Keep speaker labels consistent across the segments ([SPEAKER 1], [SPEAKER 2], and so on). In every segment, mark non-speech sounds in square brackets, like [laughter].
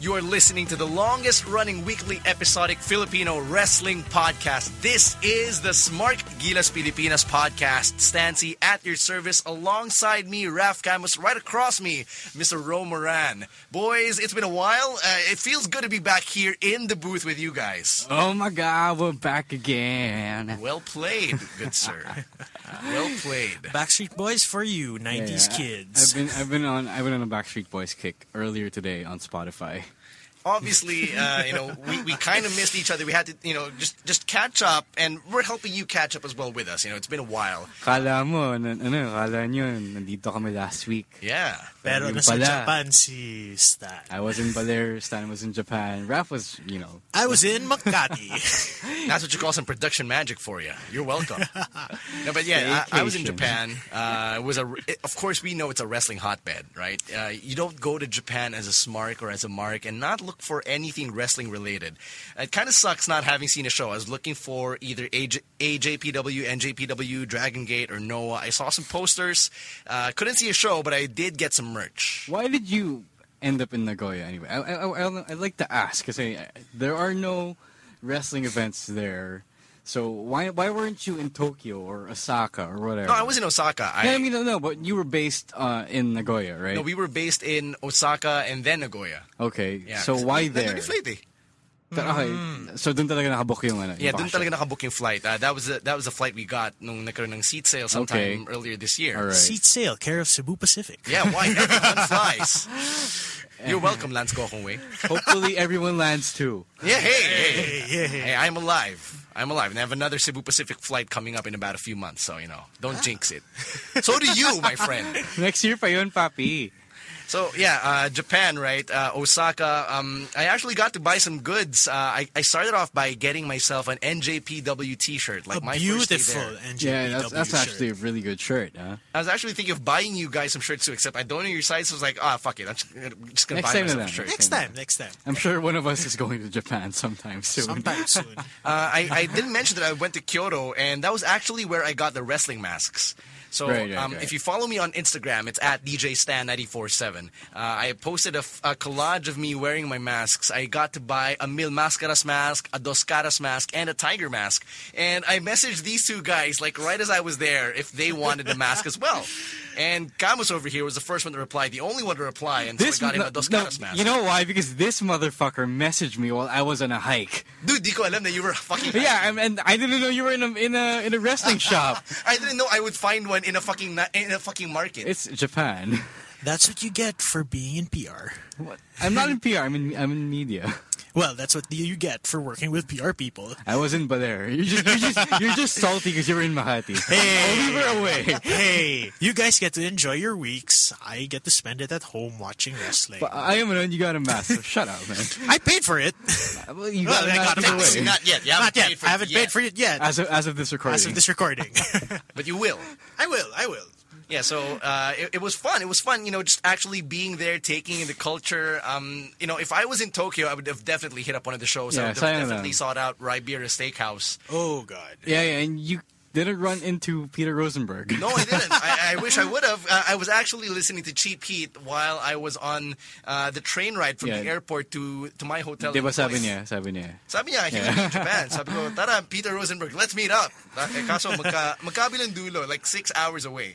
[SPEAKER 1] You are listening to the longest running weekly episodic Filipino wrestling podcast. This is the Smart Gilas Pilipinas podcast. Stancy at your service alongside me, Raf Camus, right across me, Mr. Ro Moran. Boys, it's been a while. Uh, it feels good to be back here in the booth with you guys.
[SPEAKER 2] Oh my God, we're back again.
[SPEAKER 1] Well played, good sir. well played.
[SPEAKER 3] Backstreet Boys for you, 90s
[SPEAKER 2] Yeah.
[SPEAKER 3] kids.
[SPEAKER 2] I've been I've been on I've been on a Backstreet Boys kick earlier today on Spotify.
[SPEAKER 1] obviously, uh, you know, we, we kind of missed each other. We had to, you know, just just catch up, and we're helping you catch up as well with us. You know, it's been a while.
[SPEAKER 2] Kala mo, na, ano, kala nyo, nandito kami last week.
[SPEAKER 1] Yeah.
[SPEAKER 3] Pero
[SPEAKER 2] Yun
[SPEAKER 3] nasa
[SPEAKER 2] pala.
[SPEAKER 3] Japan si Stan.
[SPEAKER 2] I was in Baler, Stan was in Japan, Raph was, you know.
[SPEAKER 3] I was in
[SPEAKER 2] [laughs]
[SPEAKER 3] Makati.
[SPEAKER 1] That's what you call some production magic for you. You're welcome. no, but yeah, I, I was in Japan. Uh, it was a, it- of course, we know it's a wrestling hotbed, right? Uh, you don't go to Japan as a smark or as a mark and not look for anything wrestling related. It kind of sucks not having seen a show. I was looking for either AJ, AJPW, NJPW, Dragon Gate, or Noah. I saw some posters. Uh, couldn't see a show, but I did get some merch.
[SPEAKER 2] Why did you end up in Nagoya anyway? I, I, I, I- I'd like to ask, kasi uh, there are no wrestling events there. So why why weren't you in Tokyo or Osaka or whatever?
[SPEAKER 1] No, I was in Osaka.
[SPEAKER 2] Yeah, I mean, no, no, but you were based uh, in Nagoya, right?
[SPEAKER 1] no, we were based in Osaka and then Nagoya.
[SPEAKER 2] Okay,
[SPEAKER 1] Yeah.
[SPEAKER 2] so why there?
[SPEAKER 1] Nag-deflate eh.
[SPEAKER 2] Ta- Okay, so dun talaga nakabook yung ano.
[SPEAKER 1] Yeah,
[SPEAKER 2] yung
[SPEAKER 1] dun
[SPEAKER 2] passion.
[SPEAKER 1] talaga nakabook yung flight. Uh, that was the, that was the flight we got nung nagkaroon ng seat sale sometime
[SPEAKER 2] Okay.
[SPEAKER 1] earlier this year.
[SPEAKER 2] All right.
[SPEAKER 3] Seat sale, care of Cebu Pacific.
[SPEAKER 1] Yeah, why
[SPEAKER 2] [laughs]
[SPEAKER 1] everyone flies? You're welcome, Lance Gokongwei.
[SPEAKER 2] Hopefully everyone lands too.
[SPEAKER 1] Yeah, hey, hey, hey, I'm alive. I'm alive, and I have another Cebu Pacific flight coming up in about a few months. So you know, don't jinx it. So do you, my friend.
[SPEAKER 2] Next year pa yun, papi.
[SPEAKER 1] So yeah, uh, Japan, right? Uh, Osaka. Um, I actually got to buy some goods. Uh, I, I started off by getting myself an NJPW T-shirt, like
[SPEAKER 3] A
[SPEAKER 1] my First day
[SPEAKER 3] beautiful
[SPEAKER 1] there.
[SPEAKER 3] NJPW
[SPEAKER 2] Yeah, that's, that's
[SPEAKER 3] shirt.
[SPEAKER 2] actually a really good shirt, huh?
[SPEAKER 1] I was actually thinking of buying you guys some shirts too, except I don't know your size. So I was like, ah, fuck it. I'm just, I'm just gonna
[SPEAKER 2] Next
[SPEAKER 1] buy
[SPEAKER 2] time na
[SPEAKER 1] myself a
[SPEAKER 2] lang.
[SPEAKER 1] shirt.
[SPEAKER 3] Next time,
[SPEAKER 2] [laughs]
[SPEAKER 3] next time.
[SPEAKER 2] I'm sure one of us is going to Japan sometime soon. [laughs]
[SPEAKER 3] Sometime soon.
[SPEAKER 1] Uh, I, I didn't mention that I went to Kyoto, and that was actually where I got the wrestling masks. So
[SPEAKER 2] Right, right,
[SPEAKER 1] um,
[SPEAKER 2] right.
[SPEAKER 1] if you follow me on Instagram, it's at DJ Stan 947. Uh, I posted a, f- a collage of me wearing my masks. I got to buy a Mil Mascaras mask, a Dos Caras mask, and a Tiger mask. And I messaged these two guys, like right as I was there, if they wanted a mask as well. And Camus over here was the first one to reply, the only one to reply, and so Oh I got him a Dos
[SPEAKER 2] no,
[SPEAKER 1] Caras mask.
[SPEAKER 2] you know why? Because this motherfucker messaged me while I was on a hike.
[SPEAKER 1] Dude, di ko alam na you were fucking
[SPEAKER 2] But yeah, I'm, and I didn't know you were in a in a in a wrestling shop.
[SPEAKER 1] I didn't know I would find one in a fucking na- in a fucking market.
[SPEAKER 2] It's Japan.
[SPEAKER 3] That's what you get for being in PR.
[SPEAKER 2] I'm not in PR. I'm in I'm in media.
[SPEAKER 3] Well, that's what you get for working with PR people.
[SPEAKER 2] I was in Baler. You're just you're just, you're just salty because you were in Mahati. Hey, we were away.
[SPEAKER 3] [laughs] Hey, you guys get to enjoy your weeks. I get to spend it at home watching wrestling.
[SPEAKER 2] But I am an you got a mask. So shut up, man.
[SPEAKER 3] I paid for it.
[SPEAKER 2] Well, you
[SPEAKER 3] [laughs]
[SPEAKER 2] got
[SPEAKER 3] Well,
[SPEAKER 2] a
[SPEAKER 3] I
[SPEAKER 2] mask
[SPEAKER 3] got a
[SPEAKER 2] either
[SPEAKER 3] mask.
[SPEAKER 2] way.
[SPEAKER 1] not yet. You haven't
[SPEAKER 3] Not
[SPEAKER 1] paid
[SPEAKER 3] yet.
[SPEAKER 1] for
[SPEAKER 3] I
[SPEAKER 1] it
[SPEAKER 3] haven't
[SPEAKER 1] yet,
[SPEAKER 3] paid for it yet.
[SPEAKER 2] As of, as of this recording.
[SPEAKER 3] As of this
[SPEAKER 2] [laughs]
[SPEAKER 3] recording.
[SPEAKER 1] but you will.
[SPEAKER 3] I will. I will.
[SPEAKER 1] Yeah, so uh, it, it was fun. It was fun, you know, just actually being there, taking in the culture. Um, you know, if I was in Tokyo, I would have definitely hit up one of the shows. I
[SPEAKER 2] Yeah,
[SPEAKER 1] would have
[SPEAKER 2] sayang
[SPEAKER 1] definitely
[SPEAKER 2] lang.
[SPEAKER 1] sought out Ribera Steakhouse.
[SPEAKER 3] Oh God.
[SPEAKER 2] Yeah, yeah, and you didn't run into Peter Rosenberg. [laughs]
[SPEAKER 1] No, I didn't. I, I wish I would have. Uh, I was actually listening to Cheap Heat while I was on uh, the train ride from the
[SPEAKER 2] Yeah.
[SPEAKER 1] airport to, to my hotel.
[SPEAKER 2] Di
[SPEAKER 1] in
[SPEAKER 2] ba sabi
[SPEAKER 1] Manila.
[SPEAKER 2] niya? Sabi niya.
[SPEAKER 1] Sabi niya, he would
[SPEAKER 2] [laughs]
[SPEAKER 1] be in Japan. Sabi ko, tara, Peter Rosenberg, let's meet up. Eh, Kaso magka, magkabilang dulo, like six hours away.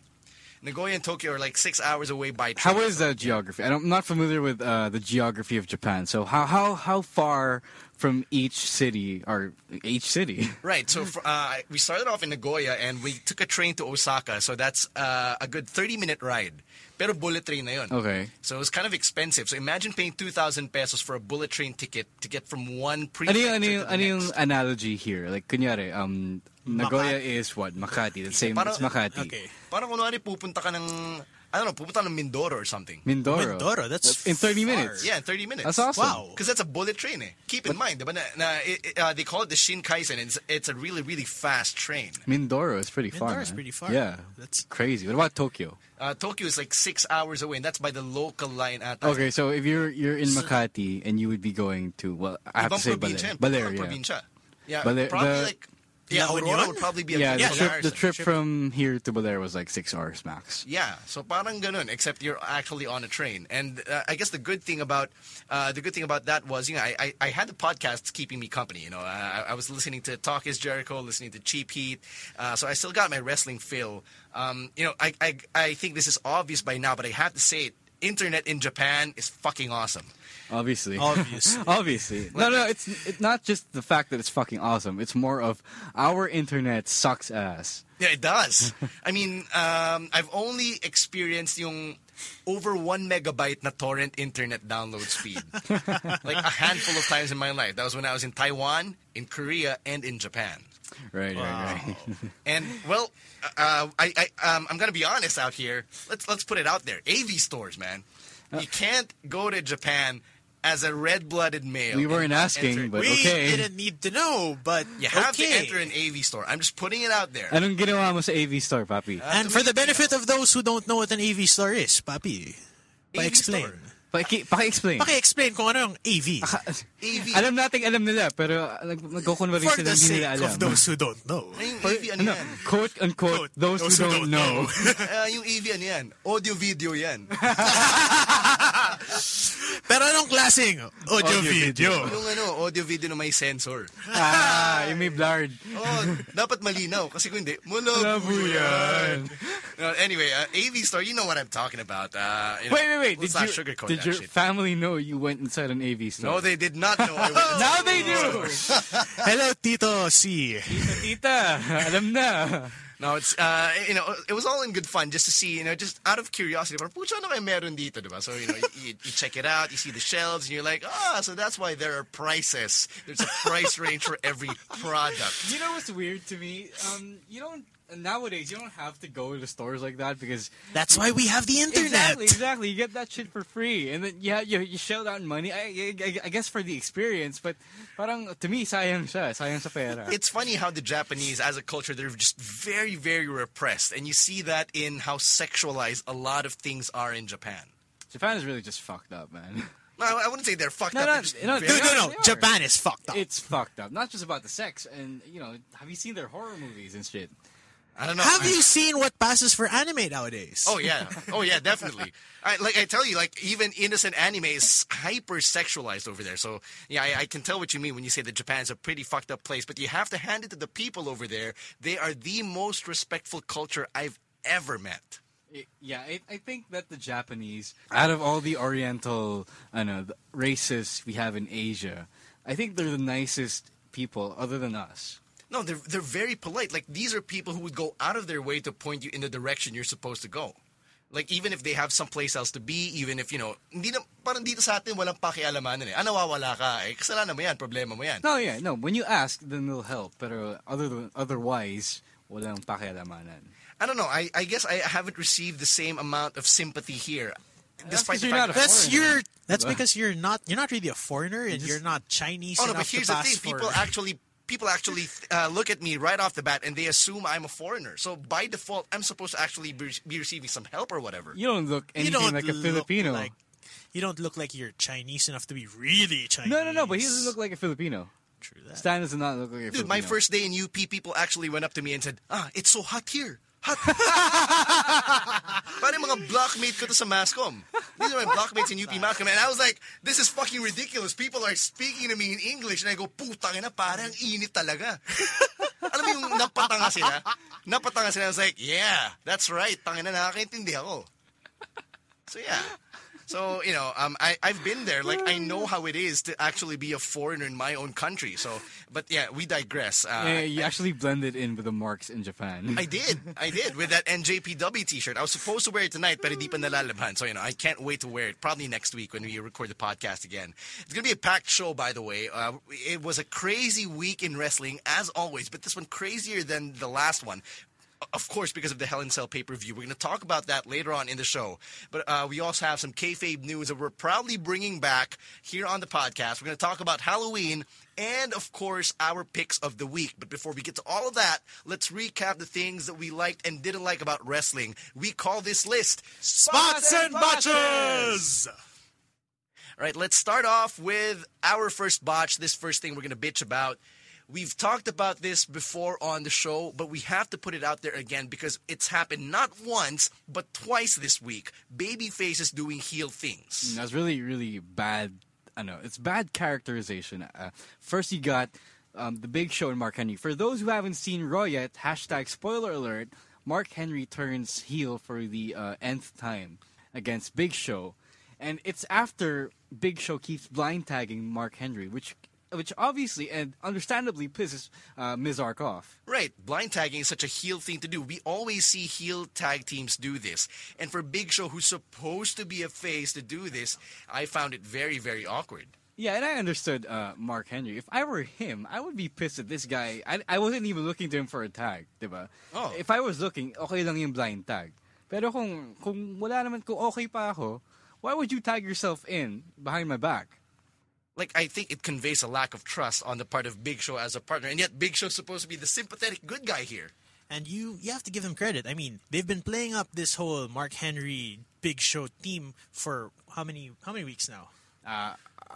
[SPEAKER 1] Nagoya and Tokyo are like six hours away by train.
[SPEAKER 2] uh, How is that geography? I don't- I'm not familiar with uh, the geography of Japan. So how how how far from each city or each city. [laughs]
[SPEAKER 1] Right. So fr- uh, we started off in Nagoya and we took a train to Osaka. So that's uh, a good 30 minute ride. Pero bullet train na yun.
[SPEAKER 2] Okay.
[SPEAKER 1] So it was kind of expensive. So imagine paying 2,000 pesos for a bullet train ticket to get from one
[SPEAKER 2] Ano
[SPEAKER 1] prefecture
[SPEAKER 2] yung, ano yung,
[SPEAKER 1] to the
[SPEAKER 2] ano yung
[SPEAKER 1] next.
[SPEAKER 2] analogy here? Like, kunyari, um, Nagoya
[SPEAKER 3] Makati.
[SPEAKER 2] is what? Makati. The same
[SPEAKER 1] Parang-
[SPEAKER 2] as Makati.
[SPEAKER 3] Okay.
[SPEAKER 1] Parang kunwari pupunta ka ng, I don't know, pupunta ng Mindoro or something.
[SPEAKER 2] Mindoro.
[SPEAKER 3] Mindoro, that's
[SPEAKER 2] In 30
[SPEAKER 3] far.
[SPEAKER 2] minutes.
[SPEAKER 1] Yeah, in 30 minutes.
[SPEAKER 2] That's awesome.
[SPEAKER 3] Wow.
[SPEAKER 1] Because that's a bullet train. Eh. Keep in mind, diba, na, na, it, it, uh, they call it the Shinkansen. and It's, it's a really, really fast train.
[SPEAKER 2] Mindoro is pretty far.
[SPEAKER 3] Mindoro is
[SPEAKER 2] man.
[SPEAKER 3] pretty far.
[SPEAKER 2] Yeah.
[SPEAKER 3] That's-
[SPEAKER 2] crazy. What about Tokyo?
[SPEAKER 1] Uh, Tokyo is like six hours away, and that's by the local line. At
[SPEAKER 2] Okay, so if you're you're in Makati and you would be going to well, I have to
[SPEAKER 1] Ibang
[SPEAKER 2] say
[SPEAKER 1] probinsya yan.
[SPEAKER 2] Baler. Baler,
[SPEAKER 1] Ibang
[SPEAKER 2] yeah.
[SPEAKER 1] probinsya. Yeah,
[SPEAKER 2] Baler-
[SPEAKER 1] probably
[SPEAKER 2] the-
[SPEAKER 1] like... Yeah,
[SPEAKER 3] Laon
[SPEAKER 1] Aurora
[SPEAKER 3] yun?
[SPEAKER 1] would probably be a
[SPEAKER 2] Yeah,
[SPEAKER 1] good
[SPEAKER 2] the trip, the
[SPEAKER 1] comparison.
[SPEAKER 2] trip from here to Baler was like six hours max.
[SPEAKER 1] Yeah, so parang ganun, except you're actually on a train. And uh, I guess the good thing about uh, the good thing about that was, you know, I, I, I had the podcasts keeping me company. You know, I, I was listening to Talk Is Jericho, listening to Cheap Heat, uh, so I still got my wrestling fill. Um, you know, I, I I think this is obvious by now, but I have to say it. Internet in Japan is fucking awesome.
[SPEAKER 2] Obviously.
[SPEAKER 3] Obviously.
[SPEAKER 2] [laughs] Obviously. No, no, it's it's not just the fact that it's fucking awesome. It's more of our internet sucks ass.
[SPEAKER 1] Yeah, it does. I mean, um, I've only experienced yung over one megabyte na torrent internet download speed. like a handful of times in my life. That was when I was in Taiwan, in Korea, and in Japan.
[SPEAKER 2] Right, right, right.
[SPEAKER 1] And well, uh, I, I um, I'm gonna be honest out here. Let's let's put it out there. AV stores, man.
[SPEAKER 2] Uh.
[SPEAKER 1] You can't go to Japan as a red-blooded male.
[SPEAKER 2] We
[SPEAKER 1] and
[SPEAKER 2] weren't
[SPEAKER 1] not
[SPEAKER 2] asking,
[SPEAKER 1] enter-
[SPEAKER 2] but
[SPEAKER 3] we
[SPEAKER 2] okay.
[SPEAKER 3] didn't need to know, but
[SPEAKER 1] you have to
[SPEAKER 3] okay.
[SPEAKER 1] enter an AV store. I'm just putting it out there.
[SPEAKER 2] Anong ginawa mo sa AV store, papi?
[SPEAKER 3] And for the benefit of those who don't know what an AV store is, papi,
[SPEAKER 1] AV
[SPEAKER 3] pa-explain.
[SPEAKER 1] store.
[SPEAKER 2] Paki, paki-explain.
[SPEAKER 3] Paki-explain kung ano yung
[SPEAKER 2] [laughs]
[SPEAKER 3] AV.
[SPEAKER 1] AV.
[SPEAKER 2] alam nating alam nila, pero uh, nag- nagkukunwari
[SPEAKER 3] for
[SPEAKER 2] sila
[SPEAKER 3] the
[SPEAKER 2] hindi
[SPEAKER 3] sake
[SPEAKER 2] nila alam.
[SPEAKER 3] of those who don't know.
[SPEAKER 1] Yung AV, ano
[SPEAKER 2] no,
[SPEAKER 1] yan?
[SPEAKER 2] quote unquote,
[SPEAKER 3] Quote,
[SPEAKER 2] those, who don't, know.
[SPEAKER 1] [laughs] Ah, yung AV, ano yan? Audio-video yan.
[SPEAKER 3] Pero anong klaseng audio, video?
[SPEAKER 1] yung ano, audio-video na may sensor.
[SPEAKER 2] [laughs] ah, yung may blurred.
[SPEAKER 1] Oh, dapat malinaw. Kasi kung hindi, malabo
[SPEAKER 2] Malabo
[SPEAKER 1] yan.
[SPEAKER 2] yan.
[SPEAKER 1] No, anyway, uh, AV store, you know what I'm talking about. Uh, you know,
[SPEAKER 2] Wait, wait, wait.
[SPEAKER 1] Let's
[SPEAKER 2] Did,
[SPEAKER 1] not
[SPEAKER 2] you,
[SPEAKER 1] sugarcoat
[SPEAKER 2] did
[SPEAKER 1] that
[SPEAKER 2] your
[SPEAKER 1] shit.
[SPEAKER 2] family know you went inside an AV store?
[SPEAKER 1] No, they Oh, did not know. I went
[SPEAKER 2] [laughs]
[SPEAKER 1] to-
[SPEAKER 2] Now they do.
[SPEAKER 3] Hello, Tito C.
[SPEAKER 2] Tita, [laughs] alam na.
[SPEAKER 1] No, it's uh, you know, it was all in good fun just to see, you know, just out of curiosity. Parang, pucha ano kaya meron dito, diba? So you know, you, you check it out, you see the shelves, and you're like, ah, so that's why there are prices. There's a price range for every product.
[SPEAKER 2] You know what's weird to me? Um, you don't nowadays. You don't have to go to stores like that because
[SPEAKER 3] That's why we have the internet.
[SPEAKER 2] exactly, exactly. You get that shit for free, and then yeah, you you shell out money. I, I, I guess for the experience, but parang to me sayang siya, sayang sa pera.
[SPEAKER 1] It's funny how the Japanese, as a culture, they're just very, very repressed, and you see that in how sexualized a lot of things are in Japan.
[SPEAKER 2] Japan is really just fucked up, man. [laughs]
[SPEAKER 1] No, I I wouldn't say they're fucked
[SPEAKER 2] No,
[SPEAKER 1] up.
[SPEAKER 2] no,
[SPEAKER 1] they're just
[SPEAKER 2] no,
[SPEAKER 1] very-
[SPEAKER 3] Dude,
[SPEAKER 2] They
[SPEAKER 3] no,
[SPEAKER 2] are,
[SPEAKER 3] no.
[SPEAKER 2] they are.
[SPEAKER 3] Japan is fucked up.
[SPEAKER 2] It's fucked up. Not just about the sex, and you know, have you seen their horror movies and shit?
[SPEAKER 1] I don't know.
[SPEAKER 3] Have
[SPEAKER 1] I-
[SPEAKER 3] you seen what passes for anime nowadays?
[SPEAKER 1] Oh yeah, oh yeah, definitely. [laughs] I, like I tell you, like even innocent anime is hyper sexualized over there. So yeah, I, I can tell what you mean when you say that Japan's a pretty fucked up place. But you have to hand it to the people over there. They are the most respectful culture I've ever met.
[SPEAKER 2] I- Yeah, I, I think that the Japanese, out of all the Oriental I know, the races we have in Asia, I think they're the nicest people other than us.
[SPEAKER 1] No, they're they're very polite. Like these are people who would go out of their way to point you in the direction you're supposed to go. Like even if they have someplace else to be, even if you know, hindi na, parang dito sa atin walang pakialamanan eh. Ah, nawawala ka eh. Kasalanan mo yan, problema mo yan.
[SPEAKER 2] No, yeah, no. When you ask, then they'll help. But uh, other than, otherwise, walang pakialamanan.
[SPEAKER 1] I don't know. I, I guess I haven't received the same amount of sympathy here. Despite
[SPEAKER 2] 'cause
[SPEAKER 1] the
[SPEAKER 2] you're
[SPEAKER 1] fact
[SPEAKER 2] not a
[SPEAKER 1] that-
[SPEAKER 3] That's
[SPEAKER 2] Foreigner.
[SPEAKER 3] your. That's because you're not. You're not really a foreigner, and you're not Chinese.
[SPEAKER 1] oh no, but
[SPEAKER 3] enough to
[SPEAKER 1] here's the
[SPEAKER 3] pass
[SPEAKER 1] thing:
[SPEAKER 3] for-
[SPEAKER 1] people actually people actually uh, look at me right off the bat and they assume I'm a foreigner. So by default, I'm supposed to actually be, be receiving some help or whatever.
[SPEAKER 2] You don't look
[SPEAKER 3] [laughs] You
[SPEAKER 2] anything
[SPEAKER 3] don't
[SPEAKER 2] like a
[SPEAKER 3] look
[SPEAKER 2] Filipino.
[SPEAKER 3] like- you don't look like you're Chinese enough to be really Chinese.
[SPEAKER 2] No, no, no. But he doesn't look like a Filipino.
[SPEAKER 3] True that.
[SPEAKER 2] Stan does not look like a Filipino.
[SPEAKER 1] Dude, my first day in UP, people actually went up to me and said, "Ah, it's so hot here." Hot. Parang mga blockmate ko to sa Mascom. These are my blockmates in UP Mascom. And I was like, this is fucking ridiculous. People are speaking to me in English. And I go, putang ina, parang init talaga. Alam mo yung napatanga sila? Napatanga sila. I was like, yeah, that's right. Tangina, nakakaintindi ako. So yeah. So you know, um, I I've been there. Like I know how it is to actually be a foreigner in my own country. So, but yeah, we digress. Uh,
[SPEAKER 2] Yeah, you actually blended in with the marks in Japan.
[SPEAKER 1] I did. I did with that NJPW t-shirt. I was supposed to wear it tonight, but hindi pa nalalabhan. So, you know, I can't wait to wear it. Probably next week when we record the podcast again. It's going to be a packed show, by the way. Uh, it was a crazy week in wrestling, as always, but this one crazier than the last one. Of course, because of the Hell in Cell pay per view. We're going to talk about that later on in the show. But uh, we also have some kayfabe news that we're proudly bringing back here on the podcast. We're going to talk about Halloween and of course our picks of the week. But before we get to all of that, let's recap the things that we liked and didn't like about wrestling. We call this list
[SPEAKER 3] Spots and botches!
[SPEAKER 1] All right, let's start off with our first botch. This first thing we're going to bitch about. We've talked about this before on the show, but we have to put it out there again because it's happened not once, but twice this week. Babyfaces doing heel things.
[SPEAKER 2] Mm, That's really, really bad. I know it's bad characterization. Uh, first, you got um, the Big Show and Mark Henry. For those who haven't seen Raw yet, hashtag spoiler alert: Mark Henry turns heel for the uh, nth time against Big Show, and it's after Big Show keeps blind tagging Mark Henry, which, which obviously and understandably pisses uh, Ms. Ark off.
[SPEAKER 1] Right, blind tagging is such a heel thing to do. We always see heel tag teams do this. And for Big Show, who's supposed to be a face to do this, I found it very, very awkward.
[SPEAKER 2] Yeah, and I understood uh, Mark Henry. If I were him, I would be pissed at this guy. I, I wasn't even looking to him for a tag, di ba?
[SPEAKER 1] Oh.
[SPEAKER 2] If I was looking, okay lang yung blind tag. Pero kung, kung wala naman, kung okay pa ako, why would you tag yourself in behind my back?
[SPEAKER 1] Like, I think it conveys a lack of trust on the part of Big Show as a partner. And yet, Big Show's supposed to be the sympathetic good guy here.
[SPEAKER 3] And you you have to give them credit. I mean, they've been playing up this whole Mark Henry Big Show theme for how many how many weeks now?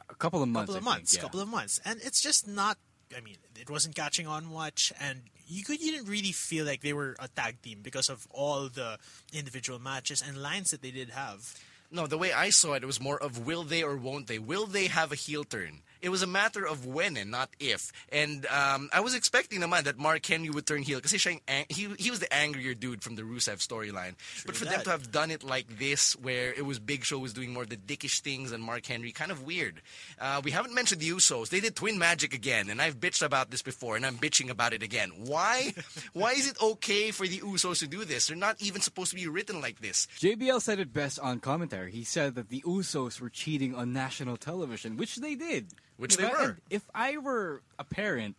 [SPEAKER 2] A couple of months.
[SPEAKER 3] couple of
[SPEAKER 2] I think,
[SPEAKER 3] months,
[SPEAKER 2] yeah.
[SPEAKER 3] couple of months, and it's just not. I mean, it wasn't catching on much, and you could you didn't really feel like they were a tag team because of all the individual matches and lines that they did have.
[SPEAKER 1] No, the way I saw it, it was more of will they or won't they? Will they have a heel turn? It was a matter of when and not if. And um, I was expecting naman that Mark Henry would turn heel because he's siyang ang- he, he was the angrier dude from the Rusev storyline. But for them
[SPEAKER 3] that.
[SPEAKER 1] to have done it like this, where it was Big Show was doing more of the dickish things and Mark Henry, kind of weird. Uh, we haven't mentioned the Usos. They did Twin Magic again, and I've bitched about this before, and I'm bitching about it again. Why? Why is it okay for the Usos to do this? They're not even supposed to be written like this.
[SPEAKER 2] JBL said it best on commentary. He said that the Usos were cheating on national television, which they did.
[SPEAKER 1] Which
[SPEAKER 2] Diba?
[SPEAKER 1] they were.
[SPEAKER 2] And If I were a parent,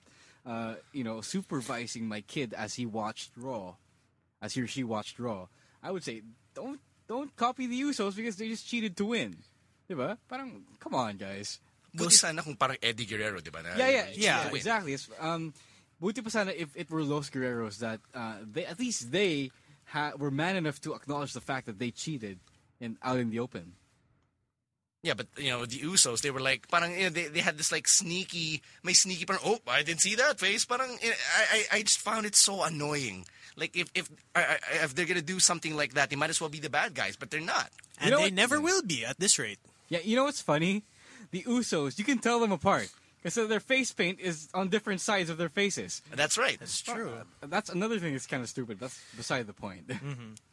[SPEAKER 2] uh, you know, supervising my kid as he watched Raw, as he or she watched Raw, I would say, don't don't copy the Usos because they just cheated to win. Diba? Parang, come on, guys.
[SPEAKER 1] Buti sana kung parang Eddie Guerrero, di ba? Na-
[SPEAKER 2] Yeah, yeah,
[SPEAKER 1] you
[SPEAKER 2] yeah,
[SPEAKER 1] win.
[SPEAKER 2] exactly. It's, um, buti pa sana if it were Los Guerreros that uh, they at least they ha- were man enough to acknowledge the fact that they cheated and out in the open.
[SPEAKER 1] Yeah, but you know the Usos, they were like, parang you know, they, they had this like sneaky, my sneaky parang. Oh, I didn't see that face. Parang you know, I, I I just found it so annoying. Like if if I, I, if they're gonna do something like that, they might as well be the bad guys, but they're not.
[SPEAKER 3] And
[SPEAKER 2] know
[SPEAKER 3] they
[SPEAKER 2] what-
[SPEAKER 3] never will be at this rate.
[SPEAKER 2] Yeah, you know what's funny? The Usos, you can tell them apart because their face paint is on different sides of their faces.
[SPEAKER 1] That's right.
[SPEAKER 3] It's true.
[SPEAKER 2] That's another thing that's kind of stupid. That's beside the point. [laughs]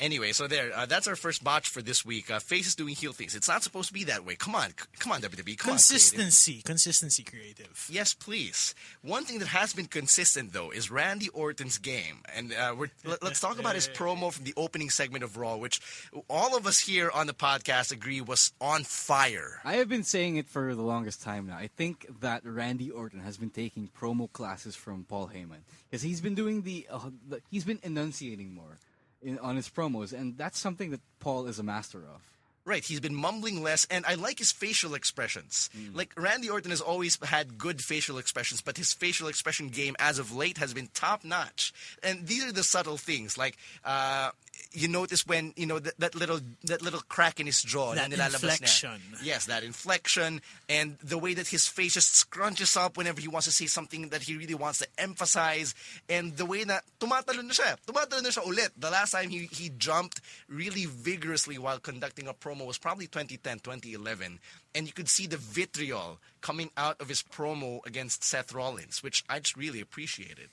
[SPEAKER 1] Anyway, so there. Uh, that's our first botch for this week. Uh, faces doing heel things. It's not supposed to be that way. Come on, c- come on, WWE. Come on, creative.
[SPEAKER 3] Consistency, consistency, creative.
[SPEAKER 1] Yes, please. One thing that has been consistent though is Randy Orton's game, and uh, we're, let, let's talk about his promo from the opening segment of Raw, which all of us here on the podcast agree was on fire.
[SPEAKER 2] I have been saying it for the longest time now. I think that Randy Orton has been taking promo classes from Paul Heyman because he's been doing the, uh, the he's been enunciating more in, on his promos, and that's something that Paul is a master of.
[SPEAKER 1] Right, he's been mumbling less, and I like his facial expressions.
[SPEAKER 3] Mm.
[SPEAKER 1] Like Randy Orton has always had good facial expressions, but his facial expression game as of late has been top notch. And these are the subtle things, like. Uh, you notice when you know that, that little that little crack in his jaw,
[SPEAKER 3] That
[SPEAKER 1] na nilalabas niya.
[SPEAKER 3] inflection.
[SPEAKER 1] Yes, that inflection and the way that his face just scrunches up whenever he wants to say something that he really wants to emphasize, and the way that tumatalo na siya, tumatalo na siya ulit. The last time he, he jumped really vigorously while conducting a promo was probably 2010, 2011, and you could see the vitriol coming out of his promo against Seth Rollins, which I just really appreciated.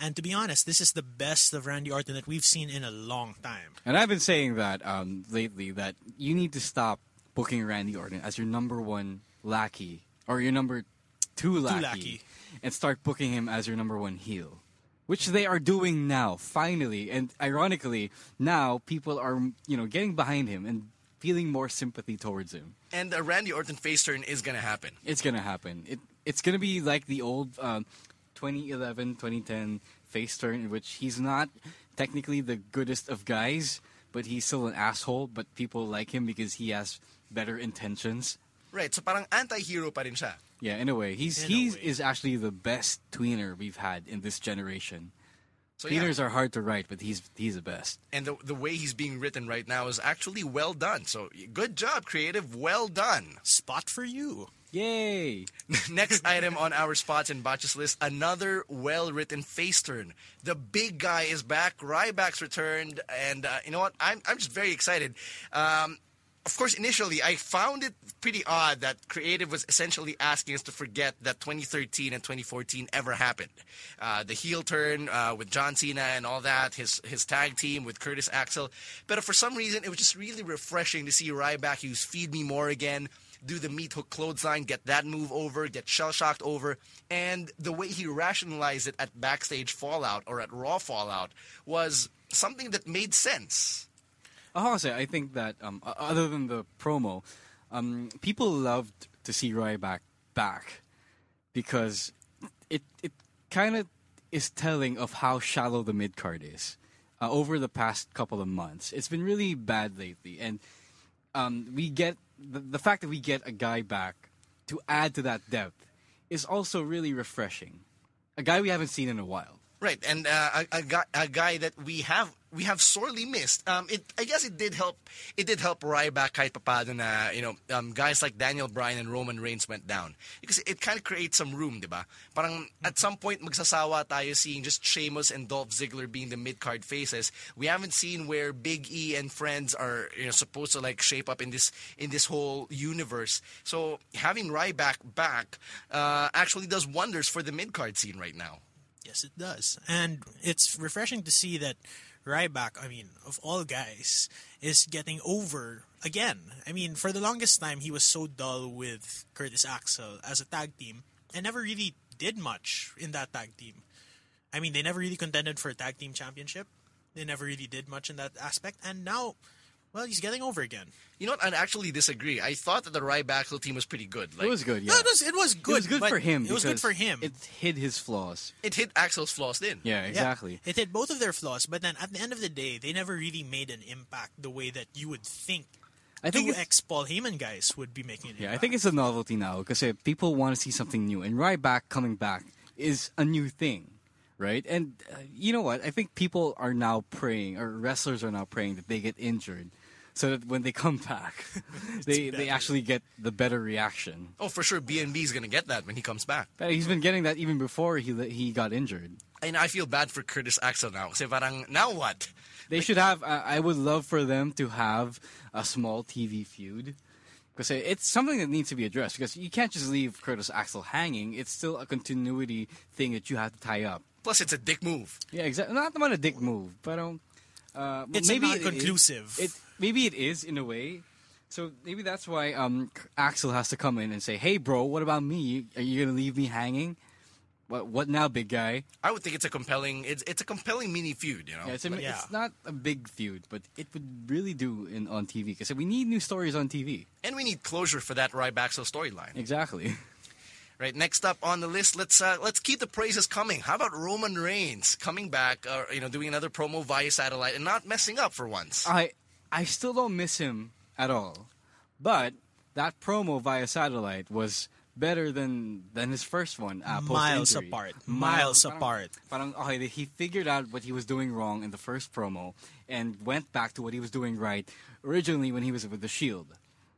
[SPEAKER 3] And to be honest, this is the best of Randy Orton that we've seen in a long time.
[SPEAKER 2] And I've been saying that um, lately that you need to stop booking Randy Orton as your number one lackey or your number two lackey,
[SPEAKER 3] lackey.
[SPEAKER 2] and start booking him as your number one heel, which they are doing now finally. And ironically, now people are you know getting behind him and feeling more sympathy towards him.
[SPEAKER 1] And a Randy Orton face turn is going to happen.
[SPEAKER 2] It's gonna happen. It it's gonna be like the old um, 2011, 2010 face turn in which he's not technically the goodest of guys, but he's still an asshole. But people like him because he has better intentions.
[SPEAKER 1] Right, so parang anti-hero pa rin siya.
[SPEAKER 2] Yeah, in a way, he's
[SPEAKER 3] In a
[SPEAKER 2] he
[SPEAKER 3] way.
[SPEAKER 2] is actually the best tweener we've had in this generation.
[SPEAKER 1] So yeah.
[SPEAKER 2] Tweeners are hard to write, but he's he's the best.
[SPEAKER 1] and the, the way he's being written right now is actually well done. So good job, creative. Well done. [laughs]
[SPEAKER 3] Spot for you.
[SPEAKER 2] Yay!
[SPEAKER 1] Next item on our spots and botches list: another well-written face turn. The big guy is back. Ryback's returned, and uh, you know what? I'm I'm just very excited. Um, of course, initially I found it pretty odd that creative was essentially asking us to forget that 2013 and 2014 ever happened. Uh, the heel turn uh, with John Cena and all that, his his tag team with Curtis Axel. But for some reason, it was just really refreshing to see Ryback use "Feed Me More" again do the meat hook clothesline, get that move over, get shell shocked over, and the way he rationalized it at backstage Fallout or at Raw Fallout was something that made sense.
[SPEAKER 2] I'll say I think that um, o- other than the promo, um, people loved to see Ryback back because it it kind of is telling of how shallow the mid card is uh, over the past couple of months. It's been really bad lately, and um, we get the, the fact that we get a guy back to add to that depth is also really refreshing. A guy we haven't seen in a while.
[SPEAKER 1] Right, and uh, a, a guy, a guy that we have we have sorely missed. Um, it, I guess it did help. It did help Ryback kahit papaano na you know um, guys like Daniel Bryan and Roman Reigns went down because it kind of creates some room, diba? Parang at some point magsasawa tayo seeing just Sheamus and Dolph Ziggler being the mid card faces. We haven't seen where Big E and friends are you know supposed to like shape up in this in this whole universe. So having Ryback back uh, actually does wonders for the mid card scene right now.
[SPEAKER 3] Yes, it does. And it's refreshing to see that Ryback, I mean, of all guys, is getting over again. I mean, for the longest time, he was so dull with Curtis Axel as a tag team and never really did much in that tag team. I mean, they never really contended for a tag team championship. They never really did much in that aspect. And now, well, he's getting over again.
[SPEAKER 1] You know what? I'd actually disagree. I thought that the Ryback team was pretty good. Like,
[SPEAKER 2] It was good, yeah.
[SPEAKER 3] No, it was, it was good.
[SPEAKER 2] It was good
[SPEAKER 3] but
[SPEAKER 2] for him.
[SPEAKER 3] It was good
[SPEAKER 2] because
[SPEAKER 3] for him.
[SPEAKER 2] It hid his flaws.
[SPEAKER 1] It hit Axel's flaws in.
[SPEAKER 2] Yeah,
[SPEAKER 3] Yeah.
[SPEAKER 2] exactly.
[SPEAKER 3] It hit both of their flaws, but then at the end of the day, they never really made an impact the way that you would think.
[SPEAKER 2] I think
[SPEAKER 3] two
[SPEAKER 2] it's-
[SPEAKER 3] ex Paul Heyman guys would be making an
[SPEAKER 2] Yeah, I
[SPEAKER 3] impact.
[SPEAKER 2] think it's a novelty now because people want to see something new, and Ryback coming back is a new thing, right? And uh, you know what? I think people are now praying, or wrestlers are now praying that they get injured, so that when they come [laughs] back, they they
[SPEAKER 3] better.
[SPEAKER 2] actually get the better reaction.
[SPEAKER 1] Oh, for sure, B and B is gonna get that when he comes back.
[SPEAKER 2] But he's been getting that even before he he got injured.
[SPEAKER 1] And I feel bad for Curtis Axel now. Kasi parang, now what?
[SPEAKER 2] They should have. I, I would love for them to have a small TV feud because it's something that needs to be addressed. Because you can't just leave Curtis Axel hanging. It's still a continuity thing that you have to tie up.
[SPEAKER 1] Plus, it's a dick move.
[SPEAKER 2] Yeah, exactly. Not about a dick move, but um, uh,
[SPEAKER 3] It's a
[SPEAKER 2] maybe it is-
[SPEAKER 3] non-conclusive.
[SPEAKER 2] It, maybe it is in a way. So maybe that's why um, Axel has to come in and say, "Hey, bro, what about me? Are you gonna leave me hanging? What what now, big guy?"
[SPEAKER 1] I would think it's a compelling. It's it's a compelling mini feud. You know.
[SPEAKER 2] Yeah, it's, a,
[SPEAKER 3] But- yeah.
[SPEAKER 2] it's not a big feud, but it would really do in on TV because we need new stories on TV.
[SPEAKER 1] and we need closure for that Ryback storyline.
[SPEAKER 3] [laughs]
[SPEAKER 2] Exactly.
[SPEAKER 1] Right. Next up on the list, let's uh, let's keep the praises coming. How about Roman Reigns coming back? Or you know, doing another promo via satellite and not messing up for once.
[SPEAKER 2] I I still don't miss him at all, but that promo via satellite was better than than his first one. Uh,
[SPEAKER 3] Miles
[SPEAKER 2] post-injury.
[SPEAKER 3] apart. Miles
[SPEAKER 2] parang-
[SPEAKER 3] apart.
[SPEAKER 2] Parang, okay, he figured out what he was doing wrong in the first promo and went back to what he was doing right originally when he was with the Shield.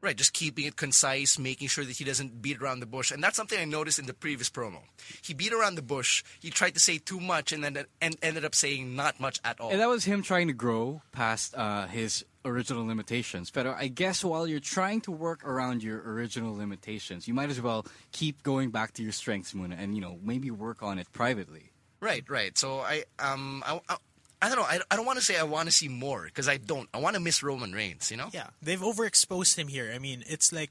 [SPEAKER 1] Right, just keeping it concise, making sure that he doesn't beat around the bush, and that's something I noticed in the previous promo. He beat around the bush. He tried to say too much, and then and ended up saying not much at all.
[SPEAKER 2] And that was him trying to grow past uh, his original limitations. But I guess while you're trying to work around your original limitations, you might as well keep going back to your strengths, Muna, and you know maybe work on it privately.
[SPEAKER 1] Right, right. So I um I, I, I don't know. I, I don't want to say I want to see more because I don't. I want to miss Roman Reigns. You know.
[SPEAKER 3] Yeah, they've overexposed him here. I mean, it's like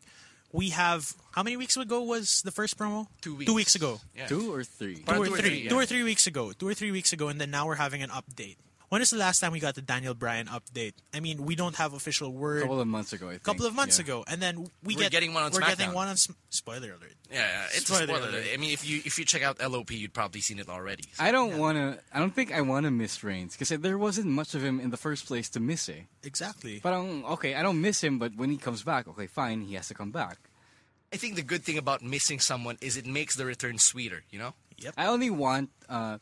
[SPEAKER 3] we have how many weeks ago was the first promo?
[SPEAKER 1] Two weeks.
[SPEAKER 3] Two weeks ago.
[SPEAKER 1] Yeah.
[SPEAKER 2] Two or three.
[SPEAKER 1] But- Uh,
[SPEAKER 3] Two or
[SPEAKER 1] two or
[SPEAKER 3] three.
[SPEAKER 1] three, yeah.
[SPEAKER 3] Two or three weeks ago. Two or three weeks ago, and then now we're having an update. When is the last time we got the Daniel Bryan update? I mean, we don't have official
[SPEAKER 2] a
[SPEAKER 3] word.
[SPEAKER 2] couple of months ago, I think.
[SPEAKER 3] couple of months
[SPEAKER 2] Yeah.
[SPEAKER 3] ago, and then we
[SPEAKER 1] We're
[SPEAKER 3] get
[SPEAKER 1] getting one on
[SPEAKER 3] we're
[SPEAKER 1] SmackDown.
[SPEAKER 3] getting one on Sm- spoiler alert.
[SPEAKER 1] Yeah, yeah, it's a
[SPEAKER 3] Spoiler
[SPEAKER 1] spoiler.
[SPEAKER 3] alert.
[SPEAKER 1] I mean, if you if you check out LOP, you'd probably seen it already. So-
[SPEAKER 2] I don't want to. I don't think I want to miss Reigns because there wasn't much of him in the first place to miss it.
[SPEAKER 3] Exactly.
[SPEAKER 2] But I'm okay. I don't miss him, but when he comes back, okay, fine, he has to come back.
[SPEAKER 1] I think the good thing about missing someone is it makes the return sweeter. You know.
[SPEAKER 2] I only want uh,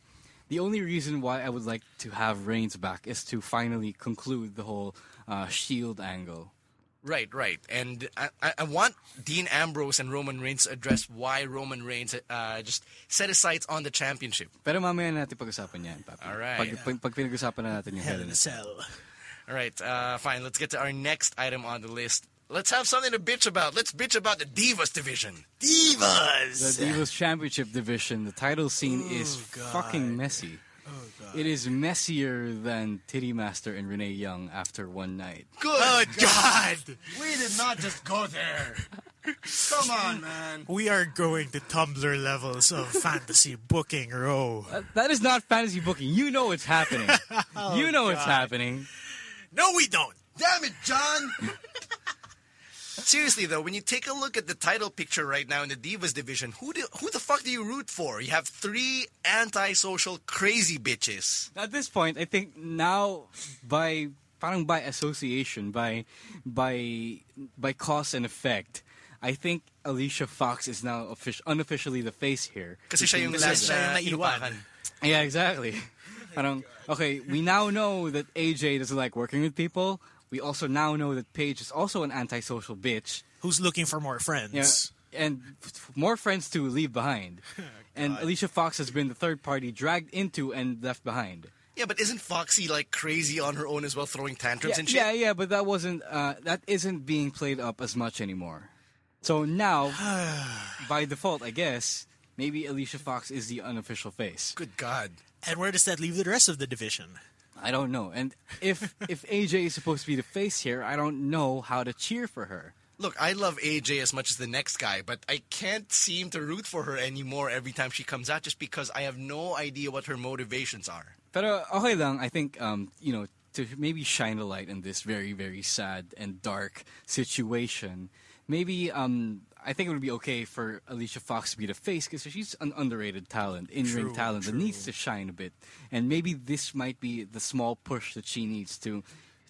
[SPEAKER 2] the only reason why I would like to have Reigns back is to finally conclude the whole uh, Shield angle.
[SPEAKER 1] Right, right. And I, I I want Dean Ambrose and Roman Reigns to address why Roman Reigns uh, just set his sights on the championship.
[SPEAKER 2] Pero mamaya na natin pag-usapan yan, Papi.
[SPEAKER 1] Alright.
[SPEAKER 2] Pag, pag, pag pinag-usapan na natin yung
[SPEAKER 3] Hell
[SPEAKER 2] Hell in
[SPEAKER 3] in a
[SPEAKER 2] a Cell.
[SPEAKER 3] cell.
[SPEAKER 1] All right, uh, fine. Let's get to our next item on the list. Let's have something to bitch about. Let's bitch about the Divas division.
[SPEAKER 2] The
[SPEAKER 3] Divas.
[SPEAKER 2] Divas Championship division, the title scene is fucking messy. It is messier than Titty Master and Renee Young after one night.
[SPEAKER 1] Good.
[SPEAKER 3] God,
[SPEAKER 4] We did not just go there. Come on, man.
[SPEAKER 3] we are going to Tumblr levels of [laughs] fantasy booking row.
[SPEAKER 2] That is not fantasy booking. You know it's happening. you know it's happening.
[SPEAKER 3] No, we don't.
[SPEAKER 4] Damn it, John.
[SPEAKER 1] [laughs] Seriously though, when you take a look at the title picture right now in the Divas division, who do, who the fuck do you root for? You have three antisocial crazy bitches.
[SPEAKER 2] At this point, I think now by parang by association, by by by cause and effect, I think Alicia Fox is now offic- unofficially the face here.
[SPEAKER 1] Kasi siya yung
[SPEAKER 3] Kasi
[SPEAKER 1] last
[SPEAKER 3] siya yung
[SPEAKER 1] na
[SPEAKER 3] naiwan.
[SPEAKER 1] inupakan.
[SPEAKER 2] Yeah, exactly. [laughs] Parang, okay, we now know that AJ doesn't like working with people. We also now know that Paige is also an antisocial bitch.
[SPEAKER 3] Who's looking for more
[SPEAKER 2] Yeah,
[SPEAKER 3] friends?
[SPEAKER 2] and f- more friends to leave [laughs] behind. and Alicia Fox has been the third party dragged into and left behind.
[SPEAKER 1] Yeah, but isn't Foxy like crazy on her own as well, throwing tantrums
[SPEAKER 2] yeah,
[SPEAKER 1] and shit?
[SPEAKER 2] Yeah, yeah, but that wasn't uh, that isn't being played up as much anymore. So now, by default, I guess maybe Alicia Fox is the unofficial face.
[SPEAKER 1] Good God.
[SPEAKER 3] And where does that leave the rest of the division?
[SPEAKER 2] I don't know. And if if AJ is supposed to be the face here, I don't know how to cheer for her.
[SPEAKER 1] Look, I love AJ as much as the next guy, but I can't seem to root for her anymore every time she comes out just because I have no idea what her motivations are.
[SPEAKER 2] Pero okay lang. I think um, you know to maybe shine a light in this very very sad and dark situation. Maybe um, I think it would be okay for Alicia Fox to be the face because she's an underrated talent, in ring talent that needs to shine a bit. And maybe this might be the small push that she needs to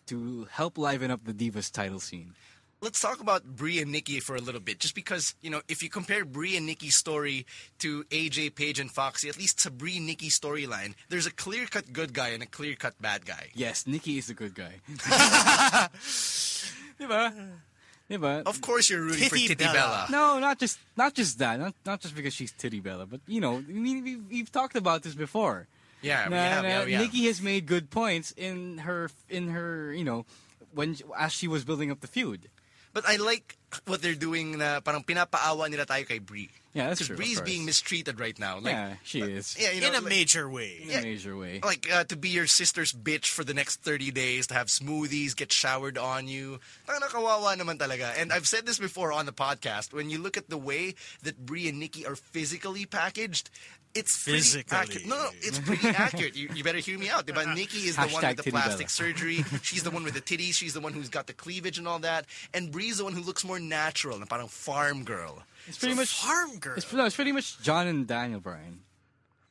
[SPEAKER 2] to help liven up the Divas title scene.
[SPEAKER 1] Let's talk about Brie and Nikki for a little bit, just because, you know, if you compare Brie and Nikki's story to AJ, Page, and Foxy, at least to Brie Nikki storyline, there's a clear cut good guy and a clear cut bad guy.
[SPEAKER 2] Yes, Nikki is the good guy. [laughs] diba? Diba?
[SPEAKER 1] Of course, you're rooting
[SPEAKER 3] Titty
[SPEAKER 1] for Titty
[SPEAKER 3] Bella.
[SPEAKER 1] Bella.
[SPEAKER 2] No, not just not just that. Not not just because she's Titty Bella, but you know, we, we, we've talked about this before.
[SPEAKER 1] Yeah, we
[SPEAKER 2] Nah,
[SPEAKER 1] have,
[SPEAKER 2] nah,
[SPEAKER 1] yeah, we have.
[SPEAKER 2] Nikki has made good points in her in her you know when as she was building up the feud.
[SPEAKER 1] But I like what they're doing na parang pinapaawa nila tayo kay Brie.
[SPEAKER 2] Yeah, that's
[SPEAKER 1] Because
[SPEAKER 2] true, of
[SPEAKER 1] Brie's
[SPEAKER 2] course.
[SPEAKER 1] being mistreated right now. Like,
[SPEAKER 2] yeah, she is
[SPEAKER 1] yeah, you know,
[SPEAKER 3] In a
[SPEAKER 1] like-
[SPEAKER 3] major way.
[SPEAKER 2] in a major way.
[SPEAKER 1] like uh, to be your sister's bitch for the next 30 days, to have smoothies, get showered on you. Tanga na, kawawa naman talaga. And I've said this before on the podcast. When you look at the way that Brie and Nikki are physically packaged, it's pretty
[SPEAKER 3] Physically. Uh-huh.
[SPEAKER 1] accurate. No, no, it's pretty accurate. You, you better hear me out. But Nikki is the one
[SPEAKER 2] Hashtag
[SPEAKER 1] with the
[SPEAKER 2] titty
[SPEAKER 1] plastic
[SPEAKER 2] Bella.
[SPEAKER 1] surgery. She's the one with the titties. She's the one who's got the cleavage and all that. And Brie's the one who looks more natural, na parang farm girl.
[SPEAKER 2] it's pretty much
[SPEAKER 3] Farm girl.
[SPEAKER 2] it's, no, it's pretty much John and Daniel Bryan.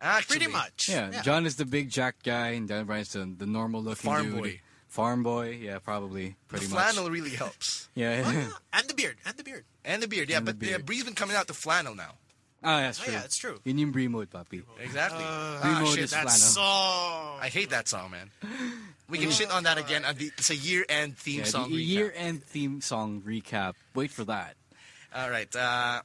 [SPEAKER 1] Actually,
[SPEAKER 3] Pretty much.
[SPEAKER 2] Yeah, John is the big jack guy, and Daniel Bryan's the, the normal looking
[SPEAKER 1] farm
[SPEAKER 2] dude.
[SPEAKER 1] boy.
[SPEAKER 2] Farm boy, yeah, probably
[SPEAKER 1] The
[SPEAKER 2] pretty much.
[SPEAKER 1] flannel really helps.
[SPEAKER 2] Yeah, [laughs] oh,
[SPEAKER 3] And the beard. And the beard.
[SPEAKER 1] And the beard, yeah. but
[SPEAKER 2] beard.
[SPEAKER 1] Uh, Brie's been coming out to flannel now.
[SPEAKER 2] yeah, Ah, that's
[SPEAKER 3] Oh,
[SPEAKER 2] true.
[SPEAKER 3] yeah, it's true.
[SPEAKER 2] Union Brie mode, papi.
[SPEAKER 1] Exactly.
[SPEAKER 2] Brie
[SPEAKER 1] ah,
[SPEAKER 2] mode
[SPEAKER 1] shit,
[SPEAKER 2] is
[SPEAKER 1] that's
[SPEAKER 2] flannel.
[SPEAKER 3] So
[SPEAKER 1] I hate that song, man. We can shit on that again. on the- It's a year-end theme
[SPEAKER 2] Yeah,
[SPEAKER 1] song.
[SPEAKER 2] the
[SPEAKER 1] recap.
[SPEAKER 2] year-end theme song recap. Wait for that.
[SPEAKER 1] All right. Uh,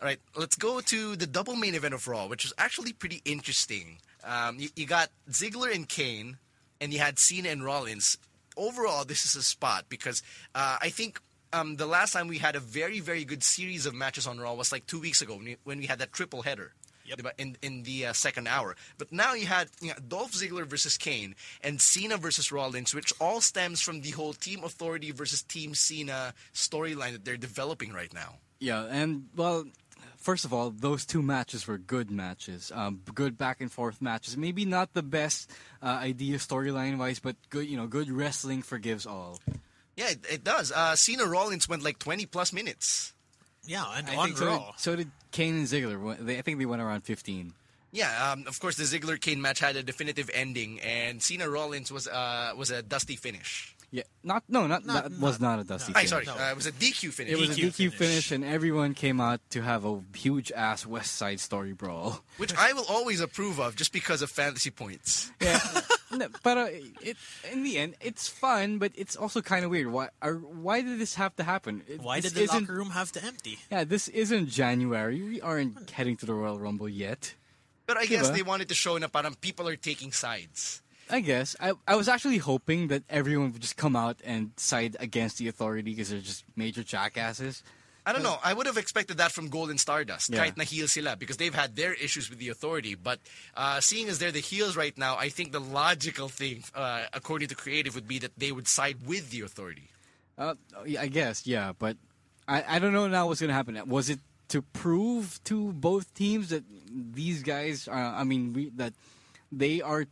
[SPEAKER 1] all right. Let's go to the double main event of Raw, which was actually pretty interesting. Um, you, you got Ziggler and Kane, and you had Cena and Rollins. Overall, this is a spot because uh, I think. Um, the last time we had a very, very good series of matches on Raw was like two weeks ago when we, when we had that triple header.
[SPEAKER 3] Yep.
[SPEAKER 1] diba, in in the uh, second hour. But now you had you know, Dolph Ziggler versus Kane and Cena versus Rollins, which all stems from the whole Team Authority versus Team Cena storyline that they're developing right now.
[SPEAKER 2] Yeah, and well, first of all, those two matches were good matches, um, good back and forth matches. Maybe not the best uh, idea storyline wise, but good, you know, good wrestling forgives all.
[SPEAKER 1] Yeah, it, it does. Uh, Cena Rollins went like 20 plus minutes.
[SPEAKER 3] Yeah, and
[SPEAKER 2] I
[SPEAKER 3] on
[SPEAKER 2] think so
[SPEAKER 3] Raw.
[SPEAKER 2] Did, so did Kane and Ziggler. Wa- They, I think they went around fifteen.
[SPEAKER 1] Yeah, um, of course, the Ziggler Kane match had a definitive ending, and Cena Rollins was uh, was a dusty finish.
[SPEAKER 2] Yeah, not no, not,
[SPEAKER 3] Not-
[SPEAKER 2] that was not a dusty.
[SPEAKER 1] Ay,
[SPEAKER 2] finish.
[SPEAKER 1] sorry,
[SPEAKER 3] No.
[SPEAKER 1] uh, it was a DQ finish.
[SPEAKER 2] It was a
[SPEAKER 3] DQ
[SPEAKER 2] DQ finish.
[SPEAKER 3] finish,
[SPEAKER 2] and everyone came out to have a huge ass West Side Story brawl.
[SPEAKER 1] which I will always approve of just because of fantasy points.
[SPEAKER 2] Yeah, no, but uh, it in the end, it's fun, but it's also kind of weird. Why? Are, why did this have to happen? It-
[SPEAKER 3] Why
[SPEAKER 2] this
[SPEAKER 3] did the
[SPEAKER 2] isn't-
[SPEAKER 3] locker room have to empty?
[SPEAKER 2] Yeah, this isn't January. We aren't heading to the Royal Rumble yet.
[SPEAKER 1] But I guess
[SPEAKER 2] Diba?
[SPEAKER 1] they wanted to show na parang people are taking sides.
[SPEAKER 2] I guess I, I was actually hoping that everyone would just come out and side against the authority because they're just major jackasses.
[SPEAKER 1] I don't know. I would have expected that from Golden Stardust,
[SPEAKER 2] Yeah.
[SPEAKER 1] kahit na heel sila, because they've had their issues with the authority. But uh, seeing as they're the heels right now, I think the logical thing, uh, according to creative, would be that they would side with the authority.
[SPEAKER 2] Uh, yeah, I guess, yeah, but I, I don't know now what's going to happen. Was it to prove to both teams that these guys, uh, I mean, we, that they are,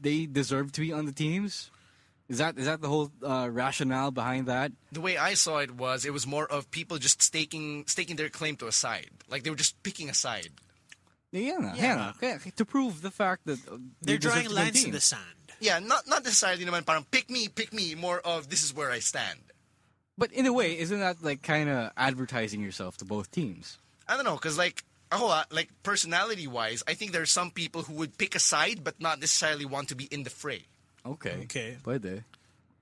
[SPEAKER 2] they deserve to be on the teams? Is that is that the whole uh, rationale behind that?
[SPEAKER 1] The way I saw it was, it was more of people just staking staking their claim to a side, like they were just picking a side.
[SPEAKER 2] Yeah, yeah,
[SPEAKER 3] Yeah.
[SPEAKER 2] yeah, to prove the fact that uh, they
[SPEAKER 3] They're
[SPEAKER 2] deserve
[SPEAKER 3] drawing
[SPEAKER 2] to be on
[SPEAKER 3] lines in the
[SPEAKER 2] teams.
[SPEAKER 3] sand.
[SPEAKER 1] Yeah, not not necessarily naman parang pick me, pick me. More of this is where I stand.
[SPEAKER 2] But in a way, isn't that like kind of advertising yourself to both teams?
[SPEAKER 1] I don't know, cause like ako ah, like personality wise, I think there are some people who would pick a side but not necessarily want to be in the fray.
[SPEAKER 2] Okay. uh,
[SPEAKER 3] Okay.
[SPEAKER 2] Pwede.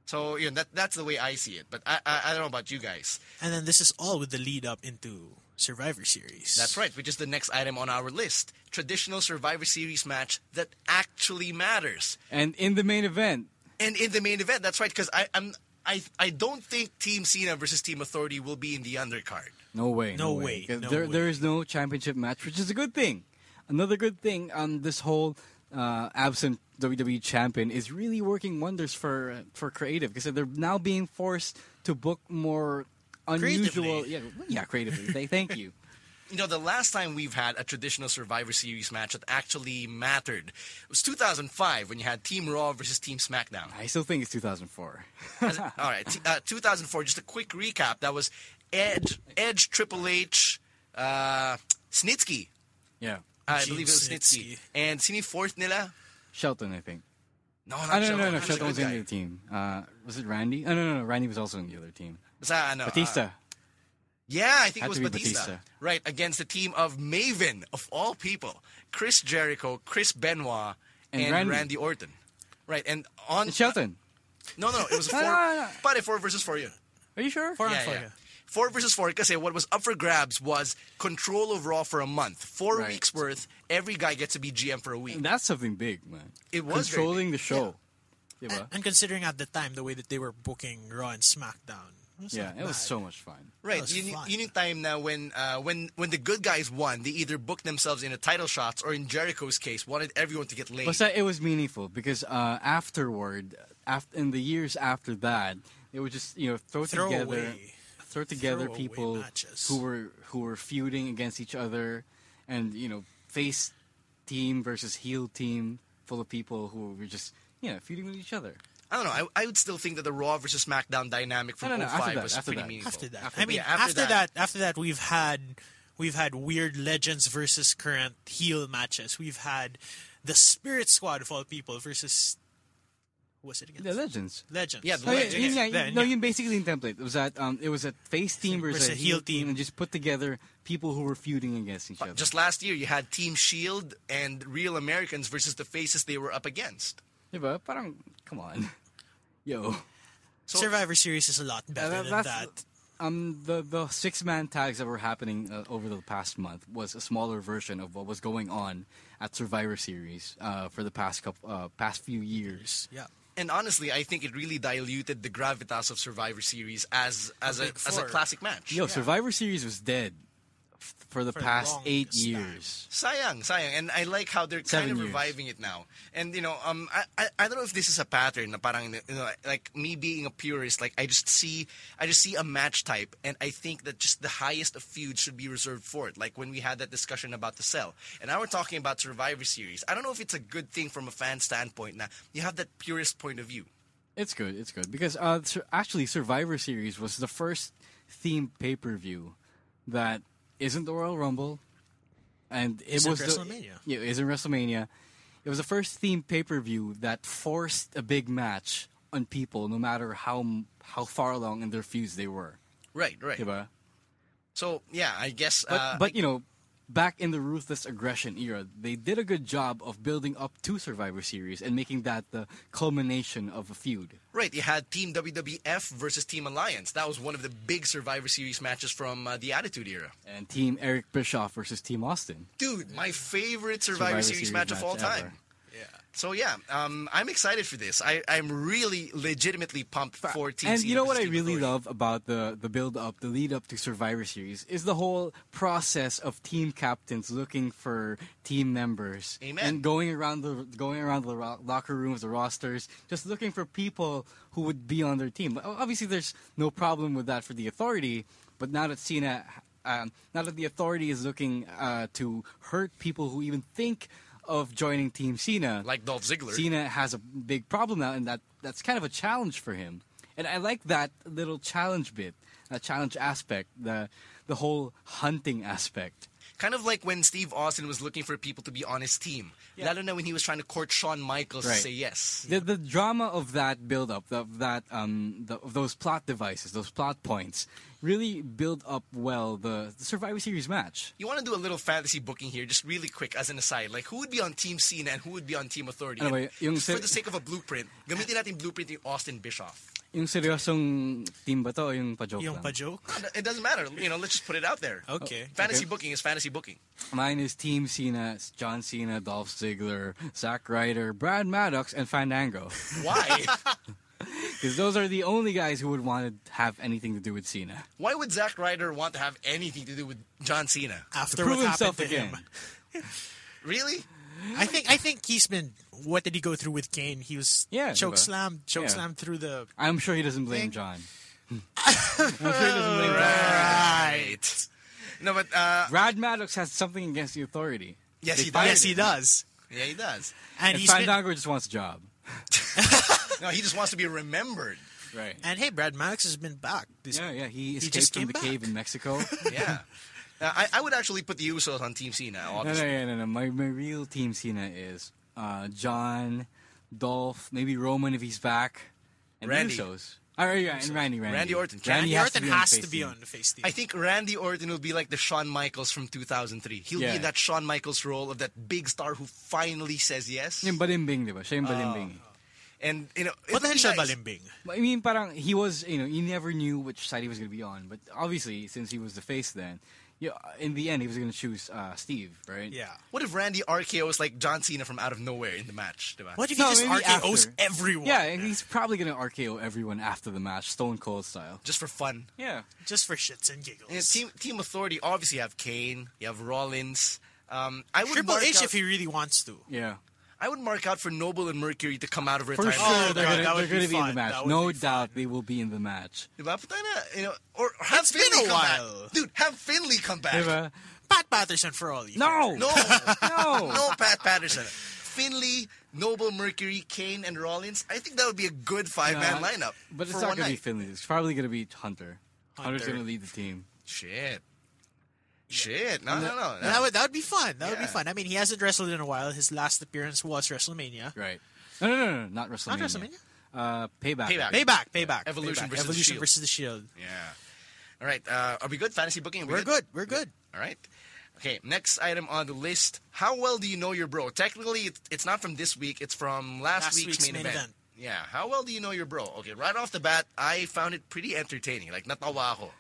[SPEAKER 1] So you know, that that's the way I see it. But I I, I don't know about you guys.
[SPEAKER 3] And then this is all with the lead up into Survivor Series.
[SPEAKER 1] That's right, which is the next item on our list: traditional Survivor Series match that actually matters.
[SPEAKER 2] And in the main event,
[SPEAKER 1] And in the main event, that's right, because I I'm, I I don't think Team Cena versus Team Authority will be in the undercard.
[SPEAKER 2] no way.
[SPEAKER 3] No way,
[SPEAKER 2] 'Cause
[SPEAKER 3] no
[SPEAKER 2] there,
[SPEAKER 3] way.
[SPEAKER 2] there is no championship match, which is a good thing. Another good thing um, this whole uh, absent WWE champion is really working wonders for uh, for creative because they're now being forced to book more unusual.
[SPEAKER 3] Creatively.
[SPEAKER 2] Yeah, well, yeah, creatively. They- Thank you.
[SPEAKER 1] You know, the last time we've had a traditional Survivor Series match that actually mattered was 2005 when you had Team Raw versus Team
[SPEAKER 2] [laughs]
[SPEAKER 1] SmackDown.
[SPEAKER 2] I still think it's 2004.
[SPEAKER 1] As- all right, t- uh, 2004. Just a quick recap. That was Edge, Edge, Triple H, uh, Snitsky.
[SPEAKER 2] Yeah.
[SPEAKER 1] I
[SPEAKER 3] Gene
[SPEAKER 1] believe it was Snitsky.
[SPEAKER 3] Snitsky.
[SPEAKER 1] And sini fourth nila.
[SPEAKER 2] Shelton, I think.
[SPEAKER 1] No, not
[SPEAKER 2] Oh, no,
[SPEAKER 1] Ah, Shelton.
[SPEAKER 2] no, no, no.
[SPEAKER 1] He's a
[SPEAKER 2] Shelton was
[SPEAKER 1] good
[SPEAKER 2] in the
[SPEAKER 1] guy.
[SPEAKER 2] other team. Uh, was it Randy? Oh, no, no, no. Randy was also in the other team.
[SPEAKER 1] Sa, ano, uh,
[SPEAKER 2] Batista.
[SPEAKER 1] yeah, I think
[SPEAKER 2] Had
[SPEAKER 1] it was
[SPEAKER 2] to be
[SPEAKER 1] Batista.
[SPEAKER 2] Batista.
[SPEAKER 1] Right against the team of Maven of all people, Chris Jericho, Chris Benoit, and,
[SPEAKER 2] And Randy.
[SPEAKER 1] Orton. Right, and on
[SPEAKER 2] And Shelton.
[SPEAKER 1] No, no, it
[SPEAKER 2] [laughs]
[SPEAKER 1] was a four.
[SPEAKER 2] No, no, no.
[SPEAKER 1] Pare four versus four yun.
[SPEAKER 2] Are you sure?
[SPEAKER 3] Four on
[SPEAKER 1] Yeah,
[SPEAKER 3] four,
[SPEAKER 1] yeah.
[SPEAKER 3] yeah.
[SPEAKER 1] Four versus four. Kasi what was up for grabs was control of Raw for a month. Four
[SPEAKER 2] Right.
[SPEAKER 1] weeks worth. Every guy gets to be GM for a week.
[SPEAKER 2] And that's something big, man.
[SPEAKER 1] It was very
[SPEAKER 2] controlling the show. Yeah,
[SPEAKER 3] And,
[SPEAKER 2] well,
[SPEAKER 3] and considering at the time the way that they were booking Raw and SmackDown, it was,
[SPEAKER 2] yeah,
[SPEAKER 3] not
[SPEAKER 2] it was
[SPEAKER 3] bad.
[SPEAKER 2] so much fun.
[SPEAKER 1] Right,
[SPEAKER 3] was
[SPEAKER 1] yun,
[SPEAKER 3] fun.
[SPEAKER 1] yun yung time na when uh, when when the good guys won, they either booked themselves into title shots or in Jericho's case, wanted everyone to get laid.
[SPEAKER 2] But it was meaningful because uh, afterward, after in the years after that, they would just you know throw,
[SPEAKER 3] Throw
[SPEAKER 2] together,
[SPEAKER 3] away-
[SPEAKER 2] throw together
[SPEAKER 3] throw away
[SPEAKER 2] people
[SPEAKER 3] matches.
[SPEAKER 2] who were who were feuding against each other, and you know face team versus heel team full of people who were just you know feuding with each other.
[SPEAKER 1] I don't know. I, I would still think that the Raw versus SmackDown dynamic from
[SPEAKER 2] No, no, no,
[SPEAKER 1] 05
[SPEAKER 2] after that,
[SPEAKER 1] was
[SPEAKER 2] after
[SPEAKER 1] pretty
[SPEAKER 2] that.
[SPEAKER 1] meaningful.
[SPEAKER 3] After that,
[SPEAKER 1] After-
[SPEAKER 3] I mean,
[SPEAKER 1] yeah,
[SPEAKER 3] after, that, after that, we've had we've had weird legends versus current heel matches. We've had the Spirit Squad of all people versus who was it against?
[SPEAKER 2] The legends.
[SPEAKER 3] Legends.
[SPEAKER 1] Yeah, the
[SPEAKER 2] Oh, yeah,
[SPEAKER 1] Legends.
[SPEAKER 2] yun nga,
[SPEAKER 3] Then,
[SPEAKER 2] yun- no, yun basically in template. It was that um, it was a face team versus, a heel team, and just put together people who were feuding against each other.
[SPEAKER 1] Just last year, you had Team Shield and Real Americans versus the faces they were up against.
[SPEAKER 2] Diba? Parang, come on, [laughs] yo.
[SPEAKER 3] Survivor Series is a lot better
[SPEAKER 2] Uh,
[SPEAKER 3] than
[SPEAKER 2] that's-
[SPEAKER 3] that.
[SPEAKER 2] Um, the the six man tags that were happening uh, over the past month was a smaller version of what was going on at Survivor Series uh, for the past couple, uh, past few years.
[SPEAKER 3] Yeah.
[SPEAKER 1] And honestly, I think it really diluted the gravitas of Survivor Series as as a
[SPEAKER 3] Big
[SPEAKER 1] as a
[SPEAKER 3] Four.
[SPEAKER 1] classic match.
[SPEAKER 2] Yo, Survivor Series was dead for the
[SPEAKER 3] For the
[SPEAKER 2] past eight
[SPEAKER 3] longest time.
[SPEAKER 2] years.
[SPEAKER 1] Sayang, sayang. And I like how they're
[SPEAKER 2] Seven
[SPEAKER 1] kind of
[SPEAKER 2] years.
[SPEAKER 1] reviving it now. And, you know, um, I, I, I don't know if this is a pattern. Na parang, you know, like me being a purist, like I just see, I just see a match type, and I think that just the highest of feuds should be reserved for it. Like when we had that discussion about the cell, and now we're talking about Survivor Series. I don't know if it's a good thing from a fan standpoint. Now you have that purist point of view.
[SPEAKER 2] It's good. It's good because uh, sur- actually, Survivor Series was the first themed pay per view that isn't the Royal Rumble, and it
[SPEAKER 3] Isn't
[SPEAKER 2] was
[SPEAKER 3] WrestleMania.
[SPEAKER 2] The, yeah, it isn't WrestleMania. It was the first themed pay per view that forced a big match on people, no matter how m- how far along in their feuds they were.
[SPEAKER 1] Right, right.
[SPEAKER 2] Diba?
[SPEAKER 1] So yeah, I guess.
[SPEAKER 2] But,
[SPEAKER 1] uh,
[SPEAKER 2] but you know, back in the ruthless aggression era, they did a good job of building up to Survivor Series and making that the culmination of a feud.
[SPEAKER 1] Right, you had Team WWF versus Team Alliance. That was one of the big Survivor Series matches from uh, the Attitude Era.
[SPEAKER 2] And Team Eric Bischoff versus Team Austin.
[SPEAKER 1] Dude, my favorite Survivor, Series, match of all time.
[SPEAKER 2] ever.
[SPEAKER 1] So yeah, um, I'm excited for this. I, I'm really legitimately pumped for Team
[SPEAKER 2] and
[SPEAKER 1] C
[SPEAKER 2] you know what I
[SPEAKER 1] versus Team
[SPEAKER 2] really
[SPEAKER 1] Authority.
[SPEAKER 2] love about the the build up, the lead up to Survivor Series is the whole process of team captains looking for team members
[SPEAKER 1] Amen.
[SPEAKER 2] and going around the going around the ro- locker rooms, the rosters, just looking for people who would be on their team. But Obviously, there's no problem with that for the Authority, but now that Cena, um, now that the Authority is looking uh, to hurt people who even think of joining Team Cena,
[SPEAKER 1] Like Dolph Ziggler.
[SPEAKER 2] Cena has a big problem now, and that that's kind of a challenge for him. And I like that little challenge bit, that challenge aspect, the the whole hunting aspect.
[SPEAKER 1] Kind of like when Steve Austin was looking for people to be on his team. Lalo na when he was trying to court Shawn Michaels to
[SPEAKER 2] Right.
[SPEAKER 1] say yes.
[SPEAKER 2] The the drama of that build up, of that um, the, of those plot devices, those plot points, really build up well the, the Survivor Series match.
[SPEAKER 1] You want to do a little fantasy booking here, just really quick as an aside. Like, who would be on Team Cena and who would be on Team Authority?
[SPEAKER 2] Ano ba,
[SPEAKER 1] And
[SPEAKER 2] yung
[SPEAKER 1] just for
[SPEAKER 2] si-
[SPEAKER 1] the sake of a blueprint, gamitin natin blueprint yung Austin Bischoff.
[SPEAKER 2] Yung seryosong team ba to, o yung pa-joke
[SPEAKER 3] Yung
[SPEAKER 2] lang? [laughs]
[SPEAKER 3] pa joke.
[SPEAKER 1] It doesn't matter. You know, let's just put it out there.
[SPEAKER 3] Okay.
[SPEAKER 1] Fantasy booking is fantasy booking.
[SPEAKER 2] Mine is Team Cena, it's John Cena, Dolph Ziggler, Zack Ryder, Brad Maddox, and Fandango.
[SPEAKER 1] Why?
[SPEAKER 2] Because those are the only guys who would want to have anything to do with Cena.
[SPEAKER 1] Why would Zack Ryder want to have anything to do with John Cena?
[SPEAKER 3] After
[SPEAKER 2] Prove
[SPEAKER 3] what
[SPEAKER 2] himself
[SPEAKER 3] happened to
[SPEAKER 2] again.
[SPEAKER 3] him,
[SPEAKER 1] Really?
[SPEAKER 3] I think I think he's been. What did he go through with Kane? He was
[SPEAKER 2] Yeah,
[SPEAKER 3] choke
[SPEAKER 2] diba?
[SPEAKER 3] slammed, choke
[SPEAKER 2] Yeah.
[SPEAKER 3] slammed through the.
[SPEAKER 2] I'm sure he doesn't blame John. I'm sure he doesn't blame John.
[SPEAKER 1] Right. No, but uh,
[SPEAKER 2] Brad Maddox has something against the authority.
[SPEAKER 1] yes,
[SPEAKER 2] They
[SPEAKER 1] he does.
[SPEAKER 2] fired
[SPEAKER 3] Yes, he does.
[SPEAKER 1] Yeah, he does.
[SPEAKER 3] And,
[SPEAKER 2] And
[SPEAKER 3] he's been-
[SPEAKER 2] Fandango just wants a job.
[SPEAKER 1] No, he just wants to be remembered.
[SPEAKER 2] Right.
[SPEAKER 3] and hey, Brad Maddox has been back. This-
[SPEAKER 2] Yeah, yeah. He escaped
[SPEAKER 3] just
[SPEAKER 2] from
[SPEAKER 3] came
[SPEAKER 2] the
[SPEAKER 3] back.
[SPEAKER 2] cave in
[SPEAKER 3] [laughs]
[SPEAKER 2] Mexico. no,
[SPEAKER 1] Yeah. Uh, I, I would actually put the Usos on Team Cena.
[SPEAKER 2] no,
[SPEAKER 1] Obviously.
[SPEAKER 2] no, no, no. My, my real team Cena is uh, John, Dolph, maybe Roman if he's back, and the
[SPEAKER 1] Randy.
[SPEAKER 2] Usos. Oh, yeah, and Randy, Randy.
[SPEAKER 1] Randy Orton.
[SPEAKER 3] Randy
[SPEAKER 2] has
[SPEAKER 3] Orton
[SPEAKER 2] on
[SPEAKER 3] has
[SPEAKER 2] face
[SPEAKER 3] to be
[SPEAKER 2] team.
[SPEAKER 3] on the face team.
[SPEAKER 1] I think Randy Orton will be like the Shawn Michaels from 2003. He'll be
[SPEAKER 2] Yeah.
[SPEAKER 1] in that Shawn Michaels role of that big star who finally says yes.
[SPEAKER 2] Yung balimbing, di ba? Siya yung balimbing.
[SPEAKER 3] Oh.
[SPEAKER 1] And you know,
[SPEAKER 3] What the hell
[SPEAKER 1] it'll
[SPEAKER 3] siya
[SPEAKER 1] be nice.
[SPEAKER 3] balimbing?
[SPEAKER 2] I mean, parang he was, you know, he never knew which side he was going to be on. But obviously, since he was the face then, you know, in the end, he was going to choose uh, Steve, right?
[SPEAKER 3] Yeah.
[SPEAKER 1] What if Randy RKO is like John Cena from out of nowhere in the match? diba?
[SPEAKER 3] What if
[SPEAKER 2] No,
[SPEAKER 3] he just
[SPEAKER 2] maybe
[SPEAKER 3] RKO's
[SPEAKER 2] after.
[SPEAKER 3] everyone?
[SPEAKER 2] Yeah, and he's probably going to RKO everyone after the match, Stone Cold style.
[SPEAKER 1] Just for fun.
[SPEAKER 2] Yeah.
[SPEAKER 3] just for shits and giggles.
[SPEAKER 1] You know, team Team Authority obviously you have Kane, you have Rollins. Um, I would
[SPEAKER 3] Triple
[SPEAKER 1] mark
[SPEAKER 3] H
[SPEAKER 1] out,
[SPEAKER 3] if he really wants to.
[SPEAKER 2] Yeah.
[SPEAKER 1] I would mark out for Noble and Mercury to come out of
[SPEAKER 2] For
[SPEAKER 1] retirement.
[SPEAKER 2] sure,
[SPEAKER 3] Oh,
[SPEAKER 2] they're
[SPEAKER 3] God,
[SPEAKER 2] going
[SPEAKER 3] that
[SPEAKER 2] to
[SPEAKER 3] would
[SPEAKER 2] be,
[SPEAKER 3] be
[SPEAKER 2] in the
[SPEAKER 3] fun.
[SPEAKER 2] match.
[SPEAKER 3] That would
[SPEAKER 2] No
[SPEAKER 3] be
[SPEAKER 2] doubt they will be in the match.
[SPEAKER 1] Diba? Puta na, you know, or have
[SPEAKER 3] It's been
[SPEAKER 1] Finley
[SPEAKER 3] a
[SPEAKER 1] come
[SPEAKER 3] while.
[SPEAKER 1] back, dude. Have Finley come back.
[SPEAKER 2] Diba?
[SPEAKER 3] Pat Patterson for all you.
[SPEAKER 2] No!
[SPEAKER 1] No,
[SPEAKER 2] [laughs] No!
[SPEAKER 1] no, Pat Patterson. Finley, Noble, Mercury, Kane, and Rollins. I think that would be a good five-man
[SPEAKER 2] Uh,
[SPEAKER 1] lineup.
[SPEAKER 2] But it's
[SPEAKER 1] for
[SPEAKER 2] not
[SPEAKER 1] one
[SPEAKER 2] going to be
[SPEAKER 1] night.
[SPEAKER 2] Finley. It's probably going to be Hunter. Hunter's
[SPEAKER 3] Hunter.
[SPEAKER 2] going to lead the team.
[SPEAKER 1] Shit, shit. No, no, no.
[SPEAKER 3] That would that would be fun. That would be
[SPEAKER 1] Yeah.
[SPEAKER 3] fun. I mean, he hasn't wrestled in a while. His last appearance was WrestleMania.
[SPEAKER 2] Right. No, no, no, no. Not WrestleMania.
[SPEAKER 3] WrestleMania?
[SPEAKER 2] Uh, Payback.
[SPEAKER 1] Payback.
[SPEAKER 3] Payback, payback.
[SPEAKER 1] Evolution
[SPEAKER 3] payback.
[SPEAKER 1] versus the
[SPEAKER 3] Evolution
[SPEAKER 1] Shield.
[SPEAKER 3] versus the Shield.
[SPEAKER 1] yeah. All right. Uh, are we good? Fantasy booking. Are we
[SPEAKER 3] We're good. We're good.
[SPEAKER 1] All right. Okay, next item on the list. How well do you know your bro? Technically, it- it's not from this week. It's from last,
[SPEAKER 3] Last
[SPEAKER 1] week's,
[SPEAKER 3] week's
[SPEAKER 1] main,
[SPEAKER 3] main
[SPEAKER 1] event.
[SPEAKER 3] event.
[SPEAKER 1] Yeah. How well do you know your bro? Okay, right off the bat, I found it pretty entertaining. Like natawa ako.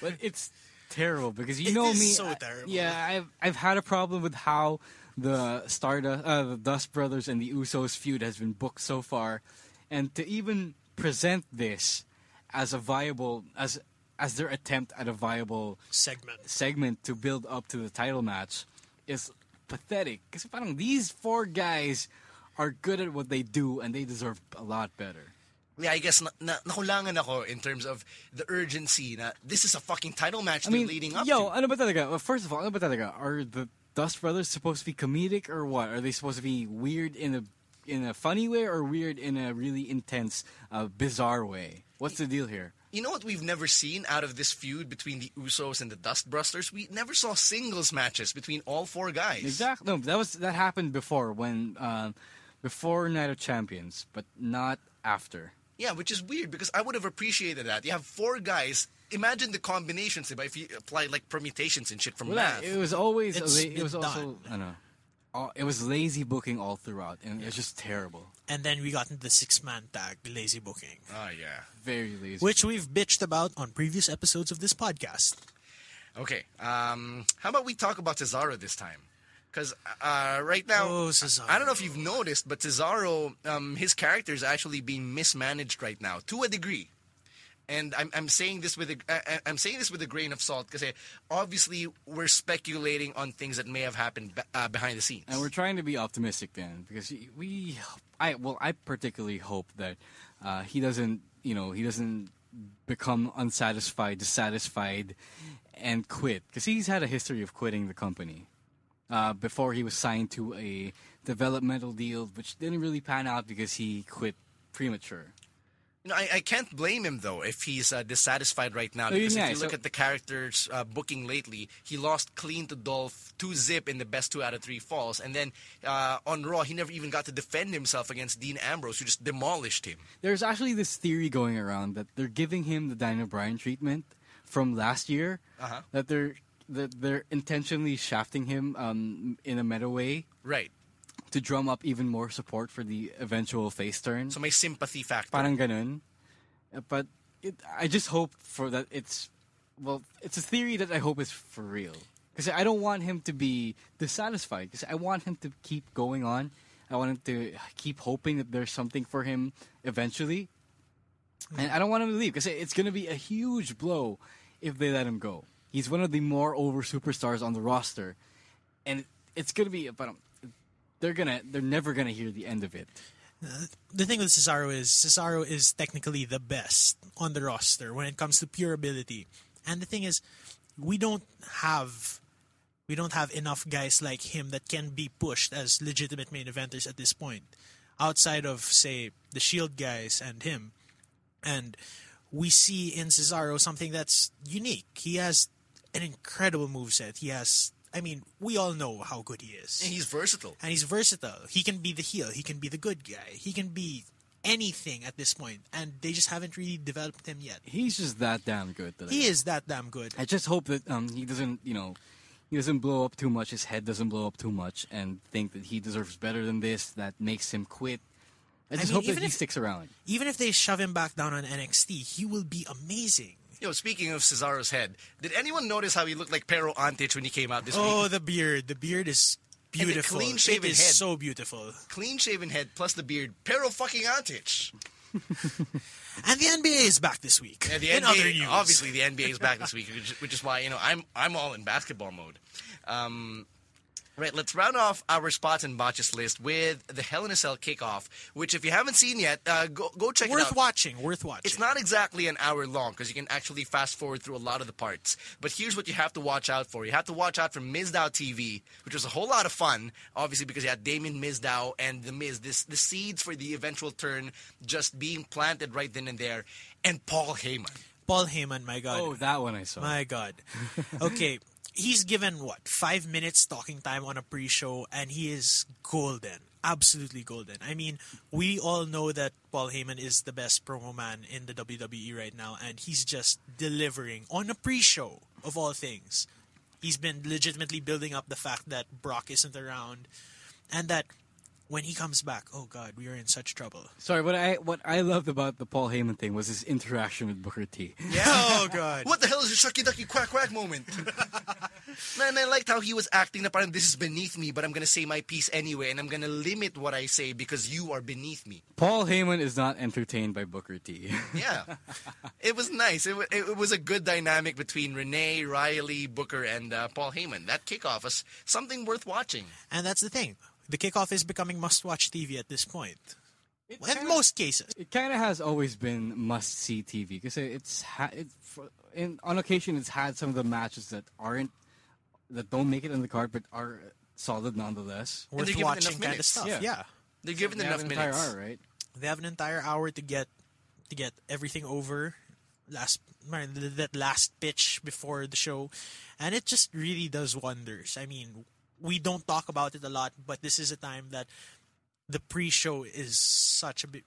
[SPEAKER 2] but it's terrible because you
[SPEAKER 3] It
[SPEAKER 2] know
[SPEAKER 3] is
[SPEAKER 2] me.
[SPEAKER 3] so
[SPEAKER 2] I-
[SPEAKER 3] terrible.
[SPEAKER 2] yeah, I've I've had a problem with how the Stardust, uh, the Dust Brothers, and the Usos feud has been booked so far, and to even present this as a viable as as their attempt at a viable
[SPEAKER 3] segment.
[SPEAKER 2] segment to build up to the title match is pathetic. Because parang these four guys are good at what they do and they deserve a lot better.
[SPEAKER 1] Yeah, I guess na, na, nakulangan ako in terms of the urgency na this is a fucking title match
[SPEAKER 2] I mean,
[SPEAKER 1] they're leading up
[SPEAKER 2] yo,
[SPEAKER 1] to.
[SPEAKER 2] ano ba talaga? Well, First of all, ano ba talaga? Are the Dust Brothers supposed to be comedic or what? Are they supposed to be weird in a in a funny way or weird in a really intense, uh, bizarre way? What's the deal here?
[SPEAKER 1] You know what we've never seen out of this feud between the Usos and the Dustbusters? We never saw singles matches between all four guys.
[SPEAKER 2] Exactly. No, that was that happened before when um, before Night of Champions, but not after.
[SPEAKER 1] Yeah, which is weird because I would have appreciated that. You have four guys. Imagine the combinations if you apply like permutations and shit from math.
[SPEAKER 2] It was always
[SPEAKER 3] It's-
[SPEAKER 2] la- it
[SPEAKER 3] it's
[SPEAKER 2] was also
[SPEAKER 3] done.
[SPEAKER 2] I don't know. all- It was lazy booking all throughout, and it's just terrible.
[SPEAKER 3] And then we got into the six man tag, lazy booking,
[SPEAKER 1] oh yeah.
[SPEAKER 2] Very lazy.
[SPEAKER 3] which we've bitched about on previous episodes of this podcast.
[SPEAKER 1] Okay. Um, how about we talk about Cesaro this time? Because uh, right now,
[SPEAKER 3] Oh, Cesaro.
[SPEAKER 1] I don't know if you've noticed, but Cesaro, um, his character is actually being mismanaged right now to a degree. And I'm, I'm saying this with a, I, I- I'm saying this with a grain of salt because obviously we're speculating on things that may have happened be, uh, behind the scenes.
[SPEAKER 2] And we're trying to be optimistic then, because we, I well, I particularly hope that uh, he doesn't, you know, he doesn't become unsatisfied, dissatisfied, and quit, because he's had a history of quitting the company. Uh, before he was signed to a developmental deal, which didn't really pan out because he quit premature.
[SPEAKER 1] You know, I, I can't blame him though if he's uh, dissatisfied right now
[SPEAKER 2] Oh, yeah,
[SPEAKER 1] because if
[SPEAKER 2] yeah,
[SPEAKER 1] you look
[SPEAKER 2] so-
[SPEAKER 1] at the character's uh, booking lately, he lost clean to Dolph, two zip in the best two out of three falls, and then uh, on Raw he never even got to defend himself against Dean Ambrose, who just demolished him.
[SPEAKER 2] There's actually this theory going around that they're giving him the Dino Bryan treatment from last year.
[SPEAKER 1] Uh-huh.
[SPEAKER 2] That they're that they're intentionally shafting him um, in a meta way
[SPEAKER 1] Right.
[SPEAKER 2] to drum up even more support for the eventual face turn.
[SPEAKER 1] So my sympathy factor.
[SPEAKER 2] Parang ganun. Uh, But it, I just hope for that it's well, it's a theory that I hope is for real because I don't want him to be dissatisfied because I want him to keep going on. I want him to keep hoping that there's something for him eventually, and I don't want him to leave because it's going to be a huge blow if they let him go. He's one of the more over superstars on the roster, and it's going to be. But um, they're gonna, they're never going to hear the end of it.
[SPEAKER 3] the thing with Cesaro is Cesaro is technically the best on the roster when it comes to pure ability. And the thing is, we don't have we don't have enough guys like him that can be pushed as legitimate main eventers at this point. Outside of say the Shield guys and him, and we see in Cesaro something that's unique. He has an incredible moveset. He has, I mean, we all know how good he is
[SPEAKER 1] and he's versatile.
[SPEAKER 3] and he's versatile. He can be the heel, he can be the good guy, he can be anything at this point, and they just haven't really developed him yet.
[SPEAKER 2] He's just that damn good. That I-
[SPEAKER 3] He is that damn good.
[SPEAKER 2] I just hope that um, he doesn't, you know, he doesn't blow up too much. His head doesn't blow up too much, and think that he deserves better than this. That makes him quit. I just
[SPEAKER 3] mean,
[SPEAKER 2] hope that
[SPEAKER 3] even
[SPEAKER 2] he
[SPEAKER 3] if-
[SPEAKER 2] sticks around.
[SPEAKER 3] Even if they shove him back down on NXT, he will be amazing.
[SPEAKER 1] Yo, speaking of Cesaro's head, did anyone notice how he looked like Pero Antic when he came out this week?
[SPEAKER 3] Oh, the beard. The beard is
[SPEAKER 1] the
[SPEAKER 3] beautiful.
[SPEAKER 1] clean-shaven
[SPEAKER 3] it is
[SPEAKER 1] head.
[SPEAKER 3] so beautiful.
[SPEAKER 1] Clean shaven head plus the beard, Pero fucking Antic.
[SPEAKER 3] And the NBA is back this week.
[SPEAKER 1] Yeah, the
[SPEAKER 3] in
[SPEAKER 1] NBA,
[SPEAKER 3] other news.
[SPEAKER 1] obviously the NBA is
[SPEAKER 3] [laughs]
[SPEAKER 1] back this week, which, which is why you know I'm I'm all in basketball mode. Um, right, let's round off our spots and botches list with the Hell in a Cell kickoff, which if you haven't seen yet, uh, go go check it out.
[SPEAKER 3] Worth watching. Worth watching.
[SPEAKER 1] It's not exactly an hour long because you can actually fast forward through a lot of the parts. But here's what you have to watch out for. You have to watch out for Mizdow TV, which was a whole lot of fun, obviously because you had Damien Mizdow and the Miz. This the seeds for the eventual turn just being planted right then and there. And Paul Heyman.
[SPEAKER 3] Paul Heyman. My God.
[SPEAKER 2] Oh, that one I saw.
[SPEAKER 3] My God. Okay. He's given what five minutes talking time on a pre-show, and he is golden, absolutely golden. I mean, we all know that Paul Heyman is the best promo man in the WWE right now, and he's just delivering on a pre-show of all things. He's been legitimately building up the fact that Brock isn't around, and that when he comes back, oh God, we are in such trouble.
[SPEAKER 2] Sorry, what I what I loved about the Paul Heyman thing was his interaction with Booker [laughs] T.
[SPEAKER 1] Yeah.
[SPEAKER 3] Oh [laughs] God.
[SPEAKER 1] What the hell is a shucky ducky quack quack moment? Man, I liked how he was acting na parang this is beneath me, but I'm gonna say my piece anyway, and I'm gonna limit what I say because you are beneath me.
[SPEAKER 2] Paul Heyman is not entertained by Booker T. [laughs]
[SPEAKER 1] Yeah, it was nice. It, wa it was a good dynamic between Renee, Riley, Booker, and uh, Paul Heyman. That kickoff was something worth watching.
[SPEAKER 3] And that's the thing. The kickoff is becoming must-watch TV at this point.
[SPEAKER 2] It
[SPEAKER 3] In most cases,
[SPEAKER 2] it kind of has always been must see TV because it's ha- it, for, in, on occasion it's had some of the matches that aren't that don't make it in the card but are solid nonetheless.
[SPEAKER 1] they
[SPEAKER 3] worth
[SPEAKER 1] give it enough
[SPEAKER 3] watching kind of
[SPEAKER 1] minutes.
[SPEAKER 3] stuff.
[SPEAKER 2] Yeah.
[SPEAKER 3] yeah.
[SPEAKER 1] They're given
[SPEAKER 2] They have
[SPEAKER 1] enough
[SPEAKER 2] an entire
[SPEAKER 1] minutes.
[SPEAKER 2] hour, right?
[SPEAKER 3] they have an entire hour to get to get everything over last mar- th- that last pitch before the show and it just really does wonders i mean we don't talk about it a lot but this is a time that the pre-show is such a bi-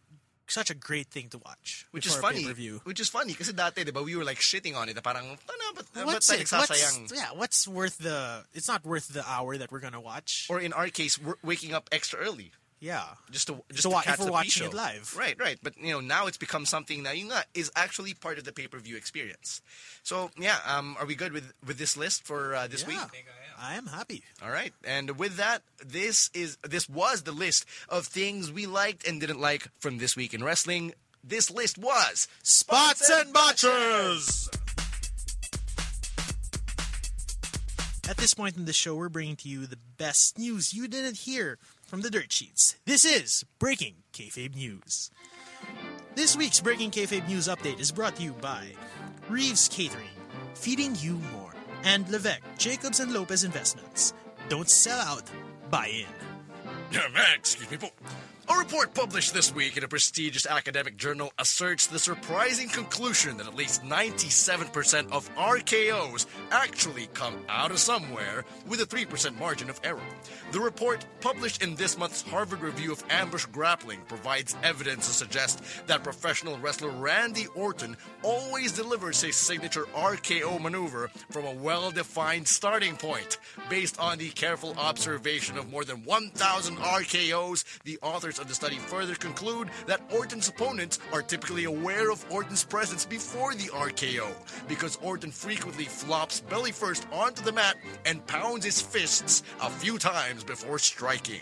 [SPEAKER 3] such a great thing to watch
[SPEAKER 1] Which is
[SPEAKER 3] before a
[SPEAKER 1] funny.
[SPEAKER 3] pay-per-view.
[SPEAKER 1] Which is funny kasi dati, di ba, we were like shitting on it. na Parang, "Tana, ba't, ba't
[SPEAKER 3] what's
[SPEAKER 1] tayo
[SPEAKER 3] it? What's,
[SPEAKER 1] nagsasayang?"
[SPEAKER 3] yeah what's worth the it's not worth the hour that we're gonna watch
[SPEAKER 1] Or in our case, we're waking up extra early.
[SPEAKER 3] yeah
[SPEAKER 1] just to just
[SPEAKER 3] So
[SPEAKER 1] to
[SPEAKER 3] what, if
[SPEAKER 1] catch
[SPEAKER 3] we're
[SPEAKER 1] the
[SPEAKER 3] watching
[SPEAKER 1] pre-show.
[SPEAKER 3] it live?
[SPEAKER 1] Right, right. But you know, now it's become something that you know is actually part of the pay-per-view experience. So yeah, um, are we good with with this list for uh, this
[SPEAKER 3] yeah.
[SPEAKER 1] week?
[SPEAKER 3] I am happy
[SPEAKER 1] All right. And with that, this is this was the list of things we liked and didn't like from this week in wrestling. This list was
[SPEAKER 3] Spots and
[SPEAKER 1] Botches.
[SPEAKER 3] At this point in the show, we're bringing to you the best news you didn't hear from the dirt sheets. This is Breaking Kayfabe News. This week's Breaking Kayfabe News update is brought to you by Reeves Catering, Feeding You More, and Levesque, Jacobs and Lopez Investments. Don't sell out, buy in.
[SPEAKER 1] [clears throat] Ah, Excuse me. po- A report published this week in a prestigious academic journal asserts the surprising conclusion that at least 97% of RKOs actually come out of somewhere with a 3% margin of error. The report, published in this month's Harvard Review of Ambush Grappling, provides evidence to suggest that professional wrestler Randy Orton always delivers his signature RKO maneuver from a well defined starting point. Based on the careful observation of more than 1,000 RKOs, the authors of the study further conclude that Orton's opponents are typically aware of Orton's presence before the RKO, because Orton frequently flops belly first onto the mat and pounds his fists a few times before striking.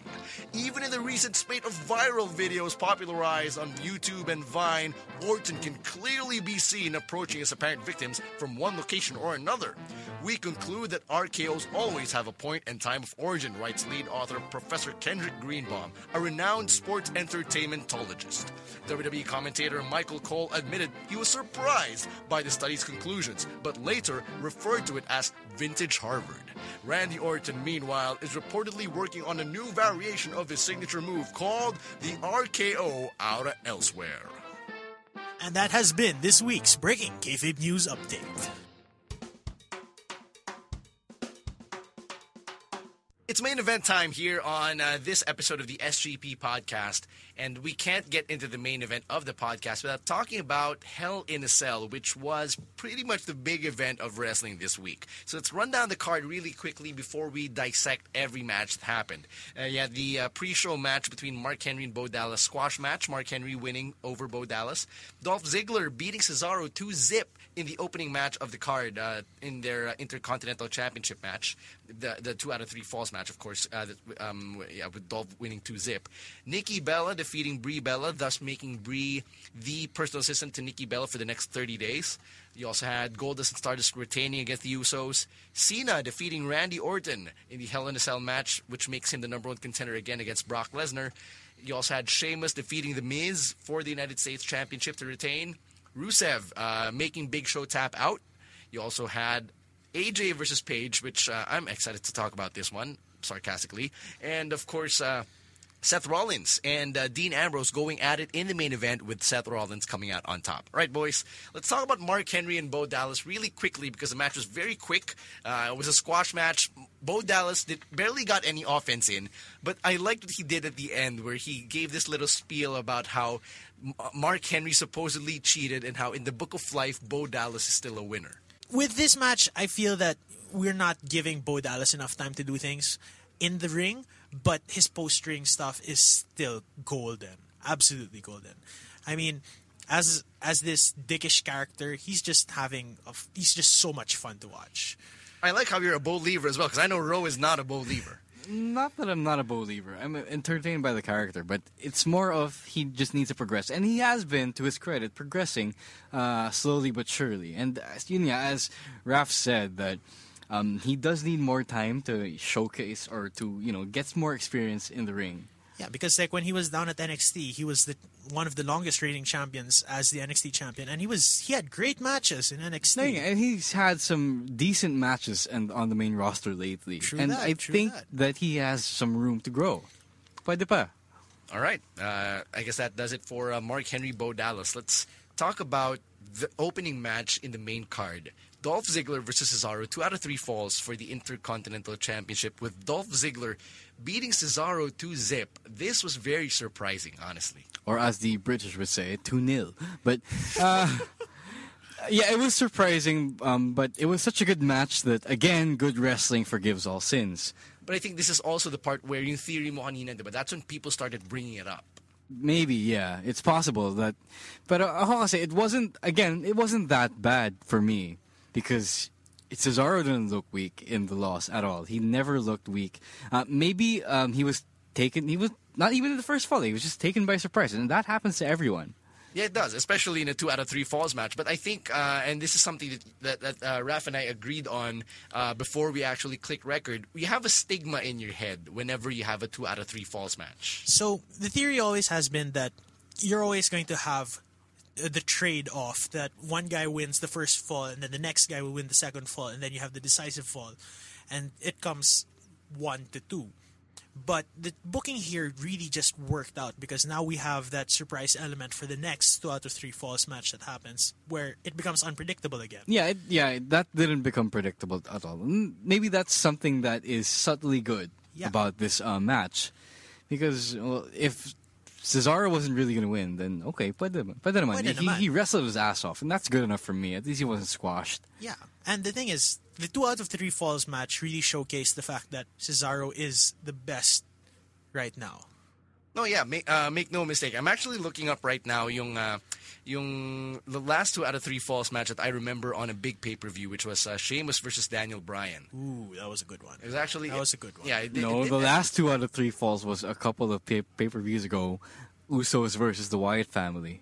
[SPEAKER 1] Even in the recent spate of viral videos popularized on YouTube and Vine, Orton can clearly be seen approaching his apparent victims from one location or another. We conclude that RKOs always have a point and time of origin, writes lead author Professor Kendrick Greenbaum, a renowned sports entertainmentologist. WWE commentator Michael Cole admitted he was surprised by the study's conclusions, but later referred to it as vintage Harvard. Randy Orton, meanwhile, is reportedly working on a new variation of his signature move called the RKO out of elsewhere.
[SPEAKER 3] And that has been this week's Breaking Kayfabe News update.
[SPEAKER 1] It's main event time here on uh, this episode of the SGP podcast, and we can't get into the main event of the podcast without talking about Hell in a Cell, which was pretty much the big event of wrestling this week. So let's run down the card really quickly before we dissect every match that happened. Uh, yeah, the uh, pre-show match between Mark Henry and Bo Dallas squash match. Mark Henry winning over Bo Dallas. Dolph Ziggler beating Cesaro to zip in the opening match of the card uh, in their uh, Intercontinental Championship match, the the two out of three falls match, of course, uh, that, um, w- yeah, with Dolph winning two zip. Nikki Bella defeating Brie Bella, thus making Brie the personal assistant to Nikki Bella for the next 30 days. You also had Goldust and Stardust retaining against the Usos. Cena defeating Randy Orton in the Hell in a Cell match, which makes him the number one contender again against Brock Lesnar. You also had Sheamus defeating The Miz for the United States Championship to retain. Rusev uh, making Big Show tap out. You also had AJ versus Page, which uh, I'm excited to talk about this one sarcastically, and of course. Uh, Seth Rollins and uh, Dean Ambrose going at it in the main event with Seth Rollins coming out on top. All right, boys, let's talk about Mark Henry and Bo Dallas really quickly because the match was very quick. Uh, it was a squash match. Bo Dallas did, barely got any offense in, but I liked what he did at the end where he gave this little spiel about how M- Mark Henry supposedly cheated and how in the book of life, Bo Dallas is still a winner.
[SPEAKER 3] with this match, I feel that we're not giving Bo Dallas enough time to do things in the ring. but his post ring stuff is still golden, absolutely golden. I mean, as as this dickish character, he's just having a f- he's just so much fun to watch.
[SPEAKER 1] I like how you're a bold lever as well, because I know Roe is not a bold lever.
[SPEAKER 2] Not that I'm not a believer. I'm entertained by the character, but it's more of he just needs to progress, and he has been, to his credit, progressing uh, slowly but surely. And uh, you know, as Raf said, that um, he does need more time to showcase or to you know gets more experience in the ring.
[SPEAKER 3] Yeah, because like when he was down at NXT, he was the one of the longest reigning champions as the NXT champion, and he was he had great matches in NXT.
[SPEAKER 2] thing, and he's had some decent matches and on the main roster lately.
[SPEAKER 3] True
[SPEAKER 2] and
[SPEAKER 3] that,
[SPEAKER 2] I
[SPEAKER 3] true
[SPEAKER 2] think
[SPEAKER 3] that.
[SPEAKER 2] he has some room to grow. Pwede pa.
[SPEAKER 1] All right. Uh, I guess that does it for uh, Mark Henry Bo Dallas. Let's talk about the opening match in the main card. Dolph Ziggler versus Cesaro, two out of three falls for the Intercontinental Championship, with Dolph Ziggler beating Cesaro to zip. This was very surprising, honestly.
[SPEAKER 2] or as the British would say, 2 nil. But [laughs] uh, yeah, it was surprising, um, but it was such a good match that, again, good wrestling forgives all sins.
[SPEAKER 1] But I think this is also the part where, in theory, mo kanina, but that's when people started bringing it up.
[SPEAKER 2] Maybe, yeah, it's possible that. But uh, I'll say, it wasn't, again, it wasn't that bad for me because. Cesaro didn't look weak in the loss at all. He never looked weak. Uh, maybe um, he was taken. He was not even in the first fall. He was just taken by surprise, and that happens to everyone.
[SPEAKER 1] Yeah, it does, especially in a two out of three falls match. But I think, uh, and this is something that that, that uh, Raf and I agreed on uh, before we actually click record. You have a stigma in your head whenever you have a two out of three falls match.
[SPEAKER 3] So the theory always has been that you're always going to have uh, the trade off that one guy wins the first fall and then the next guy will win the second fall and then you have the decisive fall and it comes 1 to 2 but the booking here really just worked out because now we have that surprise element for the next 2 out of 3 falls match that happens where it becomes unpredictable again
[SPEAKER 2] Yeah, it, yeah, that didn't become predictable at all. Mm, Maybe that's something that is subtly good
[SPEAKER 3] Yeah.
[SPEAKER 2] about this uh, match, because well, if Cesaro wasn't really going to win, then okay, pwede, naman- pwede naman.
[SPEAKER 3] Pwede
[SPEAKER 2] he,
[SPEAKER 3] naman.
[SPEAKER 2] he wrestled his ass off, and that's good enough for me. At least he wasn't squashed.
[SPEAKER 3] Yeah, and the thing is, the two out of three falls match really showcased the fact that Cesaro is the best right now.
[SPEAKER 1] No, yeah, make, uh, make no mistake. I'm actually looking up right now yung, uh, yung the last two out of three falls match that I remember on a big pay per view, which was uh, Sheamus versus Daniel Bryan.
[SPEAKER 3] Ooh, that was a good one.
[SPEAKER 1] It was actually
[SPEAKER 3] that was a good one.
[SPEAKER 1] Yeah, it, it-
[SPEAKER 2] No,
[SPEAKER 1] it-
[SPEAKER 2] the last two out of three falls was a couple of pay- pay-per-views ago, Usos versus the Wyatt
[SPEAKER 1] ah,
[SPEAKER 2] family.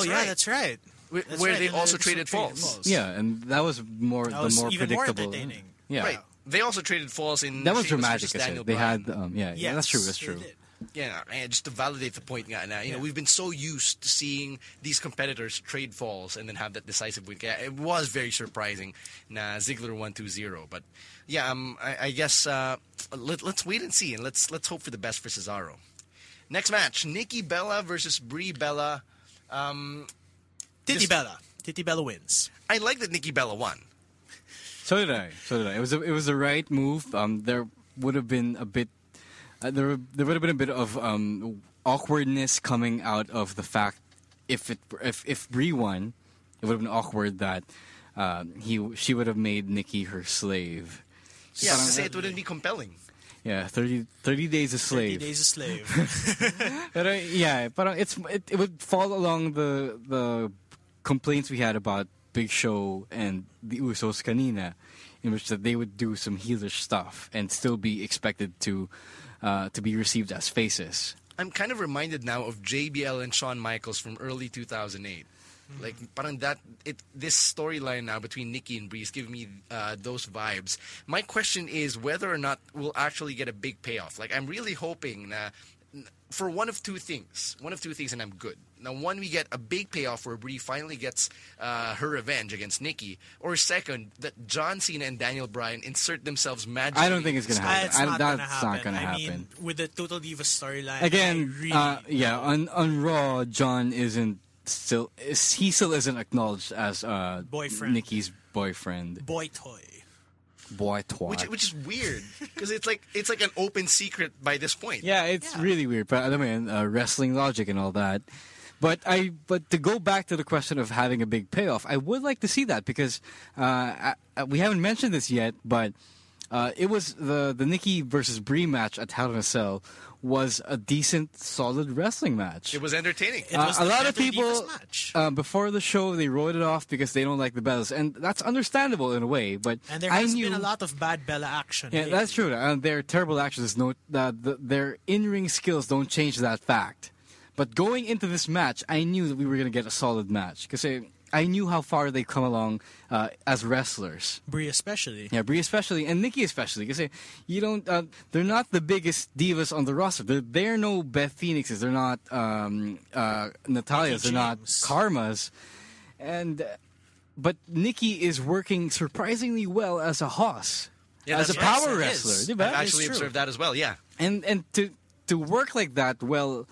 [SPEAKER 3] Oh
[SPEAKER 1] that's
[SPEAKER 3] yeah,
[SPEAKER 1] right.
[SPEAKER 3] that's right.
[SPEAKER 1] Where-
[SPEAKER 3] That's
[SPEAKER 1] where
[SPEAKER 3] right,
[SPEAKER 1] they
[SPEAKER 3] and
[SPEAKER 1] also
[SPEAKER 3] it's
[SPEAKER 1] traded falls.
[SPEAKER 2] Yeah, and that was more the
[SPEAKER 3] was
[SPEAKER 2] more
[SPEAKER 3] even more
[SPEAKER 2] predictable.
[SPEAKER 3] entertaining.
[SPEAKER 2] Yeah.
[SPEAKER 1] Right. They also traded falls in
[SPEAKER 2] That was
[SPEAKER 1] Sheamus
[SPEAKER 2] dramatic.
[SPEAKER 1] versus
[SPEAKER 2] kasi
[SPEAKER 1] Daniel
[SPEAKER 2] They
[SPEAKER 1] Bryan.
[SPEAKER 2] had, um, yeah, yeah, that's true.
[SPEAKER 3] Yes,
[SPEAKER 2] That's
[SPEAKER 3] they
[SPEAKER 2] true.
[SPEAKER 3] did.
[SPEAKER 1] Yeah, and just to validate the point nga na, you know, we've been so used to seeing these competitors trade falls and then have that decisive win. Kaya it was very surprising na Ziggler won 2-0. But yeah, um, I, I guess uh, let, let's wait and see and let's let's hope for the best for Cesaro. Next match, Nikki Bella versus Brie Bella.
[SPEAKER 3] Titty
[SPEAKER 1] Just-
[SPEAKER 3] Bella. Titty Bella wins.
[SPEAKER 1] I like that Nikki Bella won.
[SPEAKER 2] So did I. So did I. It was a, it was the right move. Um, there would have been a bit. Uh, there there would have been a bit of um, awkwardness coming out of the fact if it if if Brie won, it would have been awkward that um, he she would have made Nikki her slave.
[SPEAKER 1] Yeah, kasi it wouldn't be compelling.
[SPEAKER 2] Yeah, 30, 30 days a
[SPEAKER 3] Thirty
[SPEAKER 2] slave.
[SPEAKER 3] Days a Slave.
[SPEAKER 2] Pero, yeah, but it's it, it would fall along the the complaints we had about Big Show and the Usos kanina, in which that they would do some heelish stuff and still be expected to uh, to be received as faces.
[SPEAKER 1] I'm kind of reminded now of JBL and Shawn Michaels from early 2008. Like, parang that, it, this storyline now between Nikki and Bree is giving me uh, those vibes. My question is whether or not we'll actually get a big payoff. Like, I'm really hoping na, n- for one of two things. One of two things, and I'm good. Now, one, we get a big payoff where Bree finally gets uh, her revenge against Nikki. Or second, that John Cena and Daniel Bryan insert themselves magically.
[SPEAKER 2] I don't think it's gonna happen. [laughs]
[SPEAKER 3] That's
[SPEAKER 2] I-
[SPEAKER 3] not gonna
[SPEAKER 2] that's
[SPEAKER 3] happen.
[SPEAKER 2] not gonna
[SPEAKER 3] I
[SPEAKER 2] happen.
[SPEAKER 3] mean, with the Total Diva storyline
[SPEAKER 2] Again,
[SPEAKER 3] I really,
[SPEAKER 2] uh, yeah, on on Raw, John isn't still is, he still isn't acknowledged as uh,
[SPEAKER 3] Boyfriend.
[SPEAKER 2] Nikki's boyfriend,
[SPEAKER 3] boy toy.
[SPEAKER 2] boy twat.
[SPEAKER 1] Which, which is weird because it's like it's like an open secret by this point.
[SPEAKER 2] Yeah, it's really weird. But I mean, uh, wrestling logic and all that. But I, but to go back to the question of having uh, a big payoff, I would like to see that because uh, I, I- we haven't mentioned this yet, but Uh, it was the the Nikki versus Brie match at Hell in a Cell was a decent, solid wrestling match.
[SPEAKER 1] It was entertaining.
[SPEAKER 3] It was
[SPEAKER 2] Uh, a
[SPEAKER 3] the
[SPEAKER 2] lot of
[SPEAKER 3] Feather
[SPEAKER 2] people
[SPEAKER 3] Divas match.
[SPEAKER 2] uh, before the show they wrote it off because they don't like the bells, and that's understandable in a way. But
[SPEAKER 3] and there
[SPEAKER 2] I
[SPEAKER 3] has
[SPEAKER 2] knew,
[SPEAKER 3] been a lot of bad Bella action.
[SPEAKER 2] Yeah, that's true. And their terrible actions, no, uh, the, their in-ring skills don't change that fact. But going into this match, I knew that we were going to get a solid match because I, I knew how far they've come along uh, as wrestlers.
[SPEAKER 3] Brie especially.
[SPEAKER 2] Yeah, Brie especially, and Nikki especially, because you don't. Uh, they're not the biggest divas on the roster. They're, they're no Beth Phoenixes. They're not um, uh, Natalias. They're not
[SPEAKER 3] James.
[SPEAKER 2] Karmas, and uh, but Nikki is working surprisingly well as a hoss,
[SPEAKER 1] Yeah,
[SPEAKER 2] as a
[SPEAKER 1] that's
[SPEAKER 3] right.
[SPEAKER 2] power
[SPEAKER 3] Yes, it
[SPEAKER 2] wrestler.
[SPEAKER 3] is.
[SPEAKER 2] di ba?
[SPEAKER 1] I've actually
[SPEAKER 3] true.
[SPEAKER 1] observed that as well. Yeah.
[SPEAKER 2] and and to to work like that, well,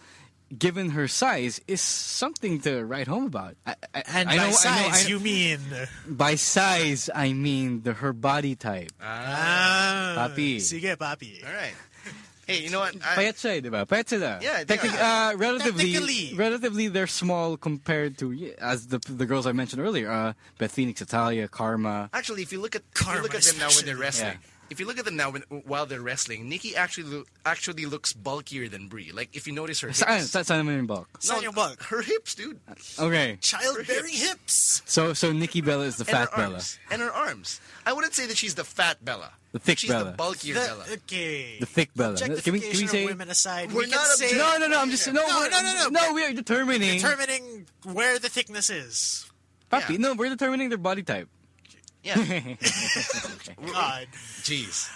[SPEAKER 2] given her size, is something to write home about. I, I,
[SPEAKER 3] And
[SPEAKER 2] I
[SPEAKER 3] by
[SPEAKER 2] know, I know, I
[SPEAKER 3] size,
[SPEAKER 2] know-
[SPEAKER 3] you mean
[SPEAKER 2] by size, I mean the her body type.
[SPEAKER 3] ah,
[SPEAKER 2] Papi.
[SPEAKER 3] Sige, papi.
[SPEAKER 1] All right. Hey, you know what? I,
[SPEAKER 2] Payat siya, eh, di ba? Payat sila.
[SPEAKER 1] Uh, Yeah, they
[SPEAKER 2] Technic-
[SPEAKER 1] are.
[SPEAKER 2] uh, relatively,
[SPEAKER 3] Technically.
[SPEAKER 2] relatively, they're small compared to yeah, as the the girls I mentioned earlier, uh, Beth Phoenix, Italia, Karma.
[SPEAKER 1] actually, if you look at if you look
[SPEAKER 3] Karma
[SPEAKER 1] at them now when
[SPEAKER 3] especially.
[SPEAKER 1] they're wrestling.
[SPEAKER 2] Yeah.
[SPEAKER 1] If you look at them now when, while they're wrestling, Nikki actually lo- actually looks bulkier than Brie. Like if you notice her hips,
[SPEAKER 2] Saan? Sa- saan naman yung bulk?
[SPEAKER 3] Saan yung bulk?
[SPEAKER 1] her hips, dude,
[SPEAKER 2] Okay,
[SPEAKER 3] Childbearing hips.
[SPEAKER 2] so so Nikki Bella is the
[SPEAKER 1] and
[SPEAKER 2] fat
[SPEAKER 1] her
[SPEAKER 2] Bella,
[SPEAKER 1] arms, and her arms. I wouldn't say that she's the fat Bella.
[SPEAKER 2] The thick
[SPEAKER 1] she's the uh,
[SPEAKER 2] Bella.
[SPEAKER 1] bulkier
[SPEAKER 3] The-
[SPEAKER 1] Bella.
[SPEAKER 3] okay.
[SPEAKER 2] the thick Bella. Can we- Can we,
[SPEAKER 3] Objectification of
[SPEAKER 2] say?
[SPEAKER 3] women aside,
[SPEAKER 1] We're
[SPEAKER 3] we can
[SPEAKER 1] not
[SPEAKER 3] say
[SPEAKER 1] objecti-
[SPEAKER 2] No, no, no. I'm just no.
[SPEAKER 3] No,
[SPEAKER 2] we're,
[SPEAKER 3] no, no, no.
[SPEAKER 2] We are determining.
[SPEAKER 3] determining where the thickness is.
[SPEAKER 2] Papi,
[SPEAKER 1] Yeah.
[SPEAKER 2] no, we're determining their body type. [laughs]
[SPEAKER 1] Yeah.
[SPEAKER 3] God.
[SPEAKER 1] [laughs] Jeez.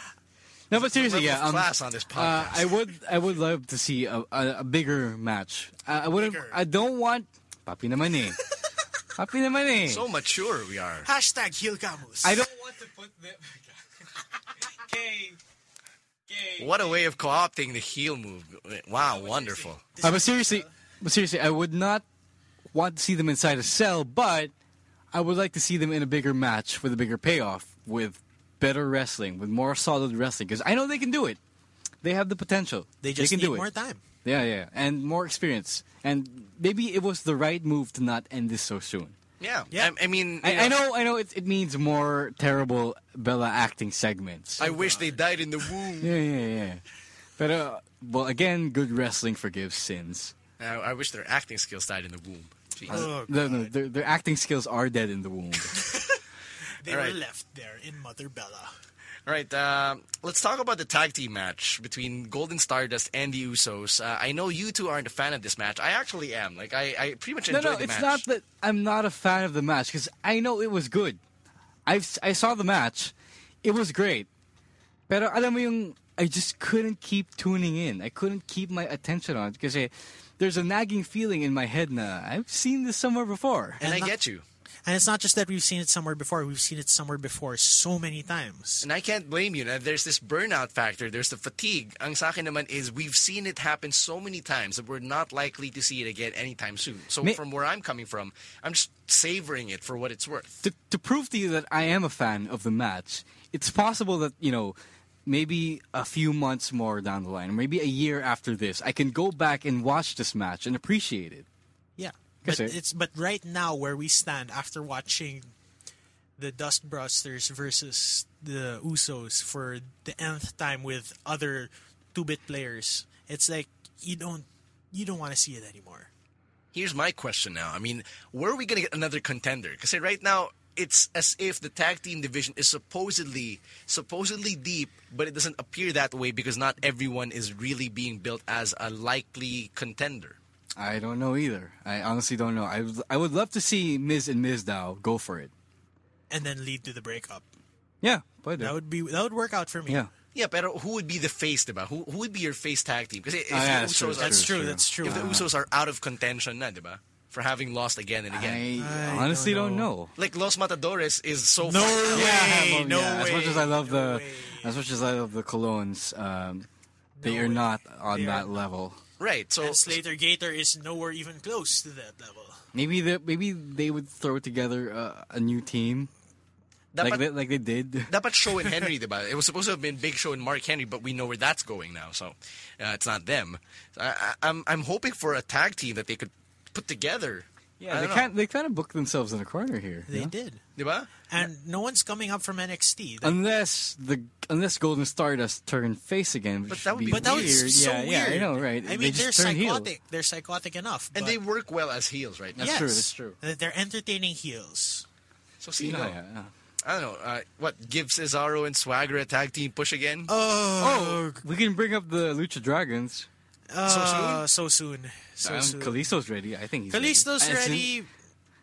[SPEAKER 2] No, but seriously,
[SPEAKER 1] level
[SPEAKER 2] yeah.
[SPEAKER 1] of
[SPEAKER 2] Um,
[SPEAKER 1] class on this
[SPEAKER 2] uh,
[SPEAKER 1] podcast.
[SPEAKER 2] I would, I would love to see a, a, a bigger match. I, I wouldn't.
[SPEAKER 3] Bigger.
[SPEAKER 2] I don't want. Papi naman
[SPEAKER 3] [laughs]
[SPEAKER 2] eh. Papi naman eh.
[SPEAKER 1] so mature we are.
[SPEAKER 3] Hashtag heel camus.
[SPEAKER 2] I don't want to put the. okay.
[SPEAKER 1] What a way of co-opting the heel move. Wow, wonderful.
[SPEAKER 2] Uh, but seriously, but seriously, I would not want to see them inside a cell, but I would like to see them in a bigger match with a bigger payoff, with better wrestling, with more solid wrestling, because I know they can do it. They have the potential.
[SPEAKER 3] They just
[SPEAKER 2] can
[SPEAKER 3] need
[SPEAKER 2] do it.
[SPEAKER 3] more time.
[SPEAKER 2] Yeah, yeah, and more experience, and maybe it was the right move to not end this so soon.
[SPEAKER 1] Yeah.
[SPEAKER 3] Yeah.
[SPEAKER 1] I, I mean,
[SPEAKER 2] I,
[SPEAKER 1] you
[SPEAKER 2] I know, I know, it, it means more terrible Bella acting segments.
[SPEAKER 1] I wish they died in the womb.
[SPEAKER 2] yeah, yeah, yeah. But uh, well, again, good wrestling forgives sins.
[SPEAKER 1] I, I wish their acting skills died in the womb. Jeez.
[SPEAKER 3] Oh,
[SPEAKER 2] No, no, their, their acting skills are dead in the
[SPEAKER 1] [laughs]
[SPEAKER 2] womb.
[SPEAKER 3] they
[SPEAKER 1] All right.
[SPEAKER 3] were left there in Mother Bella.
[SPEAKER 1] All right, um let's talk about the tag team match between Golden Stardust and the Usos. Uh, I know you two aren't a fan of this match. I actually am. Like, I, I pretty much
[SPEAKER 2] no,
[SPEAKER 1] enjoyed
[SPEAKER 2] no,
[SPEAKER 1] the
[SPEAKER 2] it's
[SPEAKER 1] match.
[SPEAKER 2] not that I'm not a fan of the match because I know it was good. I've s- I saw the match, it was great. Pero alam mo yung I just couldn't keep tuning in. I couldn't keep my attention on it because there's a nagging feeling in my head now. I've seen this somewhere before.
[SPEAKER 1] and I
[SPEAKER 3] not-
[SPEAKER 1] get you.
[SPEAKER 3] And it's not just that we've seen it somewhere before, we've seen it somewhere before so many times.
[SPEAKER 1] And I can't blame you. Now, there's this burnout factor. There's the fatigue. Ang sa akin naman is we've seen it happen so many times that we're not likely to see it again anytime soon. So
[SPEAKER 2] May-
[SPEAKER 1] from where I'm coming from, I'm just savoring it for what it's worth.
[SPEAKER 2] to, to prove to you that I am a fan of the match, it's possible that, you know, maybe a few months more down the line, maybe a year after this, I can go back and watch this match and appreciate it.
[SPEAKER 3] Yeah.
[SPEAKER 2] Yes,
[SPEAKER 3] But
[SPEAKER 2] sir.
[SPEAKER 3] it's but right now where we stand after watching the Dustbusters versus the Usos for the nth time with other two bit players, it's like you don't you don't want to see it anymore.
[SPEAKER 1] Here's my question now. I mean, where are we going to get another contender? Because right now, it's as if the tag team division is supposedly supposedly deep, but it doesn't appear that way because not everyone is really being built as a likely contender.
[SPEAKER 2] I don't know either. I honestly don't know. I, would- I would love to see Miz and Miz now go for it.
[SPEAKER 3] And then lead to the breakup.
[SPEAKER 2] Yeah, but
[SPEAKER 3] That would be that would work out for me.
[SPEAKER 2] yeah.
[SPEAKER 1] Yeah, but who would be the face about? Who, who would be your face tag team? Because if,
[SPEAKER 2] Ah,
[SPEAKER 1] the
[SPEAKER 2] yeah, that's true,
[SPEAKER 1] Usos are,
[SPEAKER 3] That's
[SPEAKER 2] True,
[SPEAKER 3] true,
[SPEAKER 2] true.
[SPEAKER 3] that's true.
[SPEAKER 1] if the Usos are out of contention, na, diba? for having lost again and again.
[SPEAKER 2] I,
[SPEAKER 3] I
[SPEAKER 2] honestly
[SPEAKER 3] don't
[SPEAKER 2] don't know.
[SPEAKER 3] know.
[SPEAKER 1] Like Los Matadores is so
[SPEAKER 3] No
[SPEAKER 1] far out.
[SPEAKER 3] way,
[SPEAKER 2] well,
[SPEAKER 3] no
[SPEAKER 2] yeah, As much as I
[SPEAKER 3] way,
[SPEAKER 2] love
[SPEAKER 3] no
[SPEAKER 2] the,
[SPEAKER 3] way.
[SPEAKER 2] as much as I love the Colognes, um, they
[SPEAKER 3] No
[SPEAKER 2] are
[SPEAKER 3] way.
[SPEAKER 2] not on
[SPEAKER 3] They are
[SPEAKER 2] that
[SPEAKER 3] not.
[SPEAKER 2] level.
[SPEAKER 1] right. So
[SPEAKER 3] And Slater Gator is nowhere even close to that level.
[SPEAKER 2] Maybe the, maybe they would throw together uh, a new team
[SPEAKER 1] dapat,
[SPEAKER 2] like they, like they [laughs] did.
[SPEAKER 1] dapat show and Henry, diba? It was supposed to have been Big Show and Mark Henry, but we know where that's going now. So uh, it's not them. So I, I, I'm I'm hoping for a tag team that they could put together.
[SPEAKER 2] Yeah,
[SPEAKER 1] I
[SPEAKER 2] they
[SPEAKER 1] don't know.
[SPEAKER 2] can't. They kind of booked themselves in a corner here.
[SPEAKER 3] They
[SPEAKER 2] yeah?
[SPEAKER 3] did.
[SPEAKER 1] Diba?
[SPEAKER 3] And no one's coming up from NXT. That-
[SPEAKER 2] Unless the unless Golden Stardust turned face again, which
[SPEAKER 1] But that would be
[SPEAKER 3] but that was
[SPEAKER 2] weird.
[SPEAKER 3] so
[SPEAKER 2] yeah,
[SPEAKER 3] weird.
[SPEAKER 2] yeah, I know, right?
[SPEAKER 3] I mean,
[SPEAKER 2] they
[SPEAKER 3] are
[SPEAKER 2] just turn heel.
[SPEAKER 3] psychotic. They're psychotic enough.
[SPEAKER 1] And
[SPEAKER 3] but-
[SPEAKER 1] they work well as heels right now.
[SPEAKER 2] That's
[SPEAKER 3] yes,
[SPEAKER 2] true, that's true.
[SPEAKER 3] Th- They're entertaining heels.
[SPEAKER 1] So see,
[SPEAKER 2] Yeah,
[SPEAKER 1] no,
[SPEAKER 2] yeah, yeah.
[SPEAKER 1] I don't know. Uh, what give Cesaro and Swagger a tag team push again?
[SPEAKER 2] Uh,
[SPEAKER 3] Oh,
[SPEAKER 2] We can bring up the Lucha Dragons.
[SPEAKER 3] uh, so soon. So
[SPEAKER 2] um,
[SPEAKER 3] soon.
[SPEAKER 2] Kalisto's ready. I think he's
[SPEAKER 3] Kalisto's
[SPEAKER 2] ready. And Sin-
[SPEAKER 3] ready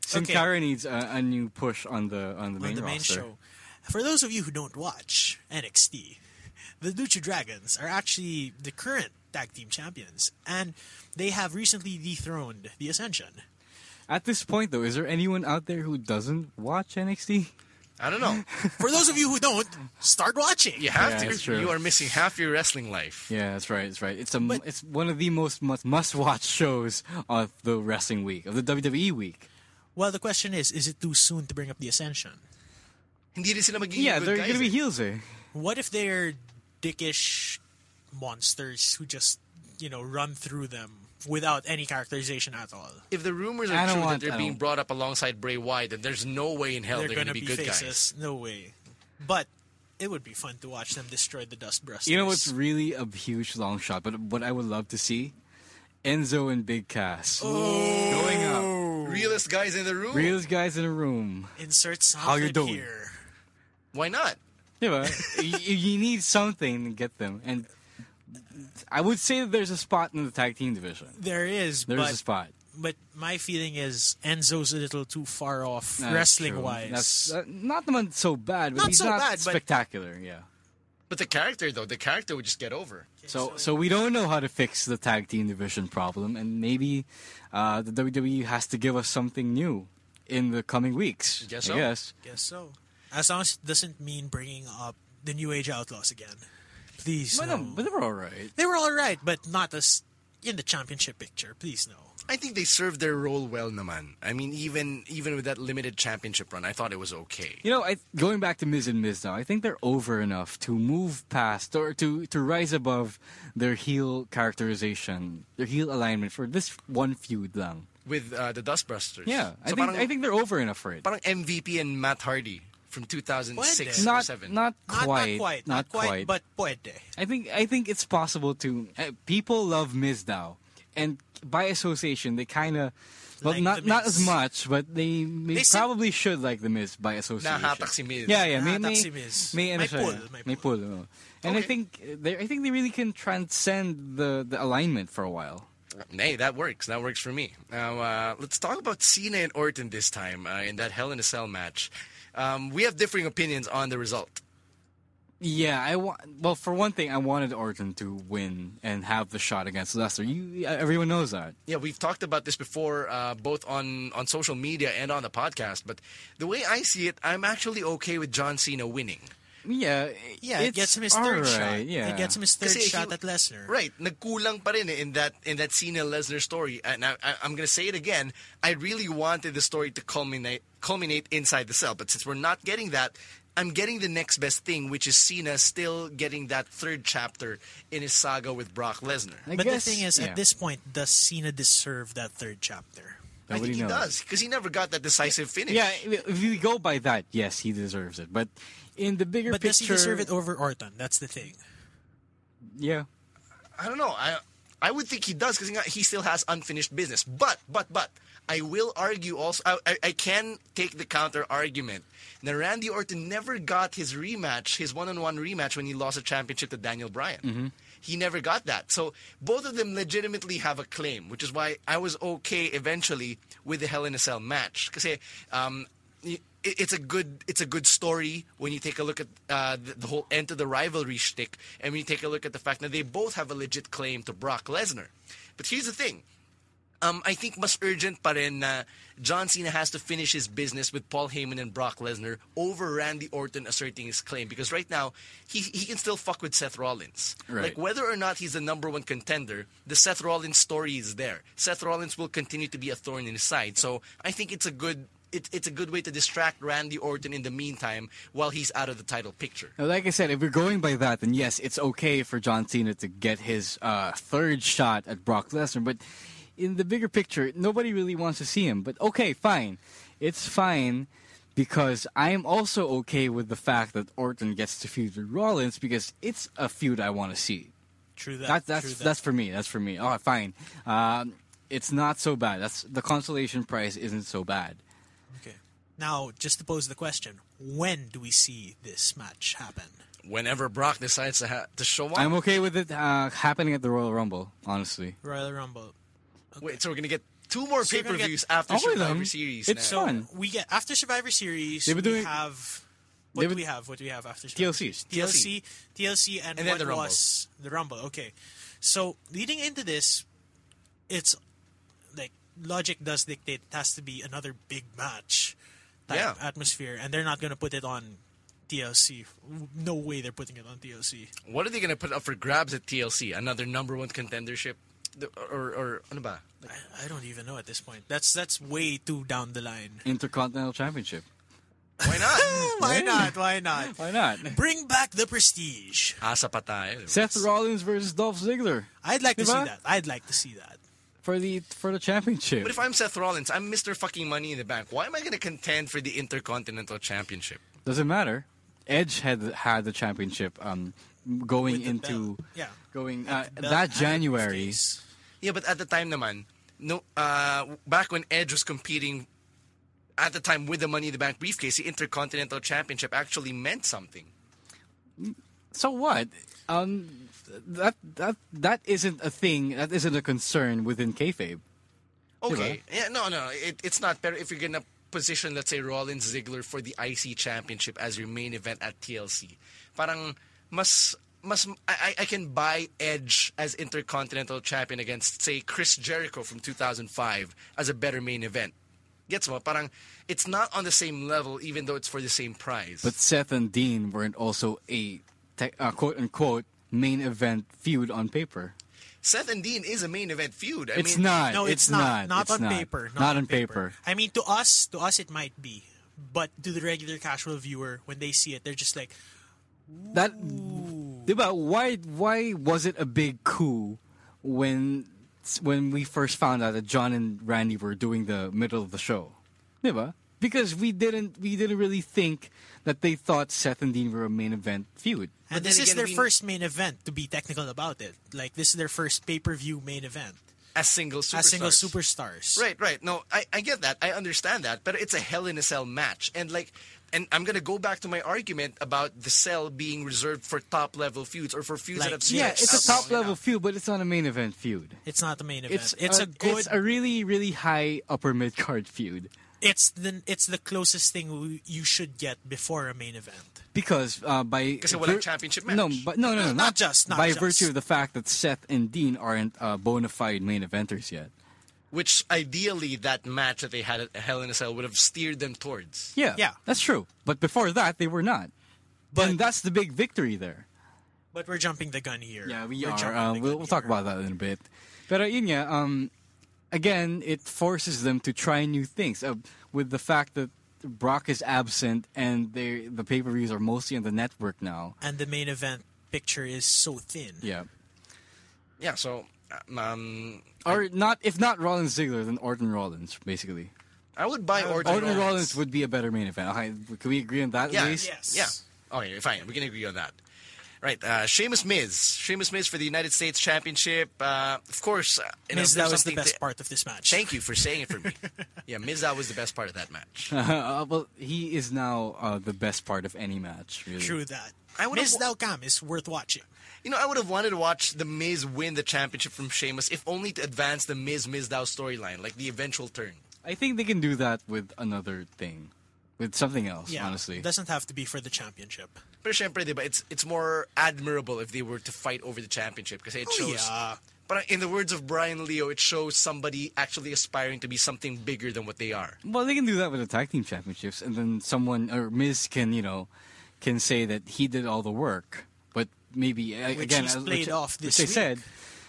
[SPEAKER 2] Sin
[SPEAKER 3] Okay.
[SPEAKER 2] Cara needs a, a new push on the on the main
[SPEAKER 3] on the main
[SPEAKER 2] roster.
[SPEAKER 3] show. For those of you who don't watch NXT, the Lucha Dragons are actually the current tag team champions, and they have recently dethroned the Ascension.
[SPEAKER 2] At this point, though, is there anyone out there who doesn't watch NXT?
[SPEAKER 1] I don't know.
[SPEAKER 3] For those of you who don't, start watching.
[SPEAKER 1] You have
[SPEAKER 2] Yeah,
[SPEAKER 1] to.
[SPEAKER 2] that's true.
[SPEAKER 1] You are missing half your wrestling life.
[SPEAKER 2] Yeah, that's right. That's right. It's a it's one of the most must must watch shows of the wrestling week of the WWE week.
[SPEAKER 3] Well, the question is, is it too soon to bring up the Ascension?
[SPEAKER 1] Hindi rin sila magiging
[SPEAKER 2] Yeah,
[SPEAKER 1] good
[SPEAKER 2] they're
[SPEAKER 1] guys
[SPEAKER 2] gonna be
[SPEAKER 1] eh.
[SPEAKER 2] heels there.
[SPEAKER 3] What if they're dickish monsters who just, you know, run through them without any characterization at all?
[SPEAKER 1] If the rumors
[SPEAKER 2] I
[SPEAKER 1] are
[SPEAKER 2] don't
[SPEAKER 1] true
[SPEAKER 2] want-
[SPEAKER 1] that
[SPEAKER 2] I
[SPEAKER 1] they're being
[SPEAKER 2] don't-
[SPEAKER 1] brought up alongside Bray Wyatt, then there's no way in hell they're, going to
[SPEAKER 3] gonna
[SPEAKER 1] be, good guys.
[SPEAKER 3] faces. No way. But it would be fun to watch them destroy the Dust Brusters.
[SPEAKER 2] You know what's really a huge long shot, but what I would love to see, Enzo and Big Cass
[SPEAKER 3] Oh.
[SPEAKER 2] going up,
[SPEAKER 1] Realest guys in the room.
[SPEAKER 2] realest guys in a room.
[SPEAKER 3] insert something
[SPEAKER 2] you doing?
[SPEAKER 3] here.
[SPEAKER 1] Why not?
[SPEAKER 2] Yeah, [laughs] you, you need something to get them, and I would say that there's a spot in the tag team division.
[SPEAKER 3] There is,
[SPEAKER 2] There's
[SPEAKER 3] but
[SPEAKER 2] a spot.
[SPEAKER 3] but my feeling is Enzo's a little too far off
[SPEAKER 2] That's
[SPEAKER 3] wrestling
[SPEAKER 2] true.
[SPEAKER 3] wise.
[SPEAKER 2] That's uh, not the one so bad, but
[SPEAKER 3] Not
[SPEAKER 2] he's
[SPEAKER 3] so
[SPEAKER 2] not
[SPEAKER 3] bad, but-
[SPEAKER 2] spectacular. Yeah.
[SPEAKER 1] But the character, though, the character would just get over.
[SPEAKER 2] So, so we don't know how to fix the tag team division problem, and maybe uh, the WWE has to give us something new in the coming weeks.
[SPEAKER 1] Guess
[SPEAKER 2] I
[SPEAKER 1] so.
[SPEAKER 2] guess.
[SPEAKER 3] Guess so. As long as it doesn't mean bringing up the New Age Outlaws again, please.
[SPEAKER 2] But,
[SPEAKER 3] no.
[SPEAKER 2] no, but they were all right.
[SPEAKER 3] They were all right, but not as in the championship picture. Please no.
[SPEAKER 1] I think they served their role well, naman. I mean, even even with that limited championship run, I thought it was okay.
[SPEAKER 2] You know, I, going back to Miz and Miz now, I think they're over enough to move past or to, to rise above their heel characterization, their heel alignment for this one feud lang.
[SPEAKER 1] With uh, the Dustbusters.
[SPEAKER 2] Yeah, I,
[SPEAKER 1] So
[SPEAKER 2] think,
[SPEAKER 1] parang-
[SPEAKER 2] I think they're over enough for it.
[SPEAKER 1] parang MVP and Matt Hardy from 2006
[SPEAKER 3] Pwede.
[SPEAKER 1] or
[SPEAKER 2] Not,
[SPEAKER 1] 7.
[SPEAKER 2] not
[SPEAKER 3] Not
[SPEAKER 2] quite,
[SPEAKER 3] not quite, not, quite, but puede.
[SPEAKER 2] I think I think it's possible to. Uh, people love Miz now, and by association, they kind of. Well,
[SPEAKER 3] Like
[SPEAKER 2] not
[SPEAKER 3] the
[SPEAKER 2] not
[SPEAKER 3] Miz.
[SPEAKER 2] as much, but they, they
[SPEAKER 3] They said-
[SPEAKER 2] probably should like the Miz by association.
[SPEAKER 1] Nahatak si Miz.
[SPEAKER 2] Yeah, yeah, may,
[SPEAKER 3] Nahatak
[SPEAKER 2] may,
[SPEAKER 3] si Miz.
[SPEAKER 2] may, ano
[SPEAKER 3] May
[SPEAKER 2] siya,
[SPEAKER 3] pull, may
[SPEAKER 2] may
[SPEAKER 3] pull.
[SPEAKER 2] pull, oo. And I
[SPEAKER 1] Okay.
[SPEAKER 2] think uh, they, I think they really can transcend the, the alignment for a while.
[SPEAKER 1] Hey, that works. That works for me. Now, uh, let's talk about Cena and Orton this time uh, in that Hell in a Cell match. Um, we have differing opinions on the result.
[SPEAKER 2] Yeah, I want. Well, for one thing, I wanted Orton to win and have the shot against Lester. You, everyone knows that.
[SPEAKER 1] Yeah, we've talked about this before, uh, both on, on social media and on the podcast. But the way I see it, I'm actually okay with John Cena winning.
[SPEAKER 2] Yeah,
[SPEAKER 3] Yeah, it
[SPEAKER 2] it's
[SPEAKER 3] gets him his third
[SPEAKER 2] alright,
[SPEAKER 3] shot.
[SPEAKER 2] Yeah,
[SPEAKER 3] It gets him his third
[SPEAKER 1] Kasi he-
[SPEAKER 3] shot at Lesnar.
[SPEAKER 1] Right, nagkulang pa rin eh in that in that Cena Lesnar story. And I, I, I'm gonna say it again. I really wanted the story to culminate culminate inside the cell, but since we're not getting that, I'm getting the next best thing, which is Cena still getting that third chapter in his saga with Brock Lesnar.
[SPEAKER 2] I
[SPEAKER 3] But
[SPEAKER 2] guess-
[SPEAKER 3] the thing is,
[SPEAKER 2] yeah.
[SPEAKER 3] at this point, does Cena deserve that third chapter?
[SPEAKER 1] I
[SPEAKER 2] Nobody
[SPEAKER 1] think he
[SPEAKER 2] knows.
[SPEAKER 1] does because he never got that decisive finish.
[SPEAKER 2] Yeah, if we go by that, yes, he deserves it. But in the bigger
[SPEAKER 3] But does
[SPEAKER 2] picture,
[SPEAKER 3] he deserve it over Orton? That's the thing.
[SPEAKER 2] yeah,
[SPEAKER 1] I don't know. I I would think he does because he still has unfinished business. But but but I will argue also. I, I, I can take the counter argument. Now Randy Orton never got his rematch, his one-on-one rematch when he lost a championship to Daniel Bryan. He never got that. So both of them legitimately have a claim, which is why I was okay eventually with the Hell in a Cell match because um, it- it's a good it's a good story when you take a look at uh, the, the whole end of the rivalry shtick, and when you take a look at the fact that they both have a legit claim to Brock Lesnar. But here's the thing. Um, I think mas urgent pa rin na John Cena has to finish his business with Paul Heyman and Brock Lesnar over Randy Orton asserting his claim because right now he he can still fuck with Seth Rollins.
[SPEAKER 2] Right.
[SPEAKER 1] Like whether or not he's the number one contender, the Seth Rollins story is there. Seth Rollins will continue to be a thorn in his side. So I think it's a good it, it's a good way to distract Randy Orton in the meantime while he's out of the title picture.
[SPEAKER 2] Now, like I said, if we're going by that, then yes, it's okay for John Cena to get his uh, third shot at Brock Lesnar. But in the bigger picture, nobody really wants to see him. But okay, fine. It's fine because I'm also okay with the fact that Orton gets to feud with Rollins because it's a feud I want to see.
[SPEAKER 3] True that.
[SPEAKER 2] That,
[SPEAKER 3] true
[SPEAKER 2] that's
[SPEAKER 3] that.
[SPEAKER 2] that's for me. That's for me. All right, fine. Um, it's not so bad. That's the consolation prize isn't so bad.
[SPEAKER 3] okay. Now, just to pose the question, when do we see this match happen?
[SPEAKER 1] Whenever Brock decides to ha- to show up,
[SPEAKER 2] I'm okay with it uh, happening at the Royal Rumble. Honestly,
[SPEAKER 3] Royal Rumble.
[SPEAKER 1] wait. So we're gonna get two more
[SPEAKER 3] So
[SPEAKER 1] pay
[SPEAKER 3] we're
[SPEAKER 1] per
[SPEAKER 3] gonna
[SPEAKER 1] views
[SPEAKER 3] get
[SPEAKER 1] after
[SPEAKER 2] all of
[SPEAKER 1] Survivor
[SPEAKER 2] them.
[SPEAKER 1] Series.
[SPEAKER 2] It's
[SPEAKER 1] now.
[SPEAKER 2] so- Fun.
[SPEAKER 3] We get after Survivor Series.
[SPEAKER 2] They've been
[SPEAKER 3] we
[SPEAKER 2] doing-
[SPEAKER 3] have what
[SPEAKER 2] they've
[SPEAKER 3] do
[SPEAKER 2] been-
[SPEAKER 3] we have? What do we have after Survivor
[SPEAKER 2] TLC.
[SPEAKER 3] Series? TLC, TLC,
[SPEAKER 1] And
[SPEAKER 3] and,
[SPEAKER 1] then
[SPEAKER 3] what
[SPEAKER 1] the Rumble.
[SPEAKER 3] was the Rumble? Okay, so leading into this, it's like logic does dictate it has to be another big match type
[SPEAKER 1] Yeah.
[SPEAKER 3] atmosphere, and they're not going to put it on TLC. No way they're putting it on TLC.
[SPEAKER 1] what are they gonna put up for grabs at TLC? Another number one contendership, The- or or ano ba?
[SPEAKER 3] I, I don't even know at this point. That's that's way too down the line.
[SPEAKER 2] Intercontinental Championship.
[SPEAKER 1] Why
[SPEAKER 3] [laughs]
[SPEAKER 1] not?
[SPEAKER 3] Why not? Why not?
[SPEAKER 2] Why not?
[SPEAKER 3] Bring back the prestige.
[SPEAKER 1] Asa pa tayo.
[SPEAKER 2] Seth Rollins versus Dolph Ziggler
[SPEAKER 3] I'd like to see
[SPEAKER 2] Diba?
[SPEAKER 3] that. I'd like to see that.
[SPEAKER 2] for the for the championship.
[SPEAKER 1] But if I'm Seth Rollins, I'm Mr. Fucking Money in the Bank. Why am I gonna contend for the Intercontinental Championship?
[SPEAKER 2] Doesn't matter. Edge had had the championship um, going
[SPEAKER 3] With the
[SPEAKER 2] into
[SPEAKER 3] belt. Yeah.
[SPEAKER 2] going uh,
[SPEAKER 3] Belt
[SPEAKER 2] that
[SPEAKER 3] and
[SPEAKER 2] January.
[SPEAKER 3] briefcase.
[SPEAKER 1] Yeah, but at the time naman, no, uh, back when Edge was competing at the time with the Money in the Bank briefcase, the Intercontinental Championship actually meant something.
[SPEAKER 2] So what? Um, that that that isn't a thing. That isn't a concern within kayfabe.
[SPEAKER 1] Okay. Yeah, no, no, it, it's not better if you're gonna position, let's say, Rollins Ziggler for the IC Championship as your main event at TLC. Parang mas mas I, I- I can buy Edge as Intercontinental Champion against say Chris Jericho from 2005 as a better main event. Gets mo? Parang it's not on the same level, even though it's for the same prize.
[SPEAKER 2] But Seth and Dean weren't also a te- uh, quote unquote main event feud on paper.
[SPEAKER 1] Seth and Dean is a main event feud. I
[SPEAKER 2] It's
[SPEAKER 1] mean,
[SPEAKER 2] not.
[SPEAKER 3] No, it's, not. Not
[SPEAKER 2] It's
[SPEAKER 3] on paper.
[SPEAKER 2] Not, on paper.
[SPEAKER 3] I mean, to us, to us, it might be, but to the regular casual viewer, when they see it, they're just like,
[SPEAKER 2] That, diba, why why was it a big coup when when we first found out that John and Randy were doing the middle of the show, diba? Because we didn't we didn't really think that they thought Seth and Dean were a main event feud.
[SPEAKER 3] and
[SPEAKER 1] then
[SPEAKER 3] this is
[SPEAKER 1] again,
[SPEAKER 3] their
[SPEAKER 1] we-
[SPEAKER 3] first main event. To be technical about it, like this is their first pay per view main event
[SPEAKER 1] as single superstars.
[SPEAKER 3] as single superstars.
[SPEAKER 1] Right, right. No, I, I get that. I understand that. But it's a Hell in a Cell match. And like and I'm gonna go back to my argument about the cell being reserved for top level feuds or for feuds
[SPEAKER 3] Like,
[SPEAKER 1] that have
[SPEAKER 2] Yeah,
[SPEAKER 1] stretched
[SPEAKER 2] it's a
[SPEAKER 1] out long
[SPEAKER 2] top level
[SPEAKER 1] enough.
[SPEAKER 2] feud, but it's not a main event feud.
[SPEAKER 3] It's not the main event.
[SPEAKER 2] It's
[SPEAKER 3] It's,
[SPEAKER 2] a,
[SPEAKER 3] a, good.
[SPEAKER 2] it's a really really high upper mid card feud.
[SPEAKER 3] it's the it's the closest thing we, you should get before a main event.
[SPEAKER 2] Because uh, by
[SPEAKER 1] Kasi walang championship match.
[SPEAKER 2] No, but no, no, no,
[SPEAKER 3] Not just, not
[SPEAKER 2] by
[SPEAKER 3] just.
[SPEAKER 2] virtue of the fact that Seth and Dean aren't uh, bona fide main eventers yet.
[SPEAKER 1] Which ideally that match that they had at Hell in a Cell would have steered them towards.
[SPEAKER 2] Yeah,
[SPEAKER 3] Yeah.
[SPEAKER 2] that's true. But before that, they were not.
[SPEAKER 3] But-
[SPEAKER 2] and that's the big victory there.
[SPEAKER 3] But we're jumping the gun here.
[SPEAKER 2] Yeah, we
[SPEAKER 3] We're
[SPEAKER 2] are.
[SPEAKER 3] jumping
[SPEAKER 2] Uh,
[SPEAKER 3] the
[SPEAKER 2] we'll,
[SPEAKER 3] gun
[SPEAKER 2] we'll talk
[SPEAKER 3] here.
[SPEAKER 2] about that in a bit. But yun nga, um, again, it forces them to try new things. Uh, with the fact that Brock is absent and they the pay per views are mostly on the network now.
[SPEAKER 3] and the main event picture is so thin.
[SPEAKER 2] Yeah.
[SPEAKER 1] Yeah, so um, um
[SPEAKER 2] Or not if not Rollins Ziggler, then Orton Rollins, basically.
[SPEAKER 1] I would buy Orton,
[SPEAKER 2] Orton Rollins. would be a better main event. Okay, can we agree on that
[SPEAKER 1] yeah,
[SPEAKER 2] at least?
[SPEAKER 3] yes.
[SPEAKER 1] Yeah. Okay, fine. We can agree on that. Right, uh, Sheamus Miz. Sheamus Miz for the United States Championship. Uh, of course, uh, you know,
[SPEAKER 3] Miz,
[SPEAKER 1] there's
[SPEAKER 3] that was the
[SPEAKER 1] something
[SPEAKER 3] best
[SPEAKER 1] to-
[SPEAKER 3] part of this match.
[SPEAKER 1] Thank you for saying it for me. yeah, Miz, that was the best part of that match.
[SPEAKER 2] [laughs] Uh, well, he is now uh, the best part of any match, really.
[SPEAKER 3] True that.
[SPEAKER 1] I would've
[SPEAKER 3] Miz
[SPEAKER 1] wa-
[SPEAKER 3] Dalcom is worth watching.
[SPEAKER 1] You know, I would have wanted to watch The Miz win the championship from Sheamus, if only to advance the Miz Miz Dow storyline, like the eventual turn.
[SPEAKER 2] I think they can do that with another thing, with something else.
[SPEAKER 3] Yeah,
[SPEAKER 2] honestly,
[SPEAKER 3] doesn't have to be for the championship.
[SPEAKER 1] Pero syempre, diba, it's, it's more admirable if they were to fight over the championship because it shows.
[SPEAKER 3] Oh, yeah.
[SPEAKER 1] But in the words of Brian Leo, it shows somebody actually aspiring to be something bigger than what they are.
[SPEAKER 2] well, they can do that with the tag team championships, and then someone or Miz can, you know, can say that he did all the work, but maybe uh,
[SPEAKER 3] Which
[SPEAKER 2] again,
[SPEAKER 3] he's
[SPEAKER 2] uh,
[SPEAKER 3] played
[SPEAKER 2] which,
[SPEAKER 3] off this
[SPEAKER 2] which I
[SPEAKER 3] week.
[SPEAKER 2] said,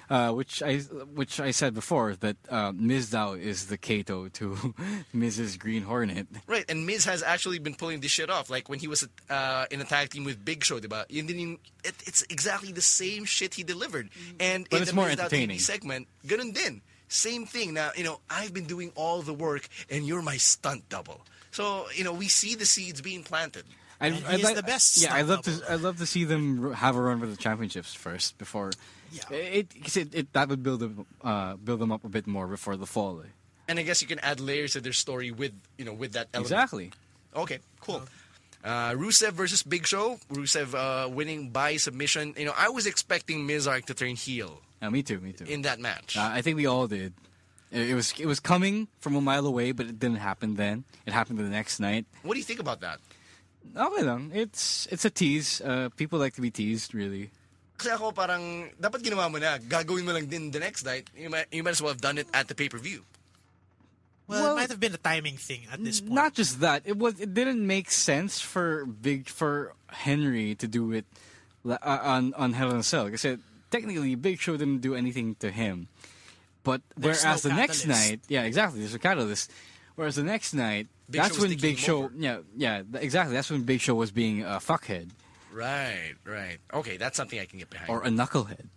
[SPEAKER 2] uh, which I which I said before that uh, Miz Dow is the Kato to [laughs] Mrs. Green Hornet.
[SPEAKER 1] Right, and Miz has actually been pulling this shit off. Like when he was uh, in a tag team with Big Show, diba? Yun din yung- it, it's exactly the same shit he delivered. And
[SPEAKER 2] But
[SPEAKER 1] in
[SPEAKER 2] it's
[SPEAKER 1] the
[SPEAKER 2] more
[SPEAKER 1] Miz Dow TV
[SPEAKER 2] entertaining.
[SPEAKER 1] segment, ganun din. Same thing. Now, you know, I've been doing all the work and you're my stunt double. So, you know, we see the seeds being planted.
[SPEAKER 2] I'd,
[SPEAKER 3] And he's the best
[SPEAKER 2] Yeah, I
[SPEAKER 3] stunt
[SPEAKER 2] love to.
[SPEAKER 3] double.
[SPEAKER 2] I love to see them r- have a run for the championships first before.
[SPEAKER 3] Yeah.
[SPEAKER 2] It, 'cause it, it that would build them uh, build them up a bit more before the fall. eh?
[SPEAKER 1] And I guess you can add layers to their story with, you know, with that element.
[SPEAKER 2] Exactly.
[SPEAKER 1] Okay, cool. Uh, Rusev versus Big Show. Rusev uh, winning by submission. You know, I was expecting Mizark to turn heel
[SPEAKER 2] Yeah, me too. Me too.
[SPEAKER 1] in that match.
[SPEAKER 2] Uh, I think we all did. It, it was it was coming from a mile away, but it didn't happen then. It happened the next night.
[SPEAKER 1] what do you think about that?
[SPEAKER 2] Okay lang. It's it's a tease. Uh, people like to be teased, really.
[SPEAKER 1] Kasi ako parang, dapat ginawa mo na. Gagawin mo lang din the next night. You might, you might as well have done it at the pay-per-view.
[SPEAKER 3] Well,
[SPEAKER 2] Well,
[SPEAKER 3] it might have been a timing thing at this point.
[SPEAKER 2] Not just that. It was it didn't make sense for big for Henry to do it la- uh, on on Hell in a Cell because technically Big Show didn't do anything to him. But
[SPEAKER 3] There's
[SPEAKER 2] whereas
[SPEAKER 3] no
[SPEAKER 2] the next
[SPEAKER 3] catalyst.
[SPEAKER 2] night, yeah, exactly. There's a catalyst. Whereas the next night,
[SPEAKER 1] Big
[SPEAKER 2] that's
[SPEAKER 1] Show was
[SPEAKER 2] when
[SPEAKER 1] taking
[SPEAKER 2] Big
[SPEAKER 1] him
[SPEAKER 2] Show,
[SPEAKER 1] over.
[SPEAKER 2] yeah, yeah, th- exactly. That's when Big Show was being a fuckhead
[SPEAKER 1] Right, right. Okay, that's something I can get behind.
[SPEAKER 2] or a knucklehead.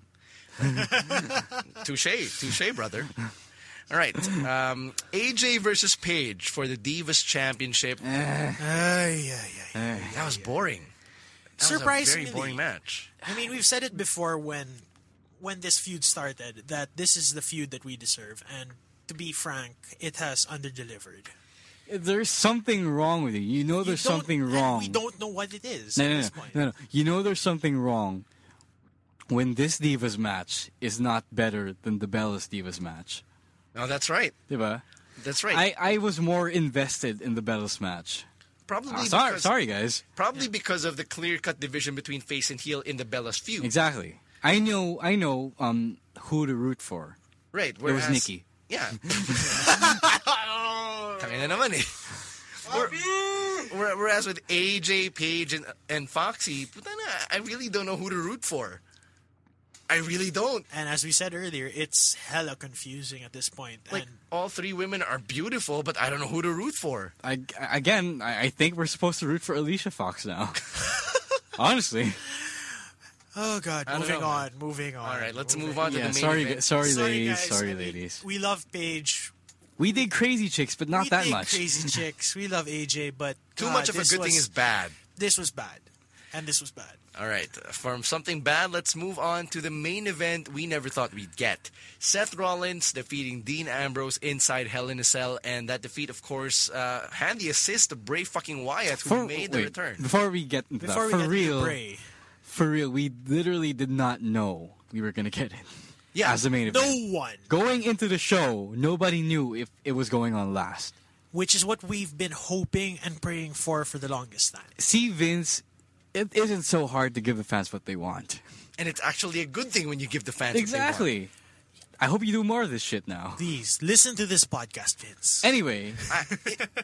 [SPEAKER 1] Touche, touche, brother. All right. Um, AJ versus Paige for the Divas Championship.
[SPEAKER 3] Ay, ay, ay.
[SPEAKER 1] That was boring. That was
[SPEAKER 3] Surprisingly.
[SPEAKER 1] a very boring match.
[SPEAKER 3] I mean, we've said it before when when this feud started that this is the feud that we deserve, and to be frank, it has underdelivered.
[SPEAKER 2] There's something wrong with you. You know, there's
[SPEAKER 3] You don't-
[SPEAKER 2] something
[SPEAKER 3] and
[SPEAKER 2] wrong.
[SPEAKER 3] [laughs] We don't know what it is
[SPEAKER 2] No,
[SPEAKER 3] at
[SPEAKER 2] no, no,
[SPEAKER 3] this point.
[SPEAKER 2] no, no. You know there's something wrong when this Divas match is not better than the Bellas Divas match.
[SPEAKER 1] No, that's right.
[SPEAKER 2] Diba?
[SPEAKER 1] That's right.
[SPEAKER 2] I, I was more invested in the Bellas match.
[SPEAKER 1] probably
[SPEAKER 2] Ah, sorry,
[SPEAKER 1] because,
[SPEAKER 2] sorry, guys.
[SPEAKER 1] Probably because of the clear-cut division between face and heel in the Bella's feud.
[SPEAKER 2] Exactly. I know I know um, who to root for.
[SPEAKER 1] Right.
[SPEAKER 2] was
[SPEAKER 1] Whereas,
[SPEAKER 2] Nikki. [laughs]
[SPEAKER 1] Yeah. [laughs] Tangina naman eh. Where- where- Whereas with AJ, Page, and, and Foxy, puta na, I really don't know who to root for. I really don't.
[SPEAKER 3] And as we said earlier, it's hella confusing at this point.
[SPEAKER 1] Like,
[SPEAKER 3] and
[SPEAKER 1] all three women are beautiful, but I don't know who to root for.
[SPEAKER 2] I, I- again, I, I think we're supposed to root for Alicia Fox
[SPEAKER 3] [laughs]
[SPEAKER 2] now. Honestly.
[SPEAKER 3] oh god,
[SPEAKER 1] don't
[SPEAKER 3] moving
[SPEAKER 1] know,
[SPEAKER 3] on,
[SPEAKER 1] man.
[SPEAKER 3] moving on.
[SPEAKER 1] All right, let's
[SPEAKER 3] moving
[SPEAKER 1] move on to
[SPEAKER 2] Yeah,
[SPEAKER 1] the main
[SPEAKER 2] sorry,
[SPEAKER 1] event.
[SPEAKER 2] gu- sorry, ladies,
[SPEAKER 3] guys, I
[SPEAKER 2] sorry,
[SPEAKER 3] mean,
[SPEAKER 2] ladies.
[SPEAKER 3] We love Paige.
[SPEAKER 2] We did crazy chicks, but not
[SPEAKER 3] we
[SPEAKER 2] that
[SPEAKER 3] dig
[SPEAKER 2] much. [laughs]
[SPEAKER 3] Crazy chicks. We love AJ, but
[SPEAKER 1] Too
[SPEAKER 3] God,
[SPEAKER 1] much of a
[SPEAKER 3] Ah, this
[SPEAKER 1] good thing
[SPEAKER 3] was-
[SPEAKER 1] is bad.
[SPEAKER 3] This was bad, and this was bad.
[SPEAKER 1] All right, from something bad, let's move on to the main event we never thought we'd get. Seth Rollins defeating Dean Ambrose inside Hell in a Cell, and that defeat, of course, uh, had the assist of Bray fucking Wyatt, who
[SPEAKER 2] For-
[SPEAKER 1] made the
[SPEAKER 2] wait,
[SPEAKER 1] return.
[SPEAKER 2] Before we get into
[SPEAKER 3] Before
[SPEAKER 2] that,
[SPEAKER 3] we
[SPEAKER 2] for
[SPEAKER 3] get
[SPEAKER 2] real,
[SPEAKER 3] to Bray,
[SPEAKER 2] For real, we literally did not know we were gonna get it.
[SPEAKER 1] Yeah,
[SPEAKER 2] as the main
[SPEAKER 3] no
[SPEAKER 2] event.
[SPEAKER 3] one,
[SPEAKER 2] Going into the show, nobody knew if it was going on last.
[SPEAKER 3] which is what we've been hoping and praying for for the longest time.
[SPEAKER 2] See, Vince, it isn't so hard to give the fans what they want.
[SPEAKER 1] And it's actually a good thing when you give the fans what they want.
[SPEAKER 2] Exactly. I hope you do more of this shit now.
[SPEAKER 3] Please listen to this podcast, Vince.
[SPEAKER 2] Anyway,